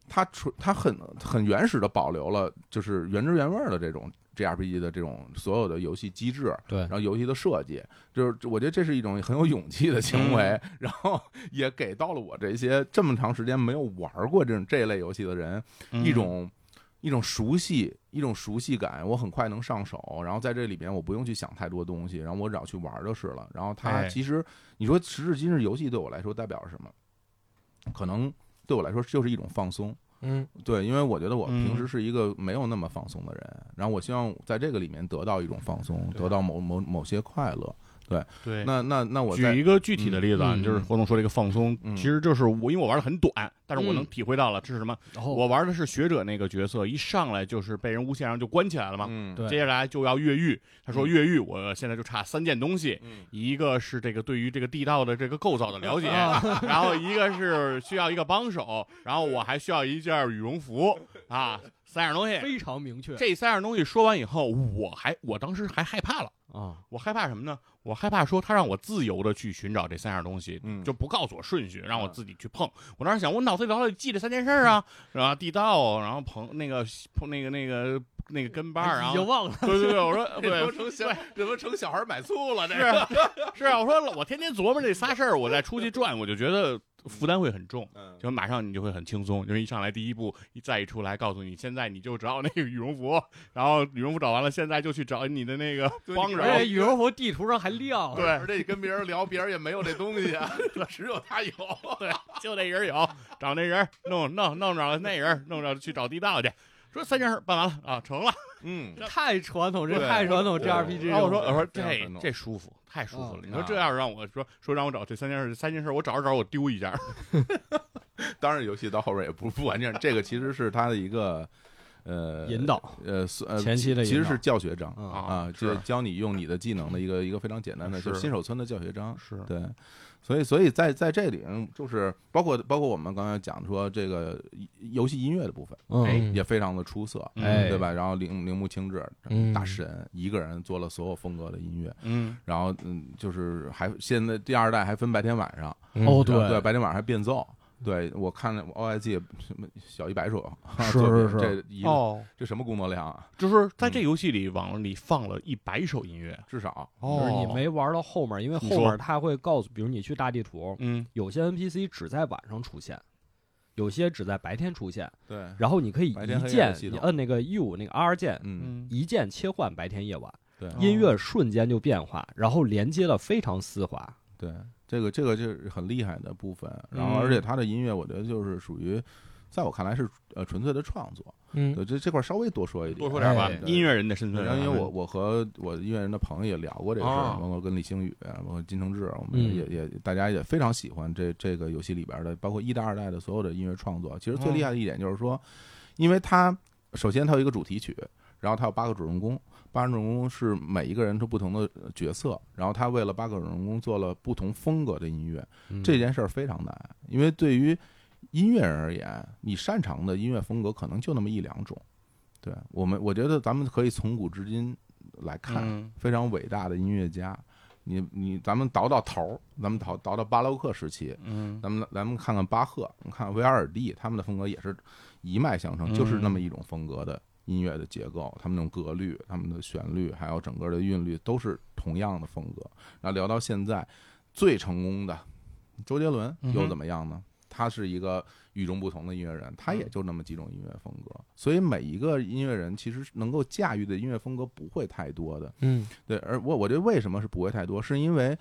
[SPEAKER 3] 它纯它很很原始的保留了，就是原汁原味儿的这种 JRPG 的这种所有的游戏机制，
[SPEAKER 4] 对
[SPEAKER 3] 然后游戏的设计，就是我觉得这是一种很有勇气的行为，然后也给到了我这些这么长时间没有玩过这种这一类游戏的人
[SPEAKER 2] 嗯
[SPEAKER 3] 一种一种熟悉，一种熟悉感，我很快能上手。然后在这里边，我不用去想太多东西，然后我只要去玩儿就是了。然后它
[SPEAKER 2] 哎
[SPEAKER 3] 其实，你说时至今日，游戏对我来说代表着什么？可能对我来说就是一种放松。
[SPEAKER 1] 嗯
[SPEAKER 3] 对，因为我觉得我
[SPEAKER 2] 嗯
[SPEAKER 3] 平时是一个没有那么放松的人，然后我希望在这个里面得到一种放松，得到某某某些快乐。
[SPEAKER 2] 对。
[SPEAKER 3] 那那那我在
[SPEAKER 2] 举一个具体的例子啊，
[SPEAKER 4] 嗯嗯
[SPEAKER 2] 就是何总说这个放松，
[SPEAKER 3] 嗯
[SPEAKER 2] 其实就是我，因为我玩的很短，但是我能
[SPEAKER 4] 嗯哦
[SPEAKER 2] 体会到了这是什么。
[SPEAKER 4] 然后
[SPEAKER 2] 我玩的是学者那个角色，一上来就是被人诬陷，然后就关起来了嘛。
[SPEAKER 3] 嗯
[SPEAKER 4] 对
[SPEAKER 2] 接下来就要越狱，他说
[SPEAKER 3] 嗯
[SPEAKER 2] 越狱，我现在就差三件东西，
[SPEAKER 3] 嗯
[SPEAKER 2] 一个是这个对于这个地道的这个构造的了解，
[SPEAKER 4] 啊
[SPEAKER 2] 然后一个是需要一个帮手，然后我还需要一件羽绒服啊，三样东西。
[SPEAKER 4] 非常明确
[SPEAKER 2] 这三样东西说完以后，我还我当时还害怕了，
[SPEAKER 4] 啊，
[SPEAKER 2] 我害怕什么呢？我害怕说他让我自由的去寻找这三样东西，
[SPEAKER 3] 嗯
[SPEAKER 2] 就不告诉我顺序，让我自己去碰。我当时想，我脑子里头记这三件事儿啊，
[SPEAKER 3] 嗯
[SPEAKER 2] 然后地道，然后朋那个朋那个那个那个跟班儿，然
[SPEAKER 4] 哎已经
[SPEAKER 2] 后
[SPEAKER 4] 忘了，
[SPEAKER 2] 对对对，我 说
[SPEAKER 3] 哎这
[SPEAKER 2] 对
[SPEAKER 3] 都。成小，这都成小孩买醋了，这
[SPEAKER 2] 是是啊，我说我天天琢磨这仨事儿，我再出去转，我就觉得负担会很重。
[SPEAKER 3] 嗯
[SPEAKER 2] 就马上你就会很轻松，因为一上来第一步，一再一出来，告诉你现在你就找那个羽绒服，然后羽绒服找完了，现在就去找你的那个
[SPEAKER 3] 对
[SPEAKER 2] 帮
[SPEAKER 3] 你
[SPEAKER 2] 手。
[SPEAKER 4] 而且羽绒哎服地图上还亮，
[SPEAKER 2] 对
[SPEAKER 3] 而且你跟别人聊，别人也没有这东西啊， 只有他有。
[SPEAKER 2] 对，就那人有，找那人弄弄弄着了那人，弄着去找地道去。说三件事办完了啊，成了。
[SPEAKER 3] 嗯，
[SPEAKER 4] 太传统，这
[SPEAKER 3] 对
[SPEAKER 4] 太传统
[SPEAKER 3] 对
[SPEAKER 4] G R P G。
[SPEAKER 2] 然后我说我说
[SPEAKER 3] 这样
[SPEAKER 2] 这
[SPEAKER 3] 很弄啊
[SPEAKER 2] 这舒服，太舒服了。
[SPEAKER 4] 嗯
[SPEAKER 2] 你说这要是让我说说让我找这三件事，三件事我找着找我丢一件，
[SPEAKER 3] 当然游戏到后边也不不完全，这个其实是他的一个呃
[SPEAKER 4] 引导，
[SPEAKER 3] 呃算呃
[SPEAKER 4] 前期的引
[SPEAKER 3] 其实
[SPEAKER 4] 导
[SPEAKER 3] 是教学章
[SPEAKER 4] 嗯
[SPEAKER 3] 啊，
[SPEAKER 2] 是
[SPEAKER 3] 就是教你用你的技能的一个一个非常简单的，
[SPEAKER 2] 是
[SPEAKER 3] 就是新手村的教学章。
[SPEAKER 2] 是
[SPEAKER 3] 对，所以所以在在这里，嗯就是包括包括我们刚才讲说这个游戏音乐的部分，
[SPEAKER 2] 哎
[SPEAKER 1] 嗯
[SPEAKER 3] 也非常的出色，
[SPEAKER 4] 哎
[SPEAKER 3] 对吧？然后铃铃木清志
[SPEAKER 1] 嗯
[SPEAKER 3] 大神一个人做了所有风格的音乐，
[SPEAKER 2] 嗯
[SPEAKER 3] 然后嗯，就是还现在第二代还分白天晚上，
[SPEAKER 1] 嗯
[SPEAKER 4] 哦
[SPEAKER 3] 然后
[SPEAKER 4] 对
[SPEAKER 3] 对，白天晚上还变奏。对，我看了 OIG 什么小一百首，
[SPEAKER 4] 是
[SPEAKER 3] 作品
[SPEAKER 4] 是是
[SPEAKER 3] 这一个
[SPEAKER 2] 哦，
[SPEAKER 3] 这什么工作量啊？
[SPEAKER 2] 就是在这游戏里往里放了一百首音乐
[SPEAKER 3] 至少
[SPEAKER 4] 就是
[SPEAKER 2] 哦
[SPEAKER 4] 你没玩到后面，因为
[SPEAKER 2] 你
[SPEAKER 4] 后
[SPEAKER 2] 说
[SPEAKER 4] 面他会告诉，比如你去大地图，
[SPEAKER 2] 嗯
[SPEAKER 4] 有些 NPC 只在晚上出现，有些只在白天出现，
[SPEAKER 3] 对，
[SPEAKER 4] 然后你可以
[SPEAKER 3] 白天
[SPEAKER 4] 一
[SPEAKER 3] 黑暗
[SPEAKER 4] 键
[SPEAKER 3] 系
[SPEAKER 4] 你
[SPEAKER 3] 统
[SPEAKER 4] 摁那个 U 那个 R 键，
[SPEAKER 3] 嗯，
[SPEAKER 2] 嗯，
[SPEAKER 4] 一键切换白天夜晚，
[SPEAKER 3] 对
[SPEAKER 4] 音乐瞬间就变化，然后连接的非常丝滑。
[SPEAKER 3] 对，这个这个就是很厉害的部分。然
[SPEAKER 2] 嗯
[SPEAKER 3] 后，而且他的音乐，我觉得就是属于，在我看来是呃纯粹的创作。
[SPEAKER 1] 嗯
[SPEAKER 3] 对，这这块儿稍微多说一点，
[SPEAKER 2] 多说点吧
[SPEAKER 3] 哎，对
[SPEAKER 2] 音乐人的身份。
[SPEAKER 3] 然后，因为我我和我音乐人的朋友也聊过这个事儿，
[SPEAKER 2] 哦
[SPEAKER 3] 包括跟李星宇，啊包括金承志，我们
[SPEAKER 4] 嗯
[SPEAKER 3] 也、也大家也非常喜欢这这个游戏里边的，包括一代、二代的所有的音乐创作。其实最厉害的一点就是说，因为它首先它有一个主题曲，然后它有八个主人公，八个主人公是每一个人是不同的呃角色，然后他为了八个主人公做了不同风格的音乐，这件事儿非常难，因为对于音乐人而言，你擅长的音乐风格可能就那么一两种。对我们，我觉得咱们可以从古至今来看，
[SPEAKER 2] 嗯
[SPEAKER 3] 非常伟大的音乐家。你你，咱们倒到头儿，咱们倒倒到巴洛克时期，
[SPEAKER 2] 嗯
[SPEAKER 3] 咱们咱们看看巴赫，看看维瓦尔第，他们的风格也是一脉相承，
[SPEAKER 2] 嗯
[SPEAKER 3] 就是那么一种风格的音乐的结构，他们那种格律、他们的旋律，还有整个的韵律，都是同样的风格。那聊到现在，最成功的周杰伦
[SPEAKER 2] 嗯哼
[SPEAKER 3] 又怎么样呢？他是一个与众不同的音乐人，他
[SPEAKER 2] 嗯
[SPEAKER 3] 也就那么几种音乐风格，所以每一个音乐人其实能够驾驭的音乐风格不会太多的。
[SPEAKER 1] 嗯
[SPEAKER 3] 对，而我我觉得为什么是不会太多，是因为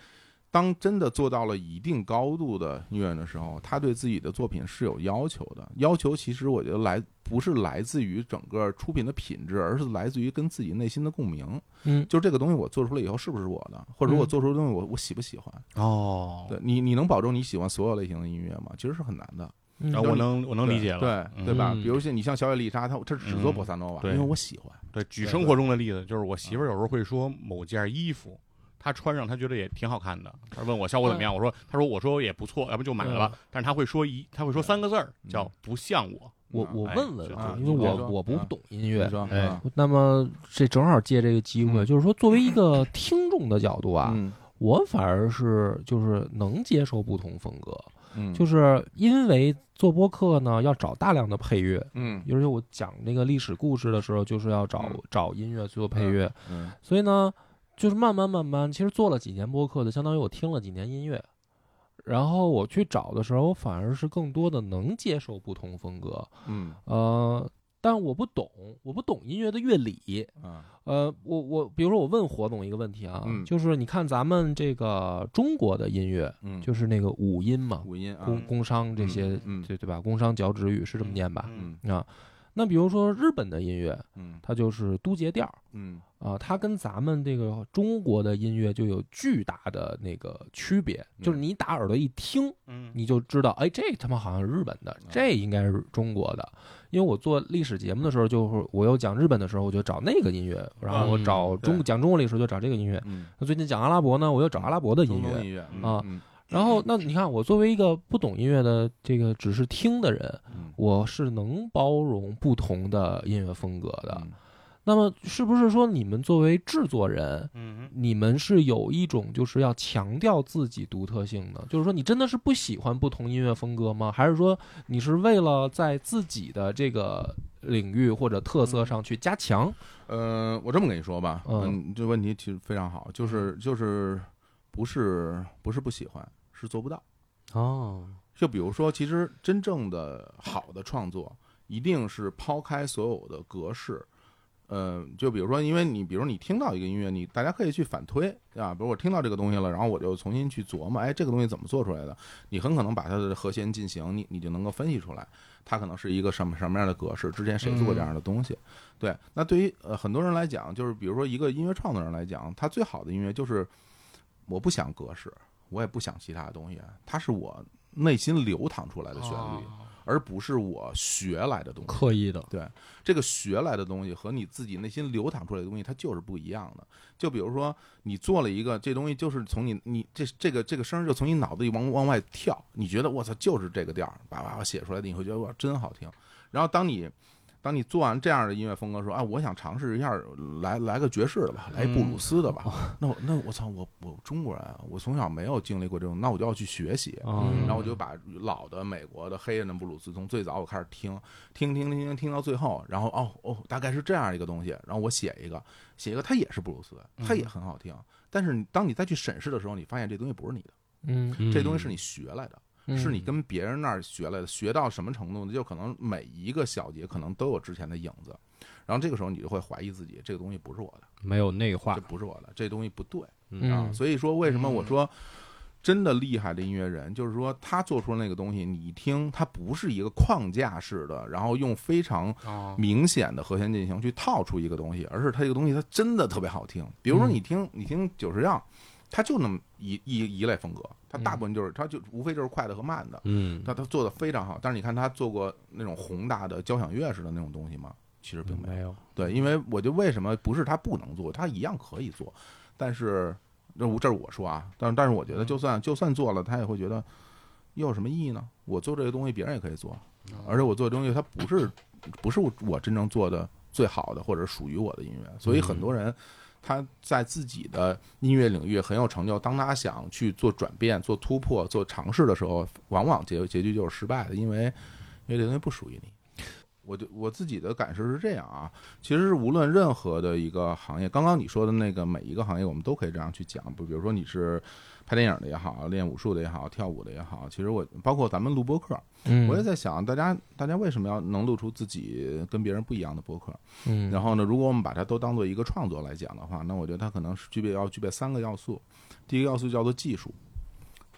[SPEAKER 3] 当真的做到了一定高度的音乐人的时候，他对自己的作品是有要求的。要求其实我觉得来不是来自于整个出品的品质，而是来自于跟自己内心的共鸣。
[SPEAKER 1] 嗯
[SPEAKER 3] 就这个东西我做出来以后是不是我的，或者
[SPEAKER 1] 嗯
[SPEAKER 3] 我做出的东西我我喜不喜欢？
[SPEAKER 2] 哦
[SPEAKER 3] 对你你能保证你喜欢所有类型的音乐吗？其实是很难的。
[SPEAKER 2] 啊，
[SPEAKER 1] 嗯
[SPEAKER 2] 我能我能理解了，
[SPEAKER 3] 对
[SPEAKER 2] 嗯
[SPEAKER 3] 对吧？
[SPEAKER 1] 嗯
[SPEAKER 3] 比如说你像小野丽莎，她她只做
[SPEAKER 2] 嗯
[SPEAKER 3] 波萨诺瓦，
[SPEAKER 2] 对
[SPEAKER 3] 因为我喜欢。
[SPEAKER 2] 对，举
[SPEAKER 3] 对
[SPEAKER 2] 生
[SPEAKER 3] 对嗯
[SPEAKER 2] 活中的例子，就是我媳妇儿有时候会说某件衣服，她穿上她觉得也挺好看的，她问我效果怎么样，我说，她说我说也不错，要不就买了。但是她会说一，她会说
[SPEAKER 3] 对
[SPEAKER 2] 三个字儿，
[SPEAKER 3] 嗯
[SPEAKER 2] 叫不像我。
[SPEAKER 1] 我我
[SPEAKER 2] 哎
[SPEAKER 1] 问问
[SPEAKER 2] 就
[SPEAKER 1] 啊，
[SPEAKER 3] 就
[SPEAKER 1] 因为
[SPEAKER 3] 你说
[SPEAKER 1] 我我不
[SPEAKER 3] 啊
[SPEAKER 1] 懂音
[SPEAKER 3] 嗯你
[SPEAKER 1] 乐，
[SPEAKER 3] 说
[SPEAKER 4] 哎
[SPEAKER 3] 啊
[SPEAKER 1] 那么这正好借这个机会，
[SPEAKER 3] 嗯
[SPEAKER 1] 就是说作为一个听众的角度啊，
[SPEAKER 3] 嗯
[SPEAKER 1] 我反而是就是能接受不同风格，
[SPEAKER 3] 嗯，
[SPEAKER 1] 就是因为做播客呢要找大量的配乐，
[SPEAKER 3] 嗯
[SPEAKER 1] 尤其我讲那个历史故事的时候，就是要找
[SPEAKER 3] 嗯
[SPEAKER 1] 找音乐做配乐，
[SPEAKER 3] 嗯
[SPEAKER 1] 所以呢，就是慢慢慢慢，其实做了几年播客的，相当于我听了几年音乐，然后我去找的时候，我反而是更多的能接受不同风格，
[SPEAKER 3] 嗯
[SPEAKER 1] 呃，但我不懂，我不懂音乐的乐理，
[SPEAKER 3] 啊
[SPEAKER 1] 呃，我我比如说我问火总一个问题啊，
[SPEAKER 3] 嗯
[SPEAKER 1] 就是你看咱们这个中国的音乐，
[SPEAKER 3] 嗯，
[SPEAKER 1] 就是那个五音嘛，
[SPEAKER 3] 五音啊，
[SPEAKER 1] 工工商这些，
[SPEAKER 3] 嗯嗯
[SPEAKER 1] 对对吧？工商脚趾语是这么念吧？
[SPEAKER 2] 嗯
[SPEAKER 3] 嗯
[SPEAKER 1] 啊，那比如说日本的音乐，
[SPEAKER 3] 嗯
[SPEAKER 1] 它就是都节调
[SPEAKER 3] 嗯
[SPEAKER 1] 啊，它跟咱们这个中国的音乐就有巨大的那个区别，
[SPEAKER 3] 嗯
[SPEAKER 1] 就是你打耳朵一听，
[SPEAKER 2] 嗯
[SPEAKER 1] 你就知道，哎，这他妈好像是日本
[SPEAKER 3] 嗯
[SPEAKER 1] 的，这应该是中国的。因为我做历史节目的时候，就是我有讲日本的时候，我就找那个音乐；然后我找中、
[SPEAKER 3] 对
[SPEAKER 1] 讲中国历史就找这个音乐。
[SPEAKER 3] 嗯，
[SPEAKER 1] 那最近讲阿拉伯呢，我又找阿拉伯的音
[SPEAKER 3] 中东
[SPEAKER 1] 乐。
[SPEAKER 3] 音乐
[SPEAKER 2] 嗯
[SPEAKER 1] 啊
[SPEAKER 3] 嗯
[SPEAKER 1] 然后，那你看，我作为一个不懂音乐的这个只是听的人，
[SPEAKER 3] 嗯
[SPEAKER 1] 我是能包容不同的音乐风格的。
[SPEAKER 3] 嗯
[SPEAKER 1] 那么，是不是说你们作为制作人，
[SPEAKER 2] 嗯
[SPEAKER 1] 你们是有一种就是要强调自己独特性呢？就是说你真的是不喜欢不同音乐风格吗？还是说你是为了在自己的这个领域或者特
[SPEAKER 3] 嗯
[SPEAKER 1] 色上去加强？
[SPEAKER 3] 呃，我这么跟你说吧，
[SPEAKER 1] 嗯
[SPEAKER 3] 嗯，这问题其实非常好，就是就是不是不是不喜欢，是做不到。
[SPEAKER 1] 哦，
[SPEAKER 3] 就比如说，其实真正的好的创作，一定是抛开所有的格式。呃，就比如说，因为你，比如你听到一个音乐，你大家可以去反推啊，比如我听到这个东西了，然后我就重新去琢磨，哎，这个东西怎么做出来的？你很可能把它的和弦进行，你你就能够分析出来，它可能是一个什么什么样的格式，之前谁做过这样的东西？对，那对于呃很多人来讲，就是比如说一个音乐创作人来讲，他最好的音乐就是我不想格式，我也不想其他的东西，它是我内心流淌出来的旋律，而不是我学来的东西。
[SPEAKER 4] 刻意的，
[SPEAKER 3] 这个学来的东西和你自己内心流淌出来的东西，它就是不一样的。就比如说，你做了一个这东西，就是从你你这这个这个声儿就从你脑子里往往外跳，你觉得我操就是这个调儿，叭叭叭写出来的，你会觉得哇真好听。然后当你当你做完这样的音乐风格说啊，我想尝试一下来来个爵士的吧，来布鲁斯的吧，那我那我操我我中国人啊，我从小没有经历过这种，那我就要去学习。
[SPEAKER 1] 嗯
[SPEAKER 4] 啊
[SPEAKER 3] 然后我就把老的美国的黑人的布鲁斯从最早我开始听，听听听听听到最后，然后哦哦，大概是这样一个东西，然后我写一个，写一个，它也是布鲁斯，它
[SPEAKER 1] 嗯
[SPEAKER 3] 也很好听。但是你当你再去审视的时候，你发现这东西不是你的，
[SPEAKER 1] 嗯，
[SPEAKER 3] 这东西是你学来的，
[SPEAKER 1] 嗯
[SPEAKER 3] 是你跟别人那儿学来的。学到什么程度呢？就可能每一个小节可能都有之前的影子，然后这个时候你就会怀疑自己，这个东西不是我的，
[SPEAKER 4] 没有内化
[SPEAKER 3] 这，不是我的，这东西不对。啊，
[SPEAKER 1] 嗯
[SPEAKER 3] 所以说为什么我说真的厉害的音乐人，就是说他做出那个东西，你一听，它不是一个框架式的，然后用非常
[SPEAKER 2] 哦
[SPEAKER 3] 明显的和弦进行去套出一个东西，而是它这个东西它真的特别好听。比如说
[SPEAKER 1] 嗯
[SPEAKER 3] 你听你听九十样，它就那么一一一类风格，它
[SPEAKER 1] 嗯
[SPEAKER 3] 大部分就是它就无非就是快的和慢的，
[SPEAKER 4] 嗯
[SPEAKER 3] 但它做的非常好。但是你看他做过那种宏大的交响乐式的那种东西吗？其实并没有。
[SPEAKER 4] 有，
[SPEAKER 3] 对，因为我就为什么不是他不能做，他一样可以做，但是这我这是我说啊，但是但是我觉得就算就算做了，他也会觉得又有什么意义呢？我做这个东西别人也可以做，而且我做的东西它不是不是我真正做的最好的或者属于我的音乐。所以很多人他在自己的音乐领域很有成就，当他想去做转变、做突破、做尝试的时候，往往结结局就是失败的，因为因为这东西不属于你。我对我自己的感受是这样啊，其实是无论任何的一个行业，刚刚你说的那个每一个行业，我们都可以这样去讲。不，比如说你是拍电影的也好，练武术的也好，跳舞的也好，其实我包括咱们录播客，
[SPEAKER 1] 嗯
[SPEAKER 3] 我也在想，大家大家为什么要能录出自己跟别人不一样的播客？
[SPEAKER 1] 嗯，
[SPEAKER 3] 然后呢，如果我们把它都当做一个创作来讲的话，那我觉得它可能是具备要具备三个要素。第一个要素叫做技术，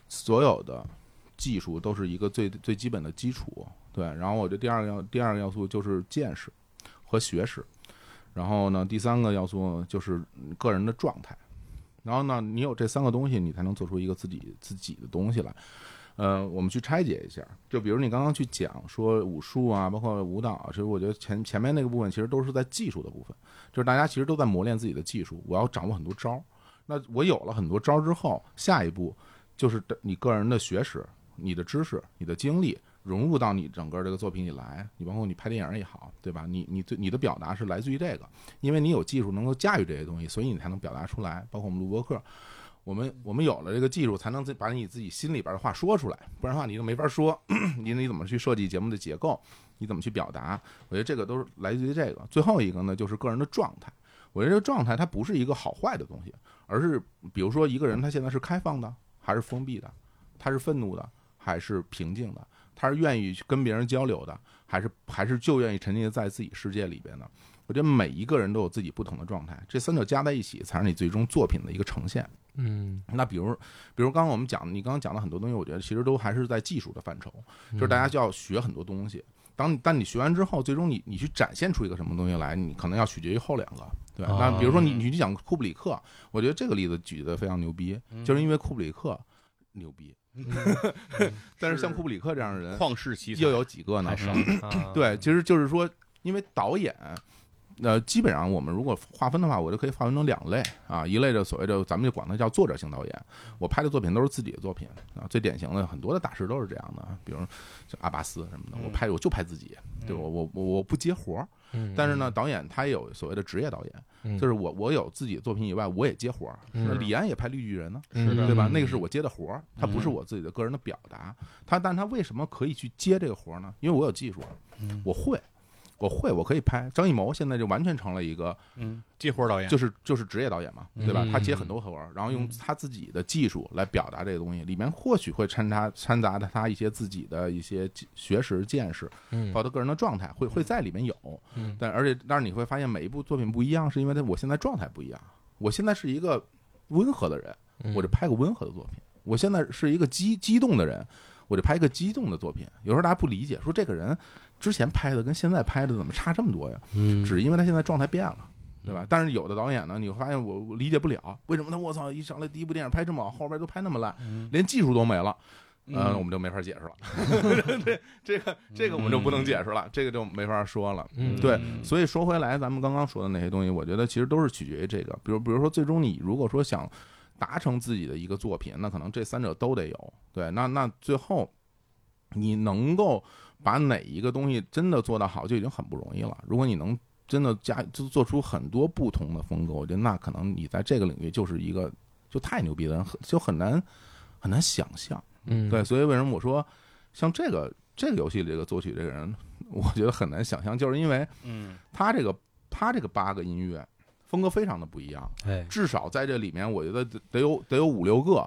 [SPEAKER 3] 所有的技术都是一个最最基本的基础，对。然后我觉得第二个要第二个要素就是见识和学识，然后呢，第三个要素就是个人的状态。然后呢，你有这三个东西，你才能做出一个自己自己的东西来。呃，我们去拆解一下，就比如你刚刚去讲说武术啊，包括舞蹈啊，其实我觉得前前面那个部分其实都是在技术的部分，就是大家其实都在磨练自己的技术，我要掌握很多招儿。那我有了很多招儿之后，下一步就是你个人的学识、你的知识、你的经历融入到你整个这个作品里来，你包括你拍电影也好，对吧？你你对你的表达是来自于这个，因为你有技术能够驾驭这些东西，所以你才能表达出来。包括我们录播课，我们我们有了这个技术，才能自把你自己心里边的话说出来，不然的话你就没法说。 你你怎么去设计节目的结构？你怎么去表达？我觉得这个都是来自于这个。最后一个呢，就是个人的状态。我觉得这个状态它不是一个好坏的东西，而是比如说一个人他现在是开放的还是封闭的，他是愤怒的还是平静的，他是愿意去跟别人交流的，还是还是就愿意沉浸在自己世界里边的。我觉得每一个人都有自己不同的状态，这三者加在一起才是你最终作品的一个呈现。
[SPEAKER 1] 嗯
[SPEAKER 3] 那比如，比如刚刚我们讲，你刚刚讲了很多东西，我觉得其实都还是在技术的范畴，就是大家就要学很多东西。当你但你学完之后，最终你你去展现出一个什么东西来，你可能要取决于后两个。对，
[SPEAKER 1] 哦
[SPEAKER 3] 那比如说你你去讲库布里克，我觉得这个例子举得非常牛逼，就是因为库布里克牛逼， 但是像库布里克这样的人
[SPEAKER 2] 旷世奇才
[SPEAKER 3] 又有几个呢？
[SPEAKER 2] 还少
[SPEAKER 1] 啊
[SPEAKER 3] 对，其实就是说，因为导演，呃，基本上我们如果划分的话，我就可以划分成两类啊，一类的所谓的咱们就管它叫作者型导演，我拍的作品都是自己的作品啊，最典型的很多的大师都是这样的，比如像阿巴斯什么的，我拍我就拍自己，对我我我我不接活儿，
[SPEAKER 1] 嗯
[SPEAKER 3] 但是呢，导演他也有所谓的职业导
[SPEAKER 1] 嗯
[SPEAKER 3] 演，就是我我有自己的作品以外，我也接活儿，那
[SPEAKER 1] 嗯
[SPEAKER 3] 李安也拍绿巨人呢，
[SPEAKER 1] 是的
[SPEAKER 3] 对吧？
[SPEAKER 1] 嗯
[SPEAKER 3] 那个是我接的活儿，它不是我自己的个人的表达。他，但他为什么可以去接这个活儿呢？因为我有技术，啊
[SPEAKER 1] 嗯
[SPEAKER 3] 我会，我会，我可以拍。张艺谋现在就完全成了一个，
[SPEAKER 2] 嗯，这活儿导演
[SPEAKER 3] 就是就是职业导演嘛，对吧
[SPEAKER 1] 嗯？
[SPEAKER 3] 他接很多活儿，然后用他自己的技术来表达这个东西，里面或许会掺杂掺杂的他一些自己的一些学识见识，
[SPEAKER 1] 嗯
[SPEAKER 3] 包括他个人的状态会会在里面有
[SPEAKER 1] 嗯，
[SPEAKER 3] 但而且但是你会发现每一部作品不一样，是因为他我现在状态不一样，我现在是一个温和的人。
[SPEAKER 1] 嗯
[SPEAKER 3] 我就拍个温和的作品。我现在是一个激激动的人，我就拍一个激动的作品。有时候大家不理解，说这个人之前拍的跟现在拍的怎么差这么多呀？
[SPEAKER 4] 嗯，
[SPEAKER 3] 只因为他现在状态变了，对吧？但是有的导演呢，你会发现我我理解不了，为什么他我操一上来第一部电影拍这么好，后边都拍那么烂，连技术都没了。呃，我们就没法解释了， 这这个这个我们就不能解释了，这个就没法说了。
[SPEAKER 1] 嗯
[SPEAKER 3] 对，所以说回来，咱们刚刚说的那些东西，我觉得其实都是取决于这个。比如，比如说，最终你如果说想达成自己的一个作品，那可能这三者都得有。对，那那最后你能够把哪一个东西真的做到好，就已经很不容易了。如果你能真的加就做出很多不同的风格，我觉得那可能你在这个领域就是一个就太牛逼的人，很就很难很难想象。
[SPEAKER 1] 嗯
[SPEAKER 3] 对，所以为什么我说像这个这个游戏里这个作曲这个人，我觉得很难想象，就是因为。
[SPEAKER 2] 嗯
[SPEAKER 3] 他这个他这个八个音乐风格非常的不一样，
[SPEAKER 4] 哎，
[SPEAKER 3] 至少在这里面，我觉得得得有得有五六个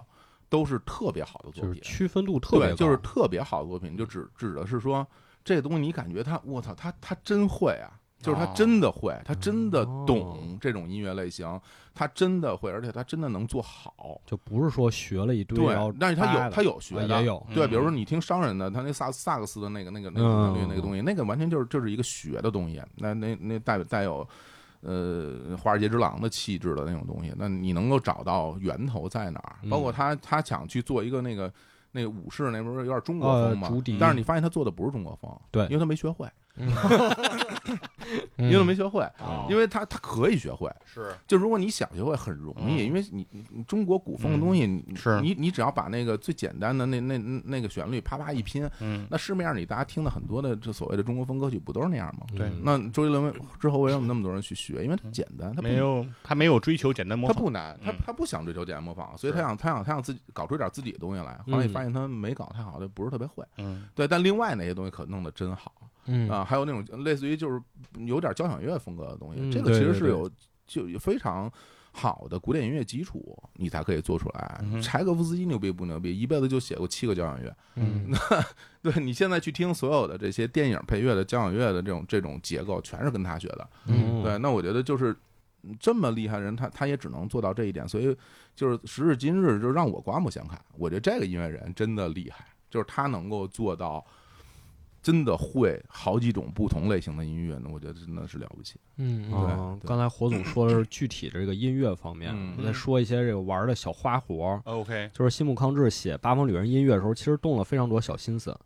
[SPEAKER 3] 都是特别好的作
[SPEAKER 4] 就是
[SPEAKER 3] 品，
[SPEAKER 4] 区分度特别
[SPEAKER 3] 对，
[SPEAKER 4] 高，
[SPEAKER 3] 就是特别好的作品，就指指的是说这个东西你感觉他，我操，他他真会啊。就是他
[SPEAKER 2] 哦
[SPEAKER 3] 真的会，他真的
[SPEAKER 1] 哦
[SPEAKER 3] 懂这种音乐类型，他真的会，而且他真的能做好。
[SPEAKER 4] 就不是说学了一堆，
[SPEAKER 3] 对
[SPEAKER 4] 然后，
[SPEAKER 3] 但是他
[SPEAKER 4] 扒
[SPEAKER 3] 有
[SPEAKER 4] 的
[SPEAKER 3] 他有学
[SPEAKER 4] 啊
[SPEAKER 3] 的
[SPEAKER 4] 也，有，
[SPEAKER 3] 对，
[SPEAKER 2] 嗯
[SPEAKER 3] 比如说你听商人的，他那萨萨克斯的那个那个那个
[SPEAKER 4] 嗯
[SPEAKER 3] 旋律那个东西，那个完全就是就是一个学的东西，那那那带带有呃华尔街之狼的气质的那种东西，那你能够找到源头在哪儿？包括他他想去做一个那个那个武士，那不是有点中国风
[SPEAKER 4] 呃
[SPEAKER 3] 嘛
[SPEAKER 4] 竹笛？
[SPEAKER 3] 但是你发现他做的不是中国风，
[SPEAKER 4] 对
[SPEAKER 3] 因为他没学会。
[SPEAKER 1] 嗯
[SPEAKER 3] 你怎么没学会？
[SPEAKER 2] 哦
[SPEAKER 4] 啊
[SPEAKER 3] 因为它它可以学会，
[SPEAKER 2] 是
[SPEAKER 3] 就如果你想学会很容易，
[SPEAKER 2] 嗯
[SPEAKER 3] 因为你你你中国古风的东西，你
[SPEAKER 2] 是
[SPEAKER 3] 你你只要把那个最简单的那那那那个旋律啪啪一拼，
[SPEAKER 2] 嗯
[SPEAKER 3] 那市面上你大家听的很多的这所谓的中国风歌曲不都是那样吗？
[SPEAKER 1] 嗯
[SPEAKER 2] 对
[SPEAKER 3] 那周杰伦之后为什么那么多人去学？因为它简单，它不
[SPEAKER 2] 嗯没有他没有追求简单模
[SPEAKER 3] 他
[SPEAKER 2] 仿，
[SPEAKER 3] 不难，他
[SPEAKER 2] 嗯
[SPEAKER 3] 他不想追求简单模仿，所以
[SPEAKER 2] 是
[SPEAKER 3] 他想他想他想自己搞出点自己的东西来。后来
[SPEAKER 1] 嗯
[SPEAKER 3] 你发现他没搞太好的，不是特别会。
[SPEAKER 2] 嗯
[SPEAKER 3] 对，但另外那些东西可弄得真好
[SPEAKER 1] 嗯
[SPEAKER 3] 啊，还有那种类似于就是有点交响乐风格的东
[SPEAKER 1] 嗯
[SPEAKER 3] 西，这个其
[SPEAKER 1] 对对
[SPEAKER 3] 实是
[SPEAKER 1] 对
[SPEAKER 3] 有就有非常。好的古典音乐基础，你才可以做出来
[SPEAKER 2] 嗯哼。
[SPEAKER 3] 柴可夫斯基牛逼不牛逼？一辈子就写过七个交响乐。
[SPEAKER 1] 嗯
[SPEAKER 3] 对你现在去听所有的这些电影配乐的交响乐的这种这种结构，全是跟他学的。
[SPEAKER 1] 嗯
[SPEAKER 3] 对，那我觉得就是嗯这么厉害的人，他他也只能做到这一点，所以就是时至今日，就让我刮目相看。我觉得这个音乐人真的厉害，就是他能够做到真的会好几种不同类型的音乐呢，我觉得真的是了不起。
[SPEAKER 1] 嗯嗯
[SPEAKER 3] 对
[SPEAKER 4] 啊，刚才火总说的是具体这个音乐方面，
[SPEAKER 3] 嗯
[SPEAKER 4] 我再说一些这个玩儿的小花活儿。
[SPEAKER 2] ，OK，
[SPEAKER 4] 就是西木康志写《八方旅人》音乐的时候，其实动了非常多小心思，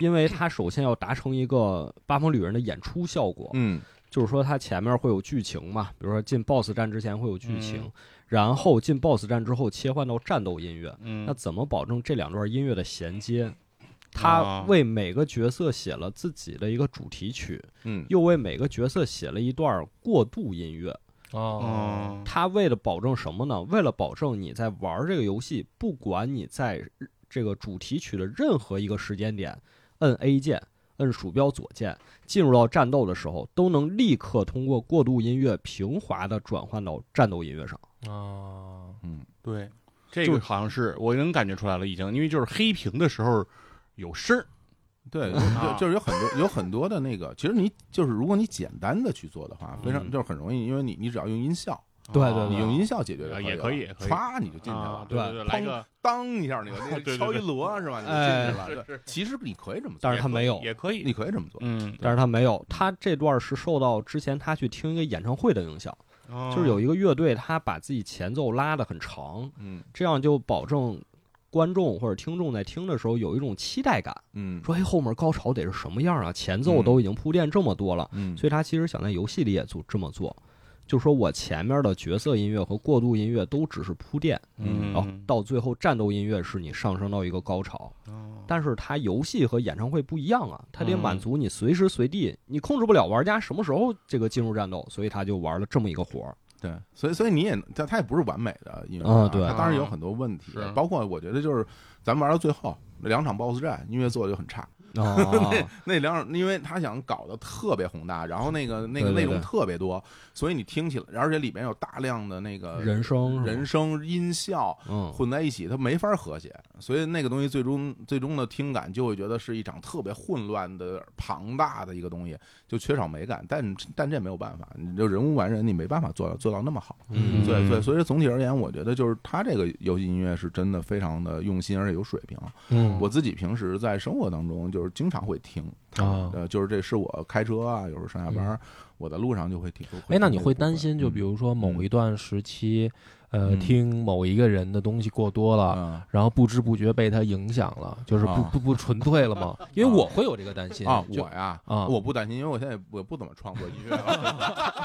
[SPEAKER 4] 因为他首先要达成一个《八方旅人》的演出效果，
[SPEAKER 3] 嗯
[SPEAKER 4] 就是说他前面会有剧情嘛，比如说进 BOSS 战之前会有剧情，
[SPEAKER 2] 嗯
[SPEAKER 4] 然后进 BOSS 战之后切换到战斗音乐，
[SPEAKER 2] 嗯
[SPEAKER 4] 那怎么保证这两段音乐的衔接？他
[SPEAKER 2] 啊
[SPEAKER 4] 为每个角色写了自己的一个主题曲，
[SPEAKER 3] 嗯
[SPEAKER 4] 又为每个角色写了一段过渡音乐。
[SPEAKER 1] 哦
[SPEAKER 2] 嗯
[SPEAKER 4] 他为了保证什么呢？为了保证你在玩这个游戏，不管你在这个主题曲的任何一个时间点，摁 A 键、摁鼠标左键，进入到战斗的时候，都能立刻通过过渡音乐平滑的转换到战斗音乐上。
[SPEAKER 1] 哦
[SPEAKER 3] 嗯，
[SPEAKER 2] 对，这
[SPEAKER 4] 就
[SPEAKER 2] 个好像是我能感觉出来了，已经，因为就是黑屏的时候有声儿，
[SPEAKER 3] 对，
[SPEAKER 2] 啊
[SPEAKER 3] 就就是有很多有很多的那个，其实你就是如果你简单的去做的话，非常
[SPEAKER 2] 嗯
[SPEAKER 3] 就是很容易，因为你你只要用音效，
[SPEAKER 4] 对对
[SPEAKER 3] 啊你
[SPEAKER 4] 对
[SPEAKER 3] 用音效解决
[SPEAKER 2] 啊
[SPEAKER 3] 就
[SPEAKER 2] 也
[SPEAKER 3] 可
[SPEAKER 2] 可以也
[SPEAKER 3] 了
[SPEAKER 2] 可以
[SPEAKER 3] 唰你就进去
[SPEAKER 2] 啊
[SPEAKER 3] 了，
[SPEAKER 2] 对对对，来个
[SPEAKER 3] 当一下你 个那
[SPEAKER 2] 对对对
[SPEAKER 3] 个敲一锣是吧？你就
[SPEAKER 4] 哎
[SPEAKER 3] 进去了。对
[SPEAKER 2] 是
[SPEAKER 3] 其实你可以这么做，
[SPEAKER 4] 但是他没有，
[SPEAKER 2] 也可以，
[SPEAKER 3] 你可以这么做。
[SPEAKER 2] 嗯，
[SPEAKER 4] 但是他没有，他这段是受到之前他去听一个演唱会的影响，
[SPEAKER 2] 就
[SPEAKER 4] 就是有一个乐队，他把自己前奏拉得很长，
[SPEAKER 3] 嗯
[SPEAKER 4] 这样就保证观众或者听众在听的时候有一种期待感。
[SPEAKER 3] 嗯
[SPEAKER 4] 说哎，后面高潮得是什么样啊？前奏都已经铺垫这么多了，
[SPEAKER 3] 嗯
[SPEAKER 4] 所以他其实想在游戏里也做这么做，就说我前面的角色音乐和过渡音乐都只是铺垫，
[SPEAKER 2] 嗯，
[SPEAKER 4] 然后到最后战斗音乐是你上升到一个高潮。但是它游戏和演唱会不一样啊，它得
[SPEAKER 2] 嗯
[SPEAKER 4] 满足你随时随地，你控制不了玩家什么时候这个进入战斗，所以他就玩了这么一个活儿。
[SPEAKER 3] 对，所以所以你也，但它也不是完美的音乐
[SPEAKER 4] 啊对
[SPEAKER 3] 它当然有很多问题
[SPEAKER 2] 是，
[SPEAKER 3] 包括我觉得就是咱们玩到最后那两场 BOSS 战，音乐做的就很差。哦
[SPEAKER 4] 啊，
[SPEAKER 3] 那两场，因为他想搞得特别宏大，然后那个那个
[SPEAKER 4] 对对
[SPEAKER 3] 内
[SPEAKER 4] 对
[SPEAKER 3] 容特别多，所以你听起来，而且里面有大量的那个
[SPEAKER 4] 人声是吧
[SPEAKER 3] 人声音效。
[SPEAKER 4] 嗯，
[SPEAKER 3] 混在一起，它没法和谐，所以那个东西最终最终的听感就会觉得是一场特别混乱的、庞大的一个东西，就缺少美感。但但这没有办法，你就人无完人，你没办法做到做到那么好。
[SPEAKER 1] 嗯
[SPEAKER 2] 嗯
[SPEAKER 3] 对对，所以总体而言，我觉得就是他这个游戏音乐是真的非常的用心，而且有水平。啊
[SPEAKER 1] 嗯
[SPEAKER 3] 我自己平时在生活当中就是经常会听
[SPEAKER 1] 啊
[SPEAKER 3] 呃，就是这是我开车啊，有时候上下班儿，我在路上就会听。
[SPEAKER 1] 嗯哎，那你
[SPEAKER 3] 听这
[SPEAKER 1] 会
[SPEAKER 3] 部分
[SPEAKER 1] 担心，就比如说某
[SPEAKER 3] 嗯
[SPEAKER 1] 一段时期，呃，
[SPEAKER 3] 嗯
[SPEAKER 1] 听某一个人的东西过多了，
[SPEAKER 3] 嗯
[SPEAKER 1] 然后不知不觉被他影响了，就是不
[SPEAKER 3] 啊
[SPEAKER 1] 不不纯粹了 吗？因为
[SPEAKER 3] 啊
[SPEAKER 1] 我会有这个担心
[SPEAKER 3] 啊，我
[SPEAKER 1] 就
[SPEAKER 3] 呀
[SPEAKER 1] 啊
[SPEAKER 3] 我不担心，因为我现在我不怎么创作音乐啊了。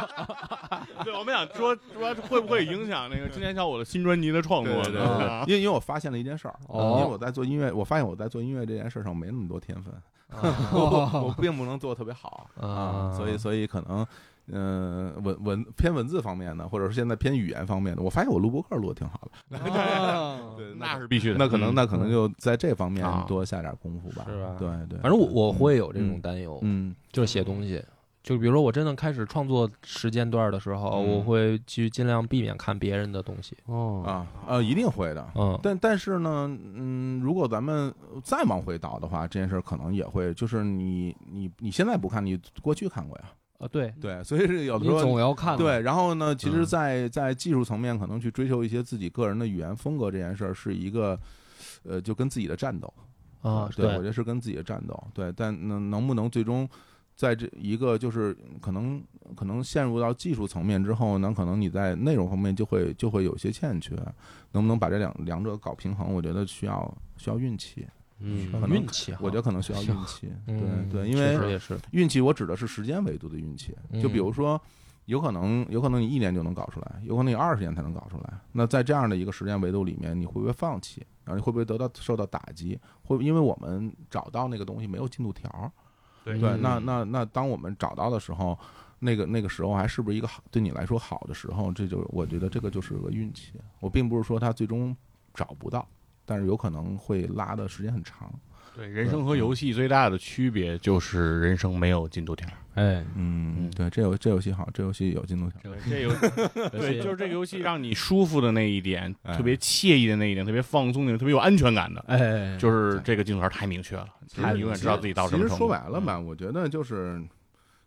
[SPEAKER 2] 对，我们想说说会不会影响那个今年小伙的新专辑的创作？啊
[SPEAKER 3] 对对对
[SPEAKER 2] 对吧
[SPEAKER 3] 因为因为我发现了一件事儿，
[SPEAKER 4] 哦
[SPEAKER 3] 因为我在做音乐，我发现我在做音乐这件事上没那么多天分，
[SPEAKER 1] 啊
[SPEAKER 3] 我我我并不能做得特别好
[SPEAKER 1] 啊
[SPEAKER 3] 所以所以可能。嗯，文文偏文字方面的，或者是现在偏语言方面的，我发现我录播客录的挺好的。
[SPEAKER 4] 啊
[SPEAKER 3] 对，
[SPEAKER 2] 那是必须的，
[SPEAKER 3] 那可能
[SPEAKER 2] 嗯
[SPEAKER 3] 那可能就在这方面
[SPEAKER 2] 啊
[SPEAKER 3] 多下点功夫吧。
[SPEAKER 1] 是吧
[SPEAKER 3] 对对，
[SPEAKER 1] 反正我我会有这种
[SPEAKER 3] 嗯
[SPEAKER 1] 担忧，
[SPEAKER 3] 嗯
[SPEAKER 1] 就是写东西。就比如说，我真的开始创作时间段的时候，
[SPEAKER 3] 嗯
[SPEAKER 1] 我会去尽量避免看别人的东西。
[SPEAKER 4] 哦
[SPEAKER 3] 啊呃一定会的。
[SPEAKER 1] 嗯，
[SPEAKER 3] 但但是呢，嗯，如果咱们再往回倒的话，这件事儿可能也会，就是你你你现在不看，你过去看过呀，
[SPEAKER 1] 啊，对，
[SPEAKER 3] 对，所以是有的
[SPEAKER 4] 你
[SPEAKER 3] 时候
[SPEAKER 4] 总要看
[SPEAKER 3] 对，然后呢，
[SPEAKER 1] 嗯
[SPEAKER 3] 其实在，在技术层面，可能去追求一些自己个人的语言风格这件事儿，是一个，呃，就跟自己的战斗
[SPEAKER 1] 啊，
[SPEAKER 3] 对，我觉得是跟自己的战斗，对，但能能不能最终在这一个就是可能可能陷入到技术层面之后呢，可能你在内容方面就会就会有些欠缺，能不能把这两两者搞平衡，我觉得需要需要运气，
[SPEAKER 1] 嗯
[SPEAKER 3] 可能
[SPEAKER 1] 运气好，
[SPEAKER 3] 我觉得可能需要运气，
[SPEAKER 1] 嗯
[SPEAKER 3] 对对，因
[SPEAKER 1] 确实
[SPEAKER 3] 为
[SPEAKER 1] 也是，
[SPEAKER 3] 运气我指的是时间维度的运气，就比如说。有可能，有可能你一年就能搞出来，有可能你二十年才能搞出来。那在这样的一个时间维度里面，你会不会放弃？然后你会不会得到受到打击？会因为我们找到那个东西没有进度条儿，
[SPEAKER 2] 对
[SPEAKER 3] 对，
[SPEAKER 1] 嗯
[SPEAKER 3] 那那那，当我们找到的时候，那个那个时候还是不是一个好对你来说好的时候？这就我觉得这个就是个运气。我并不是说他最终找不到，但是有可能会拉的时间很长。
[SPEAKER 2] 对，人生和游戏最大的区别就是人生没有进度条。
[SPEAKER 4] 哎，
[SPEAKER 3] 嗯
[SPEAKER 2] 嗯
[SPEAKER 3] 对，这游这游戏好，这游戏有进度条。
[SPEAKER 2] 对，这 游对，就是这个游戏让你舒服的那一点，
[SPEAKER 3] 哎
[SPEAKER 2] 特别惬意的那一点，特别放松的，特别有安全感的，
[SPEAKER 4] 哎，
[SPEAKER 2] 就是这个进度条太明确了，
[SPEAKER 3] 其
[SPEAKER 2] 你
[SPEAKER 3] 实
[SPEAKER 2] 永远知道自己到什
[SPEAKER 3] 其
[SPEAKER 2] 么
[SPEAKER 3] 实
[SPEAKER 2] 程度。
[SPEAKER 3] 说白了吧，
[SPEAKER 2] 嗯，
[SPEAKER 3] 我觉得就是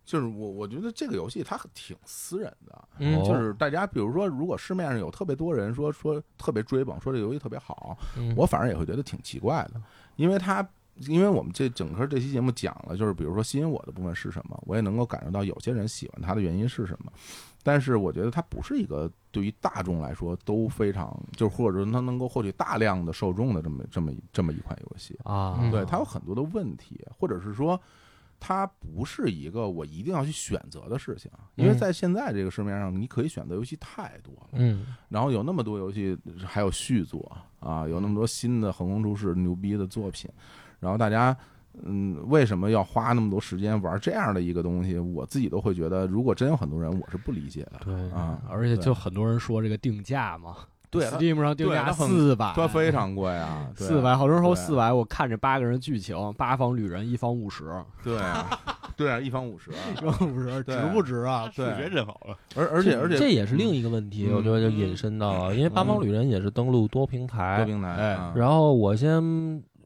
[SPEAKER 3] 就是我我觉得这个游戏它挺私人的，
[SPEAKER 1] 嗯
[SPEAKER 4] 哦
[SPEAKER 3] 就是大家比如说，如果市面上有特别多人说说特别追捧，说这游戏特别好，
[SPEAKER 1] 嗯
[SPEAKER 3] 我反而也会觉得挺奇怪的，因为他。因为我们这整个这期节目讲了，就是比如说吸引我的部分是什么，我也能够感受到有些人喜欢它的原因是什么，但是我觉得它不是一个对于大众来说都非常，就是或者说它能够获取大量的受众的这么这么一这么一款游戏，
[SPEAKER 4] 啊
[SPEAKER 1] 嗯，
[SPEAKER 3] 对，它有很多的问题，或者是说，它不是一个我一定要去选择的事情，因为
[SPEAKER 1] 嗯
[SPEAKER 3] 在现在这个市面上，你可以选择游戏太多了，
[SPEAKER 1] 嗯
[SPEAKER 3] 然后有那么多游戏，还有续作啊，有那么多新的横空出世牛逼的作品，然后大家。嗯，为什么要花那么多时间玩这样的一个东西？我自己都会觉得，如果真有很多人，我是不理解的。
[SPEAKER 4] 对
[SPEAKER 3] 啊
[SPEAKER 4] 而且
[SPEAKER 3] 对
[SPEAKER 4] 就很多人说这个定价嘛，
[SPEAKER 3] 对它
[SPEAKER 4] ，Steam 上定
[SPEAKER 3] 对
[SPEAKER 4] 价
[SPEAKER 3] 它很
[SPEAKER 4] 四百，
[SPEAKER 3] 它非常贵啊，对啊
[SPEAKER 4] 四百，好多人说
[SPEAKER 3] 对
[SPEAKER 4] 四百，我看着八个人剧情，八方旅人，一方五十，
[SPEAKER 3] 对啊，对啊，一方五十啊，
[SPEAKER 4] 一方五十
[SPEAKER 3] 对
[SPEAKER 4] 值不值啊？
[SPEAKER 2] 嗯视觉真好了，
[SPEAKER 3] 而而且而且
[SPEAKER 1] 这也是另一个问题，
[SPEAKER 3] 嗯
[SPEAKER 1] 我觉得就引申到了，因为《八方旅人》也是登陆多平
[SPEAKER 3] 多
[SPEAKER 1] 台，
[SPEAKER 3] 平台
[SPEAKER 4] 哎
[SPEAKER 3] 啊，
[SPEAKER 1] 然后我先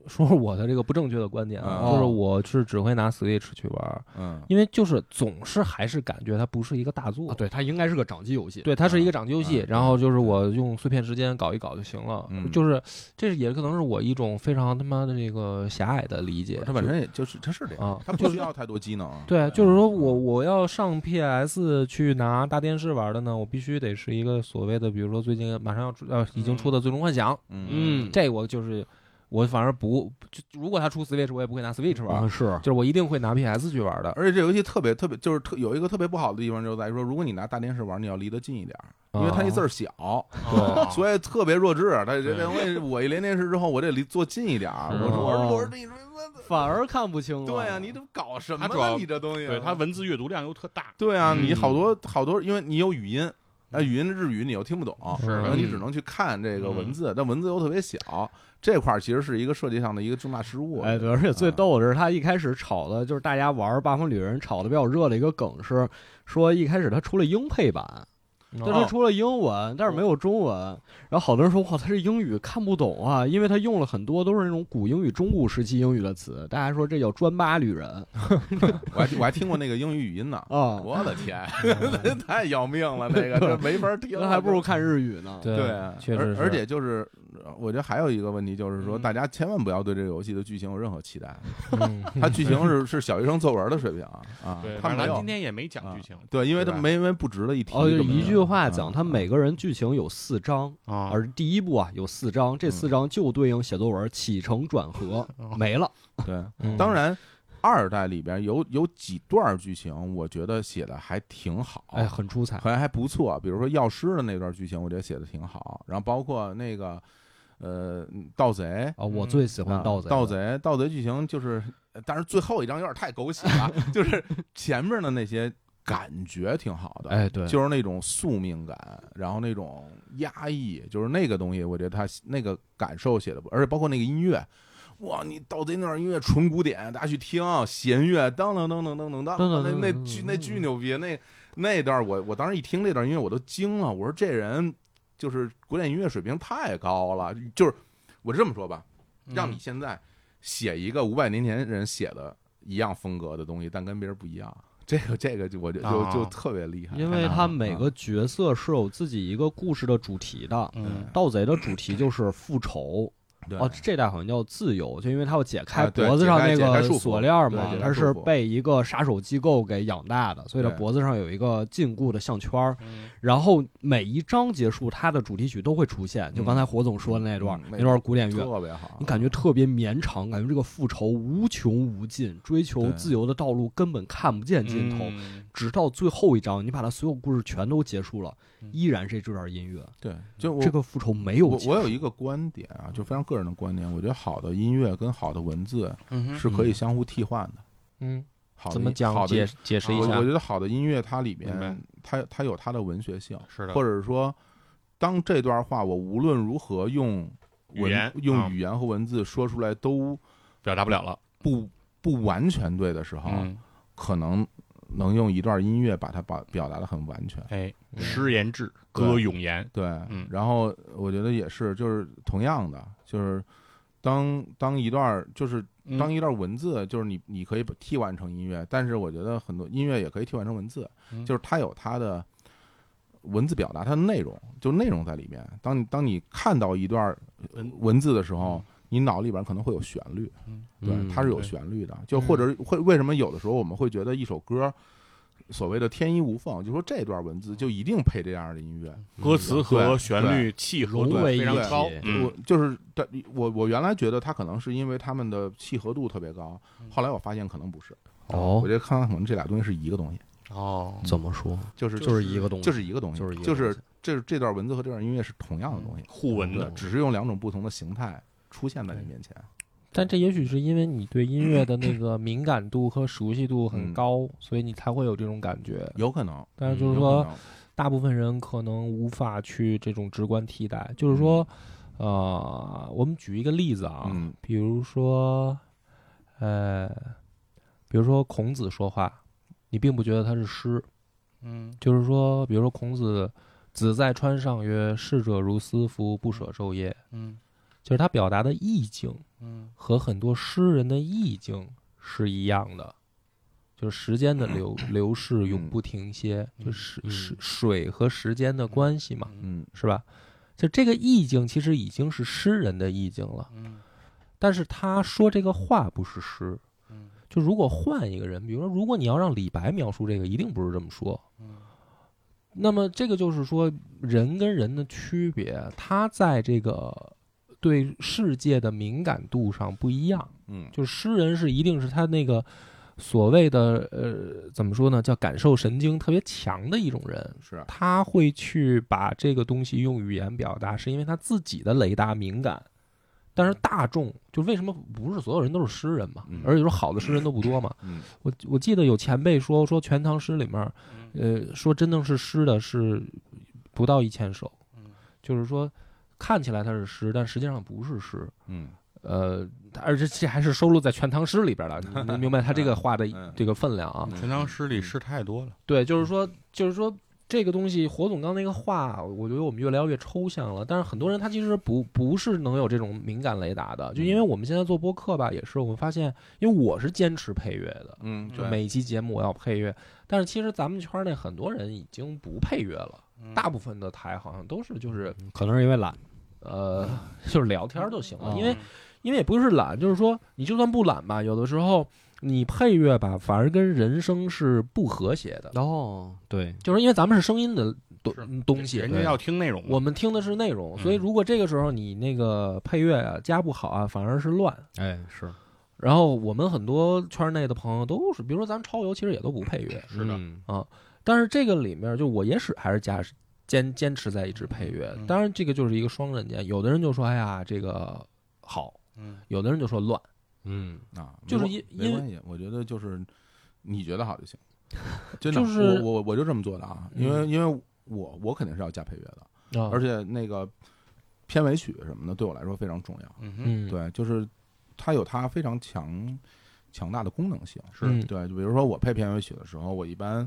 [SPEAKER 1] 说说我的这个不正确的观点啊，
[SPEAKER 3] 哦
[SPEAKER 1] 就是我是只会拿 Switch 去玩，
[SPEAKER 3] 嗯，
[SPEAKER 1] 因为就是总是还是感觉它不是一个大作
[SPEAKER 4] 啊，，对，它应该是个掌机游戏，
[SPEAKER 1] 对，它是一个掌机游戏
[SPEAKER 3] 嗯，
[SPEAKER 1] 然后就是我用碎片时间搞一搞就行了
[SPEAKER 3] 嗯，
[SPEAKER 1] 就是这是也可能是我一种非常他妈的这个狭隘的理解，
[SPEAKER 3] 它本身也就是它是这样
[SPEAKER 1] 啊，
[SPEAKER 3] 它不需要太多机能。
[SPEAKER 1] 对，就是说我我要上 PS 去拿大电视玩的呢，我必须得是一个所谓的，比如说最近马上要出呃已经出的《最终幻想》
[SPEAKER 3] 嗯
[SPEAKER 4] 嗯，
[SPEAKER 1] 这我就是我反而不，就如果它出 Switch，我也不会拿 Switch 玩，
[SPEAKER 4] 啊是
[SPEAKER 1] 就是我一定会拿 PS 去玩的。
[SPEAKER 3] 而且这游戏特别特别，就是特有一个特别不好的地方，就在于说，如果你拿大电视玩，你要离得近一点儿，因为它那字儿小，
[SPEAKER 2] 哦
[SPEAKER 3] 所以特别弱智。它这这东西，我一连电视之后，我得离坐近一点儿。
[SPEAKER 1] 是
[SPEAKER 3] 我说我
[SPEAKER 4] 哦
[SPEAKER 3] 说我说你说
[SPEAKER 4] 反而看不清了，
[SPEAKER 3] 对啊，你这搞什么
[SPEAKER 2] 它主要
[SPEAKER 3] 呢？你这东西，啊
[SPEAKER 2] 对它文字阅读量又特大，
[SPEAKER 3] 对啊，
[SPEAKER 4] 嗯
[SPEAKER 3] 你好多好多，因为你有语音。啊，语音日语你又听不懂，
[SPEAKER 1] 是
[SPEAKER 3] 然后你
[SPEAKER 4] 嗯
[SPEAKER 3] 只能去看这个文字，但文字又特别小，这块儿其实是一个设计上的一个重大失误。
[SPEAKER 4] 哎，对，而且
[SPEAKER 3] 嗯
[SPEAKER 4] 最逗的是，他一开始炒的就是大家玩《八方旅人》炒的比较热的一个梗是，说一开始他出了英配版，
[SPEAKER 1] 嗯
[SPEAKER 4] 但是它
[SPEAKER 3] 哦
[SPEAKER 4] 出了英文，但是没有中文。然后好多人说，哇，他这英语看不懂啊，因为他用了很多都是那种古英语、中古时期英语的词，大家说这叫专八旅人
[SPEAKER 3] 我还我还听过那个英语语音呢，
[SPEAKER 4] 啊，
[SPEAKER 3] 我的天， 太要命了，那个这没法听，
[SPEAKER 4] 那还不如看日语呢。
[SPEAKER 1] 对
[SPEAKER 3] 对，啊
[SPEAKER 1] 呃确实
[SPEAKER 3] 而
[SPEAKER 1] 是
[SPEAKER 3] 而且就是，呃我觉得还有一个问题就是说，
[SPEAKER 2] 嗯
[SPEAKER 3] 大家千万不要对这个游戏的剧情有任何期待，
[SPEAKER 1] 嗯
[SPEAKER 3] 它剧情是是小学生作文的水平啊啊
[SPEAKER 2] 对，，
[SPEAKER 3] 它
[SPEAKER 2] 反正
[SPEAKER 3] 没
[SPEAKER 2] 咱
[SPEAKER 3] 有
[SPEAKER 2] 今天也没啊讲剧情
[SPEAKER 3] 对，因为它
[SPEAKER 2] 对吧
[SPEAKER 3] 没因为不值得一提，
[SPEAKER 4] 哦，就
[SPEAKER 3] 根本
[SPEAKER 4] 一句话讲，
[SPEAKER 3] 嗯
[SPEAKER 4] 他每个人剧情有四章，
[SPEAKER 2] 啊，
[SPEAKER 4] 而第一部啊有四章，这四章就对应写作文起承转合，没了。
[SPEAKER 3] 对，
[SPEAKER 1] 嗯
[SPEAKER 3] 当然。二代里边有有几段剧情，我觉得写的还挺好，
[SPEAKER 4] 哎，很出彩。
[SPEAKER 3] 还还不错。比如说药师的那段剧情，我觉得写的挺好。然后包括那个，呃，盗贼，
[SPEAKER 4] 啊，我最喜欢
[SPEAKER 3] 啊
[SPEAKER 4] 盗贼了。
[SPEAKER 3] 盗贼，盗贼剧情就是，呃但是最后一章有点太狗血了， 就是前面的那些感觉挺好的，
[SPEAKER 4] 哎对
[SPEAKER 3] 就是那种宿命感，然后那种压抑，就是那个东西，我觉得他那个感受写的不，而且包括那个音乐。哇！你盗贼那段音乐纯古典，大家去听弦乐，当当当当当当当，
[SPEAKER 4] 当当
[SPEAKER 3] 那
[SPEAKER 4] 当
[SPEAKER 3] 那
[SPEAKER 4] 当
[SPEAKER 3] 巨
[SPEAKER 4] 当
[SPEAKER 3] 那巨牛逼！那那段我我当时一听那段音乐我都惊了，我说这人就是古典音乐水平太高了，就是我这么说吧，让你现在写一个五百年前人写的一样风格的东西，但跟别人不一样，这个这个就我就就
[SPEAKER 2] 啊
[SPEAKER 3] 就特别厉害。
[SPEAKER 4] 因为他每个角色是有自己一个故事的主题的。
[SPEAKER 2] 嗯
[SPEAKER 4] 盗贼的主题就是复仇，
[SPEAKER 3] 对
[SPEAKER 4] 哦，这代好像叫自由，就因为他要解开
[SPEAKER 3] 啊对
[SPEAKER 4] 脖子上
[SPEAKER 3] 解
[SPEAKER 4] 那
[SPEAKER 3] 开解
[SPEAKER 4] 个
[SPEAKER 3] 开束缚
[SPEAKER 4] 锁链嘛
[SPEAKER 3] 对，解开
[SPEAKER 4] 他
[SPEAKER 3] 束
[SPEAKER 4] 是
[SPEAKER 3] 缚
[SPEAKER 4] 被一个杀手机构给养大的，所以他
[SPEAKER 3] 对
[SPEAKER 4] 脖子上有一个禁锢的项圈儿。然后每一章结束，它的主题曲都会出现，就刚才火总说的那段
[SPEAKER 3] 嗯，
[SPEAKER 4] 那段古典乐，
[SPEAKER 3] 特别好，
[SPEAKER 4] 你感觉特别绵长，感觉这个复仇无穷无尽，追求
[SPEAKER 3] 对
[SPEAKER 4] 自由的道路根本看不见尽头。
[SPEAKER 2] 嗯
[SPEAKER 4] 直到最后一章，你把它所有故事全都结束了
[SPEAKER 2] 嗯，
[SPEAKER 4] 依然是这段音乐。
[SPEAKER 3] 对，就我
[SPEAKER 4] 这个复仇没有
[SPEAKER 3] 我
[SPEAKER 4] 结束。
[SPEAKER 3] 我有一个观点啊，就非常个人的观点，我觉得好的音乐跟好的文字
[SPEAKER 2] 嗯
[SPEAKER 3] 是可以相互替换的。
[SPEAKER 1] 嗯，
[SPEAKER 3] 好的
[SPEAKER 1] 怎么
[SPEAKER 3] 好
[SPEAKER 1] 讲？
[SPEAKER 3] 的
[SPEAKER 1] 解解释一
[SPEAKER 3] 我
[SPEAKER 1] 下
[SPEAKER 3] 我觉得好的音乐它里
[SPEAKER 2] 明白
[SPEAKER 3] 面它它有它的文学性，
[SPEAKER 2] 是的
[SPEAKER 3] 或者是说，当这段话我无论如何用
[SPEAKER 2] 语
[SPEAKER 3] 文
[SPEAKER 2] 言
[SPEAKER 3] 用
[SPEAKER 2] 嗯
[SPEAKER 3] 语言和文字说出来都
[SPEAKER 2] 表达不了了。
[SPEAKER 3] 不不完全对的时候，
[SPEAKER 2] 嗯，
[SPEAKER 3] 可能能用一段音乐把它把表达的很完全。
[SPEAKER 2] 哎，
[SPEAKER 1] 嗯
[SPEAKER 2] 诗言志，
[SPEAKER 3] 对
[SPEAKER 2] 歌咏言，
[SPEAKER 3] 对，
[SPEAKER 2] 嗯
[SPEAKER 3] 然后我觉得也是，就是同样的，就是当当一段就是
[SPEAKER 2] 嗯
[SPEAKER 3] 当一段文字，就是你你可以把替换成音乐，但是我觉得很多音乐也可以替换成文字，
[SPEAKER 2] 嗯
[SPEAKER 3] 就是它有它的文字表达，它的内容就内容在里面。当你当你看到一段
[SPEAKER 2] 文
[SPEAKER 3] 文字的时候，你脑里边可能会有旋律，
[SPEAKER 2] 嗯
[SPEAKER 3] 对，
[SPEAKER 4] 嗯
[SPEAKER 3] 它是有
[SPEAKER 2] 对嗯
[SPEAKER 3] 旋律的。就或者会为什么有的时候我们会觉得一首歌所谓的天衣无缝，就说这段文字就一定配这样的音乐，
[SPEAKER 2] 嗯歌词和
[SPEAKER 3] 对
[SPEAKER 2] 旋律契合
[SPEAKER 4] 融
[SPEAKER 2] 度
[SPEAKER 4] 为
[SPEAKER 2] 非常
[SPEAKER 3] 一体
[SPEAKER 2] 高。
[SPEAKER 3] 我
[SPEAKER 2] 嗯
[SPEAKER 3] 就是但我我原来觉得它可能是因为他们的契合度特别高，后来我发现可能不是。
[SPEAKER 4] 哦
[SPEAKER 3] 我觉得看可能这俩东西是一个东西，
[SPEAKER 2] 哦，
[SPEAKER 4] 怎么说？
[SPEAKER 3] 就是
[SPEAKER 4] 就是一个东西，
[SPEAKER 3] 就是一个东西，
[SPEAKER 4] 就是一个
[SPEAKER 3] 就
[SPEAKER 4] 东
[SPEAKER 3] 是
[SPEAKER 4] 西
[SPEAKER 3] 这这段文字和这段音乐是同样的东西，
[SPEAKER 2] 互文嗯
[SPEAKER 3] 对
[SPEAKER 2] 的，，
[SPEAKER 3] 只是用两种不同的形态出现在你面前。
[SPEAKER 1] 但这也许是因为你对音乐的那个敏感度和熟悉度很
[SPEAKER 3] 嗯
[SPEAKER 1] 高，所以你才会有这种感觉。
[SPEAKER 3] 有可能，
[SPEAKER 1] 但是就是
[SPEAKER 3] 有
[SPEAKER 1] 说
[SPEAKER 3] 可，能，
[SPEAKER 1] 大部分人可能无法去这种直观替代。就是说，呃，我们举一个例子啊，
[SPEAKER 3] 嗯
[SPEAKER 1] 比如说，呃，比如说孔子说话，你并不觉得他是诗，
[SPEAKER 2] 嗯
[SPEAKER 1] 就是说，比如说孔子“子在川上曰：逝者如斯夫，不舍昼夜
[SPEAKER 2] 嗯”，
[SPEAKER 1] 就是他表达的意境
[SPEAKER 2] 嗯
[SPEAKER 1] 和很多诗人的意境是一样的。就是时间的流流逝永
[SPEAKER 3] 嗯
[SPEAKER 1] 不停歇，就
[SPEAKER 2] 嗯
[SPEAKER 1] 是
[SPEAKER 4] 嗯
[SPEAKER 1] 是水和时间的关系嘛。
[SPEAKER 3] 嗯，
[SPEAKER 1] 是吧？就这个意境其实已经是诗人的意境了，
[SPEAKER 2] 嗯
[SPEAKER 1] 但是他说这个话不是诗。
[SPEAKER 2] 嗯
[SPEAKER 1] 就如果换一个人，比如说，如果你要让李白描述这个，一定不是这么说。
[SPEAKER 2] 嗯
[SPEAKER 1] 那么这个就是说人跟人的区别，他在这个对世界的敏感度上不一样。
[SPEAKER 3] 嗯，
[SPEAKER 1] 就是诗人是一定是他那个所谓的呃怎么说呢，叫感受神经特别强的一种人，
[SPEAKER 3] 是啊
[SPEAKER 1] 他会去把这个东西用语言表达，是因为他自己的雷达敏感。但是大众就为什么不是所有人都是诗人嘛
[SPEAKER 3] 嗯？
[SPEAKER 1] 而且说好的诗人都不多嘛。
[SPEAKER 3] 嗯
[SPEAKER 1] 我我记得有前辈说说《全唐诗》里面，
[SPEAKER 3] 嗯
[SPEAKER 1] 呃，说真正是诗的是不到一千首
[SPEAKER 2] 嗯，
[SPEAKER 1] 就是说看起来它是诗，但实际上不是诗。
[SPEAKER 3] 嗯
[SPEAKER 1] 呃，而且这还是收录在《全唐诗》里边了，你能明白他 这个话的
[SPEAKER 3] 嗯
[SPEAKER 1] 这个分量啊？
[SPEAKER 2] 全唐诗里诗太多了。
[SPEAKER 1] 对，就是说，就是说这个东西，火总刚那个话，我觉得我们越聊越抽象了。但是很多人他其实不不是能有这种敏感雷达的，就因为我们现在做播客吧，也是我们发现，因为我是坚持配乐的，
[SPEAKER 3] 嗯，
[SPEAKER 1] 就
[SPEAKER 3] 对，
[SPEAKER 1] 每一期节目我要配乐。但是其实咱们圈内很多人已经不配乐了，大部分的台好像都是就是
[SPEAKER 4] 嗯可能是因为懒。
[SPEAKER 1] 呃 就是聊天儿就行了，因为
[SPEAKER 2] 嗯
[SPEAKER 1] 因为也不是懒，就是说你就算不懒吧，有的时候你配乐吧，反而跟人声是不和谐的。
[SPEAKER 4] 哦，对，
[SPEAKER 1] 就是因为咱们是声音的东嗯
[SPEAKER 2] 是
[SPEAKER 1] 东西，
[SPEAKER 2] 人家要听内容嘛，
[SPEAKER 1] 我们听的是内容，
[SPEAKER 2] 嗯
[SPEAKER 1] 所以如果这个时候你那个配乐啊加不好啊，反而是乱。
[SPEAKER 4] 哎，是
[SPEAKER 1] 然后我们很多圈内的朋友都是，比如说咱们超游其实也都不配乐，
[SPEAKER 2] 是的
[SPEAKER 4] 嗯
[SPEAKER 1] 但是这个里面就我也是还是加坚坚持在一直配乐
[SPEAKER 2] 嗯。
[SPEAKER 1] 当然这个就是一个双刃剑，有的人就说哎呀这个好，
[SPEAKER 2] 嗯
[SPEAKER 1] 有的人就说乱。
[SPEAKER 4] 嗯，
[SPEAKER 3] 啊，
[SPEAKER 1] 就是
[SPEAKER 3] 没
[SPEAKER 1] 因
[SPEAKER 3] 关没
[SPEAKER 1] 因为
[SPEAKER 3] 关系，我觉得就是你觉得好 就行，真的，
[SPEAKER 1] 就是嗯
[SPEAKER 3] 我我我就这么做的啊，因为因为我我肯定是要加配乐的，
[SPEAKER 1] 啊
[SPEAKER 3] 而且那个片尾曲什么的对我来说非常重要，
[SPEAKER 2] 嗯哼
[SPEAKER 1] 嗯，
[SPEAKER 3] 对，就是它有它非常强强大的功能性，
[SPEAKER 1] 嗯
[SPEAKER 3] 对，就比如说我配片尾曲的时候，我一般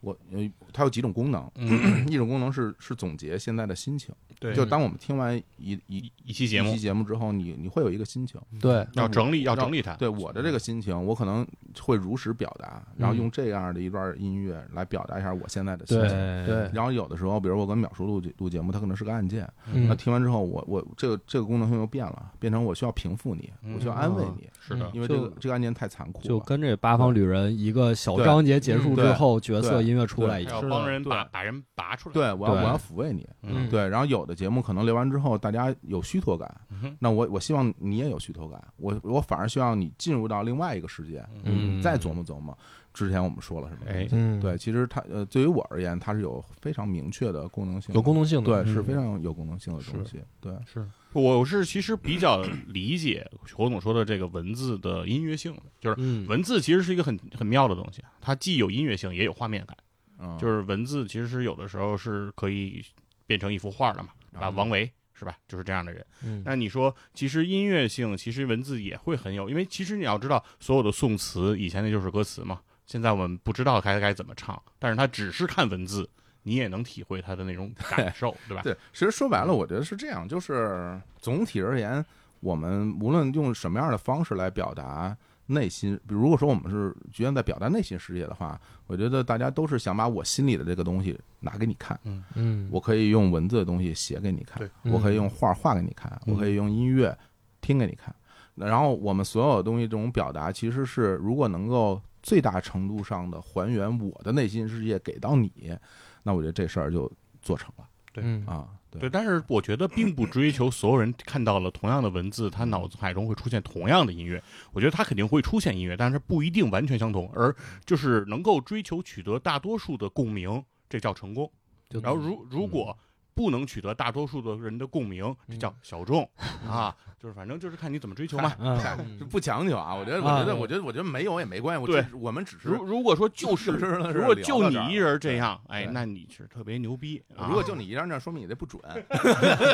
[SPEAKER 3] 我呃，它有几种功能，
[SPEAKER 2] 嗯，
[SPEAKER 3] 一种功能是是总结现在的心情，
[SPEAKER 2] 对，
[SPEAKER 1] 嗯
[SPEAKER 3] 就当我们听完一一
[SPEAKER 2] 一一期节
[SPEAKER 3] 一
[SPEAKER 2] 目
[SPEAKER 3] 期节目之后，你你会有一个心情，
[SPEAKER 1] 对，
[SPEAKER 2] 要整理，要
[SPEAKER 3] 让
[SPEAKER 2] 整理它，
[SPEAKER 3] 对我的这个心情，我可能会如实表达，然后用这样的一段音乐来表达一下我现在的心
[SPEAKER 1] 对
[SPEAKER 3] 情。
[SPEAKER 1] 对
[SPEAKER 3] 然后有的时候，比如我跟淼叔录录节目，他可能是个案件，那
[SPEAKER 1] 嗯，
[SPEAKER 3] 听完之后，我我这个这个功能性又变了，变成我需要平复你，
[SPEAKER 2] 嗯
[SPEAKER 3] 我需要安慰你，
[SPEAKER 2] 是的
[SPEAKER 1] 嗯，
[SPEAKER 3] 因为这个
[SPEAKER 4] 就
[SPEAKER 3] 这个案件太残酷了。
[SPEAKER 4] 就跟这八方旅人一个小章节结
[SPEAKER 3] 嗯
[SPEAKER 4] 束之后，角色音乐出来
[SPEAKER 2] 还
[SPEAKER 4] 一
[SPEAKER 2] 要
[SPEAKER 4] 样，
[SPEAKER 2] 帮人把
[SPEAKER 3] 对
[SPEAKER 2] 把人拔出来，
[SPEAKER 3] 对我要
[SPEAKER 4] 对
[SPEAKER 3] 我要抚慰你，
[SPEAKER 2] 嗯，
[SPEAKER 3] 对。然后有的节目可能聊完之后，大家有虚脱感，
[SPEAKER 2] 嗯哼
[SPEAKER 3] 那我我希望你也有虚脱感，我我反而希望你进入到另外一个世界，
[SPEAKER 1] 嗯
[SPEAKER 3] 再琢磨琢磨之前我们说了什么。
[SPEAKER 2] 哎
[SPEAKER 1] 嗯，
[SPEAKER 3] 对，其实它呃，对于我而言，它是有非常明确的功能性的，
[SPEAKER 1] 有功能性的，
[SPEAKER 3] 对，
[SPEAKER 1] 嗯
[SPEAKER 3] 是非常有功能性的东西。对，
[SPEAKER 1] 是，
[SPEAKER 2] 我是其实比较理解 侯总说的这个文字的音乐性的，就是
[SPEAKER 1] 嗯，
[SPEAKER 2] 文字其实是一个很很妙的东西，啊它既有音乐性，也有画面感。
[SPEAKER 3] 嗯，
[SPEAKER 2] 就是文字其实是有的时候是可以变成一幅画的嘛，对吧？
[SPEAKER 3] 嗯
[SPEAKER 2] 王维是吧？就是这样的人。
[SPEAKER 1] 嗯
[SPEAKER 2] 那你说，其实音乐性，其实文字也会很有，因为其实你要知道，所有的宋词以前那就是歌词嘛，现在我们不知道该该怎么唱，但是他只是看文字，你也能体会他的那种感受，对吧？
[SPEAKER 3] 对，其实说白了，我觉得是这样，就是总体而言，我们无论用什么样的方式来表达内心，比如如果说我们是局限在表达内心世界的话，我觉得大家都是想把我心里的这个东西拿给你看。
[SPEAKER 1] 嗯，
[SPEAKER 3] 我可以用文字的东西写给你看
[SPEAKER 2] 对，
[SPEAKER 3] 我可以用画画给你看，
[SPEAKER 2] 嗯
[SPEAKER 3] 我可以用音乐听给你看。那然后我们所有的东西这种表达，其实是如果能够最大程度上的还原我的内心世界给到你，那我觉得这事儿就做成了
[SPEAKER 2] 对
[SPEAKER 1] 嗯
[SPEAKER 3] 啊。对
[SPEAKER 2] 对，但是我觉得并不追求所有人看到了同样的文字，他脑海中会出现同样的音乐。我觉得他肯定会出现音乐，但是不一定完全相同，而就是能够追求取得大多数的共鸣，这叫成功。
[SPEAKER 1] 就
[SPEAKER 2] 然后
[SPEAKER 3] 嗯
[SPEAKER 2] 如如果不能取得大多数的人的共鸣，这
[SPEAKER 3] 嗯
[SPEAKER 2] 叫小众啊，就是反正就是看你怎么追求嘛。
[SPEAKER 4] 嗯，
[SPEAKER 1] 嗯
[SPEAKER 3] 就不强求啊，我觉得，我
[SPEAKER 4] 啊
[SPEAKER 3] 觉得，我觉得，我觉得没有也没关系。我
[SPEAKER 2] 对
[SPEAKER 3] 只，我们只是，
[SPEAKER 2] 如如果说就是
[SPEAKER 3] 是是
[SPEAKER 2] 如果就你一人这，
[SPEAKER 3] 聊到
[SPEAKER 2] 样，哎
[SPEAKER 3] 对，
[SPEAKER 2] 那你是特别牛逼
[SPEAKER 3] 这儿
[SPEAKER 2] 啊。
[SPEAKER 3] 如果就你一人这样，说明你这 不准，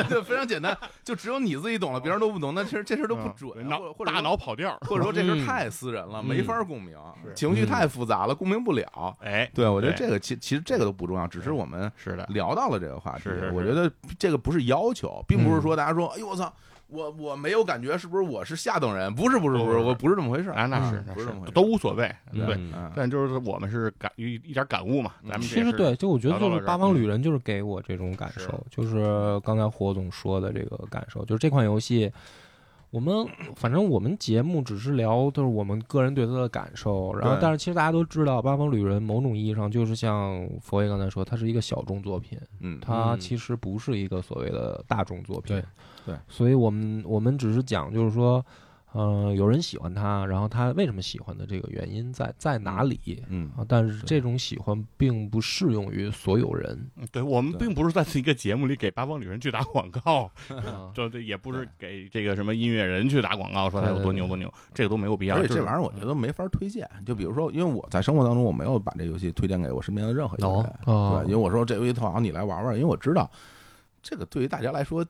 [SPEAKER 3] 就非常简单，就只有你自己懂了，别人都不懂，那其实这事儿都不
[SPEAKER 2] 嗯
[SPEAKER 3] 准，
[SPEAKER 2] 脑
[SPEAKER 3] 或或者
[SPEAKER 2] 大
[SPEAKER 3] 说
[SPEAKER 2] 脑跑调儿，
[SPEAKER 3] 或者说这事儿太私人了，
[SPEAKER 1] 嗯
[SPEAKER 3] 没法共鸣，
[SPEAKER 2] 是
[SPEAKER 3] 情绪
[SPEAKER 1] 嗯
[SPEAKER 3] 太复杂了，共鸣不了。
[SPEAKER 2] 哎，
[SPEAKER 3] 对，我觉得
[SPEAKER 2] 对
[SPEAKER 3] 这个其其实这个都不重要，只是我们
[SPEAKER 2] 是的，
[SPEAKER 3] 聊到了这个话题
[SPEAKER 2] 是是是。
[SPEAKER 3] 我觉得这个不是要求，并不是说大家说，哎呦我操，我我没有感觉，是不是我是下等人？不是不是
[SPEAKER 2] 不
[SPEAKER 3] 不
[SPEAKER 2] 是
[SPEAKER 3] 是，我不是这么回事儿。
[SPEAKER 2] 啊，那是
[SPEAKER 3] 嗯
[SPEAKER 2] 那
[SPEAKER 3] 不是这么回
[SPEAKER 2] 是
[SPEAKER 3] 事
[SPEAKER 2] 都无所谓，
[SPEAKER 1] 嗯
[SPEAKER 2] 对。
[SPEAKER 3] 嗯
[SPEAKER 2] 但就是我们是感一一点感悟嘛，咱们
[SPEAKER 1] 其实对，就我觉得
[SPEAKER 2] 聊
[SPEAKER 1] 就是
[SPEAKER 2] 到了这儿嗯
[SPEAKER 1] 八方旅人就是给我这种感
[SPEAKER 2] 是
[SPEAKER 1] 受，就是刚才火总说的这个感受，就是这款游戏，我们反正我们节目只是聊就是我们个人对它的感受，然后
[SPEAKER 3] 对
[SPEAKER 1] 但是其实大家都知道，八方旅人某种意义上就是像佛爷刚才说，它是一个小众作品，
[SPEAKER 3] 嗯，
[SPEAKER 1] 它
[SPEAKER 2] 嗯
[SPEAKER 1] 其实不是一个所谓的大众作品，
[SPEAKER 3] 对对
[SPEAKER 1] 所以我们我们只是讲就是说。嗯，有人喜欢它，然后他为什么喜欢的这个原因在在哪里？
[SPEAKER 3] 嗯
[SPEAKER 1] 啊，但是
[SPEAKER 3] 对
[SPEAKER 1] 这种喜欢并不适用于所有人
[SPEAKER 2] 嗯对我们
[SPEAKER 3] 对
[SPEAKER 2] 并不是在一个节目里给八方旅人去打广告，
[SPEAKER 1] 啊。
[SPEAKER 2] 就这也不是给这个什么音乐人去打广告，说他有多牛多牛，这个都没有必要。
[SPEAKER 3] 而且
[SPEAKER 2] 就
[SPEAKER 3] 这
[SPEAKER 2] 是
[SPEAKER 3] 玩意儿我觉得没法推荐。就比如说，因为我在生活当中我没有把这游戏推荐给我身边的任何一个人，
[SPEAKER 1] 哦
[SPEAKER 3] 对，因为我说这游戏特好，你来玩玩，因为我知道这个对于大家来说。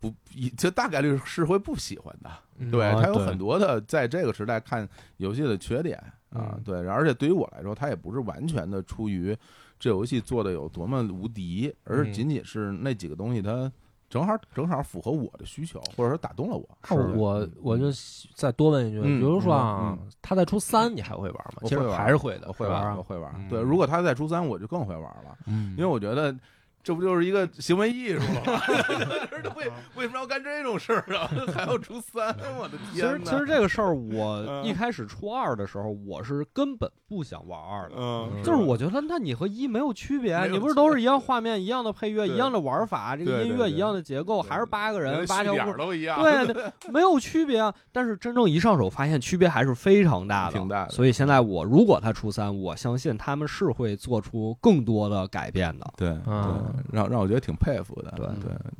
[SPEAKER 3] 不，一这大概率是会不喜欢的，
[SPEAKER 1] 嗯
[SPEAKER 3] 对，
[SPEAKER 4] 啊
[SPEAKER 3] 它有
[SPEAKER 4] 对
[SPEAKER 3] 很多的在这个时代看游戏的缺点啊
[SPEAKER 1] 嗯，
[SPEAKER 3] 对，而且对于我来说，它也不是完全的出于这游戏做的有多么无敌，而
[SPEAKER 1] 嗯
[SPEAKER 3] 是仅仅是那几个东西它正好正好符合我的需求，或者说打动了我。
[SPEAKER 1] 那我我就再多问一句，
[SPEAKER 3] 嗯
[SPEAKER 1] 比如说啊
[SPEAKER 3] 嗯嗯，
[SPEAKER 1] 他再出三，你还会玩吗？
[SPEAKER 3] 我
[SPEAKER 1] 其实
[SPEAKER 3] 会玩
[SPEAKER 1] 还是会的，
[SPEAKER 3] 我会
[SPEAKER 1] 是吧
[SPEAKER 3] 玩，我，会玩
[SPEAKER 1] 嗯。
[SPEAKER 3] 对，如果他在初三，我就更会玩了，
[SPEAKER 1] 嗯
[SPEAKER 3] 因为我觉得这不就是一个行为艺术了 吗？为为什么要干这种事儿 啊？还要初三，我的
[SPEAKER 4] 其实
[SPEAKER 3] 天
[SPEAKER 4] 其实
[SPEAKER 3] 哪！
[SPEAKER 4] 这个事儿，
[SPEAKER 3] 嗯
[SPEAKER 4] 我一开始初二的时候，我是根本不想玩二的。
[SPEAKER 2] 嗯
[SPEAKER 4] 就是我觉得，那你和一没有区别，啊
[SPEAKER 3] 没有
[SPEAKER 4] 你不是都是一样画面、一样的配乐、
[SPEAKER 3] 对
[SPEAKER 4] 一样的玩法，这个
[SPEAKER 3] 对
[SPEAKER 4] 音乐
[SPEAKER 3] 对对
[SPEAKER 4] 一样的结构，
[SPEAKER 3] 对
[SPEAKER 4] 还是八个人、
[SPEAKER 3] 连
[SPEAKER 4] 八
[SPEAKER 3] 戏
[SPEAKER 4] 条
[SPEAKER 3] 点
[SPEAKER 4] 裤
[SPEAKER 3] 儿，都一 样。
[SPEAKER 4] 对，那没有区别啊。但是真正一上手，发现区别还是非常大的，
[SPEAKER 3] 挺大的
[SPEAKER 4] 所以现在我如果他初三，我相信他们是会做出更多的改变的。
[SPEAKER 3] 对，
[SPEAKER 1] 啊
[SPEAKER 3] 对让让我觉得挺佩服的。对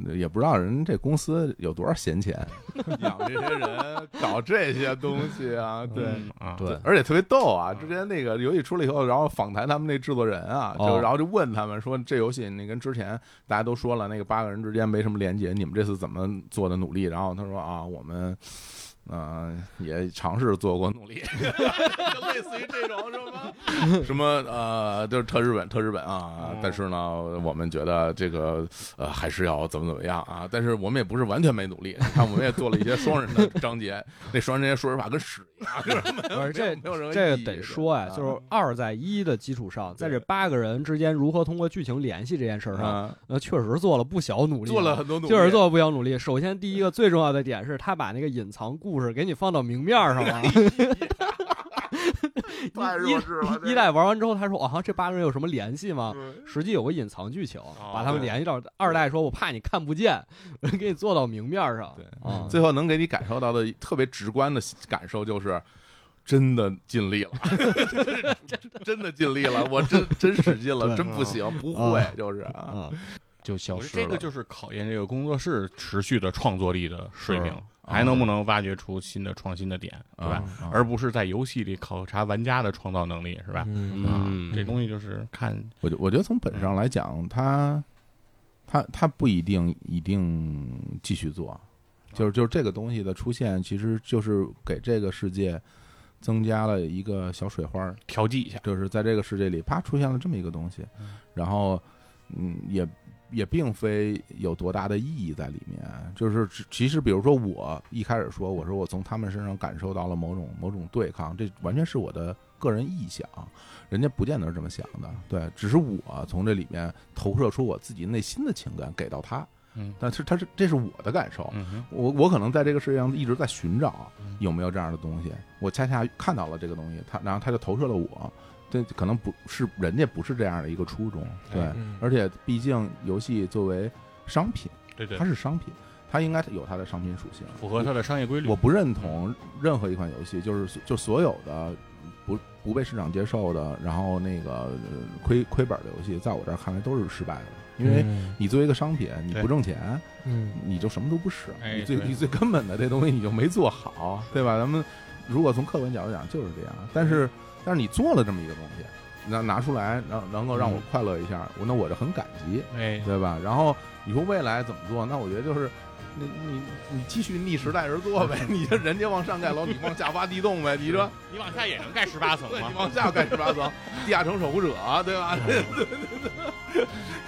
[SPEAKER 3] 对，也不知道人这公司有多少闲钱， 养这些人，搞这些东西啊。对，
[SPEAKER 2] 嗯啊，
[SPEAKER 4] 对，
[SPEAKER 3] 而且特别逗啊！之前那个游戏出了以后，然后访谈他们那制作人啊，就、
[SPEAKER 4] 哦
[SPEAKER 3] 然后就问他们说，这游戏你跟之前大家都说了，那个八个人之间没什么连接，你们这次怎么做的努力？然后他说啊，我们嗯、也尝试做过努力， 就类似于这种什么什么呃，就是特日本特日本啊。
[SPEAKER 4] 哦
[SPEAKER 3] 但是呢，我们觉得这个呃还是要怎么怎么样啊。但是我们也不是完全没努力，你看我们也做了一些双人的章节，那双人章节说实话跟屎一样， 就是没有
[SPEAKER 4] 不是这
[SPEAKER 3] 没有任何
[SPEAKER 4] 这
[SPEAKER 3] 意义
[SPEAKER 4] 得说呀、
[SPEAKER 3] 啊
[SPEAKER 4] 就是二在一的基础上，在这八个人之间如何通过剧情联系这件事儿上，
[SPEAKER 3] 嗯
[SPEAKER 4] 那确实做了不小努力，啊
[SPEAKER 3] 做了很多努力，
[SPEAKER 4] 确实做了不小努力。首先，第一个最重要的点是他把那个隐藏故事给你放到明面 上了。
[SPEAKER 3] 太弱智了
[SPEAKER 4] 一一代玩完之后，他说：“啊，这八个人有什么联系吗？”
[SPEAKER 2] 嗯
[SPEAKER 4] 实际有个隐藏剧情，
[SPEAKER 3] 哦
[SPEAKER 4] 把他们联系到。二代说：“我怕你看不见， 我给你做到明面上。”
[SPEAKER 3] 对
[SPEAKER 4] 啊，
[SPEAKER 3] 最后能给你感受到的特别直观的感受就是，真的尽 力了， 真的尽力了，我真真使劲了，
[SPEAKER 4] 对嗯
[SPEAKER 3] 真不行，不会，就是啊，
[SPEAKER 4] 啊，
[SPEAKER 1] 就消
[SPEAKER 2] 我觉
[SPEAKER 1] 失
[SPEAKER 2] 得这
[SPEAKER 1] 了。
[SPEAKER 2] 个就是考验这个工作室持续的创作力的水平
[SPEAKER 1] 是，
[SPEAKER 2] 还能不能挖掘出新的创新的点，对
[SPEAKER 4] 嗯
[SPEAKER 2] 吧？
[SPEAKER 3] 啊
[SPEAKER 2] 而不是在游戏里考察玩家的创造能力，是吧？
[SPEAKER 1] 嗯
[SPEAKER 2] 啊这东西就是看
[SPEAKER 3] 我觉我觉得从本上来讲，他他他不一定一定继续做，就是就是这个东西的出现，其实就是给这个世界增加了一个小水花儿，
[SPEAKER 2] 调剂一下，
[SPEAKER 3] 就是在这个世界里，啪出现了这么一个东西，然后，嗯，也也并非有多大的意义在里面。就是只其实，比如说我一开始说，我说我从他们身上感受到了某种某种对抗，这完全是我的个人臆想，人家不见得是这么想的。对，只是我从这里面投射出我自己内心的情感给到他，
[SPEAKER 2] 嗯
[SPEAKER 3] 但是他是这是我的感受，
[SPEAKER 2] 嗯哼，
[SPEAKER 3] 我我可能在这个世界上一直在寻找
[SPEAKER 2] 嗯
[SPEAKER 3] 有没有这样的东西，我恰恰看到了这个东西，他然后他就投射了我，这可能不是人家不是这样的一个初衷，对，
[SPEAKER 1] 嗯
[SPEAKER 3] 而且毕竟游戏作为商品，
[SPEAKER 2] 对对
[SPEAKER 3] 它，是商品，它应该有它的商品属性，
[SPEAKER 2] 符合它的商业规律
[SPEAKER 3] 我。不认同任何一款游戏，就是就所有的不不被市场接受的，然后那个呃亏亏本的游戏，在我这儿看来都是失败的，因为你作为一个商品，你
[SPEAKER 2] 嗯对
[SPEAKER 3] 不挣钱。
[SPEAKER 1] 嗯
[SPEAKER 3] 你就什么都不是，
[SPEAKER 2] 哎
[SPEAKER 3] 你最
[SPEAKER 2] 对
[SPEAKER 3] 你最根本的这东西你就没做好，对吧？咱们如果从客观角度讲就是这样，但是但是你做了这么一个东西，那拿出来让能够让我
[SPEAKER 2] 嗯
[SPEAKER 3] 快乐一下，我那我就很感激，
[SPEAKER 2] 哎，
[SPEAKER 3] 对吧？然后你说未来怎么做？那我觉得就是。你你你继续逆时代而做呗， 你就人家往上盖楼，你往下挖地洞呗。你说，
[SPEAKER 2] 你往下也能盖十八层
[SPEAKER 3] 对你
[SPEAKER 2] 吗？
[SPEAKER 3] 往下盖十八层，地下城守护者，对吧？
[SPEAKER 2] 哎
[SPEAKER 1] 有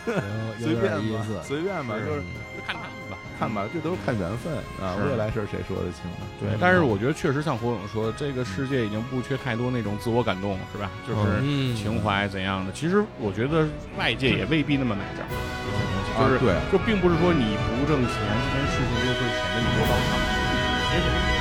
[SPEAKER 3] 嗯 随
[SPEAKER 1] 嗯有
[SPEAKER 3] 便
[SPEAKER 1] 点意
[SPEAKER 3] 吧
[SPEAKER 1] 思，。嗯
[SPEAKER 3] 随便吧，就是
[SPEAKER 2] 看他们吧。
[SPEAKER 3] 看吧，这都是看缘分啊。
[SPEAKER 2] 嗯是
[SPEAKER 3] 未来事儿谁说得清啊？
[SPEAKER 2] 对，嗯但是我觉得确实像火勇说，这个世界已经不缺太多那种自我感动，是吧？就是
[SPEAKER 1] 嗯
[SPEAKER 2] 情怀怎样的。其实我觉得外界也未必那么买账，有些东西
[SPEAKER 3] 啊
[SPEAKER 2] 就是
[SPEAKER 3] 对，
[SPEAKER 2] 就并不是说你不挣钱这件事情就会显得你多高尚，也可能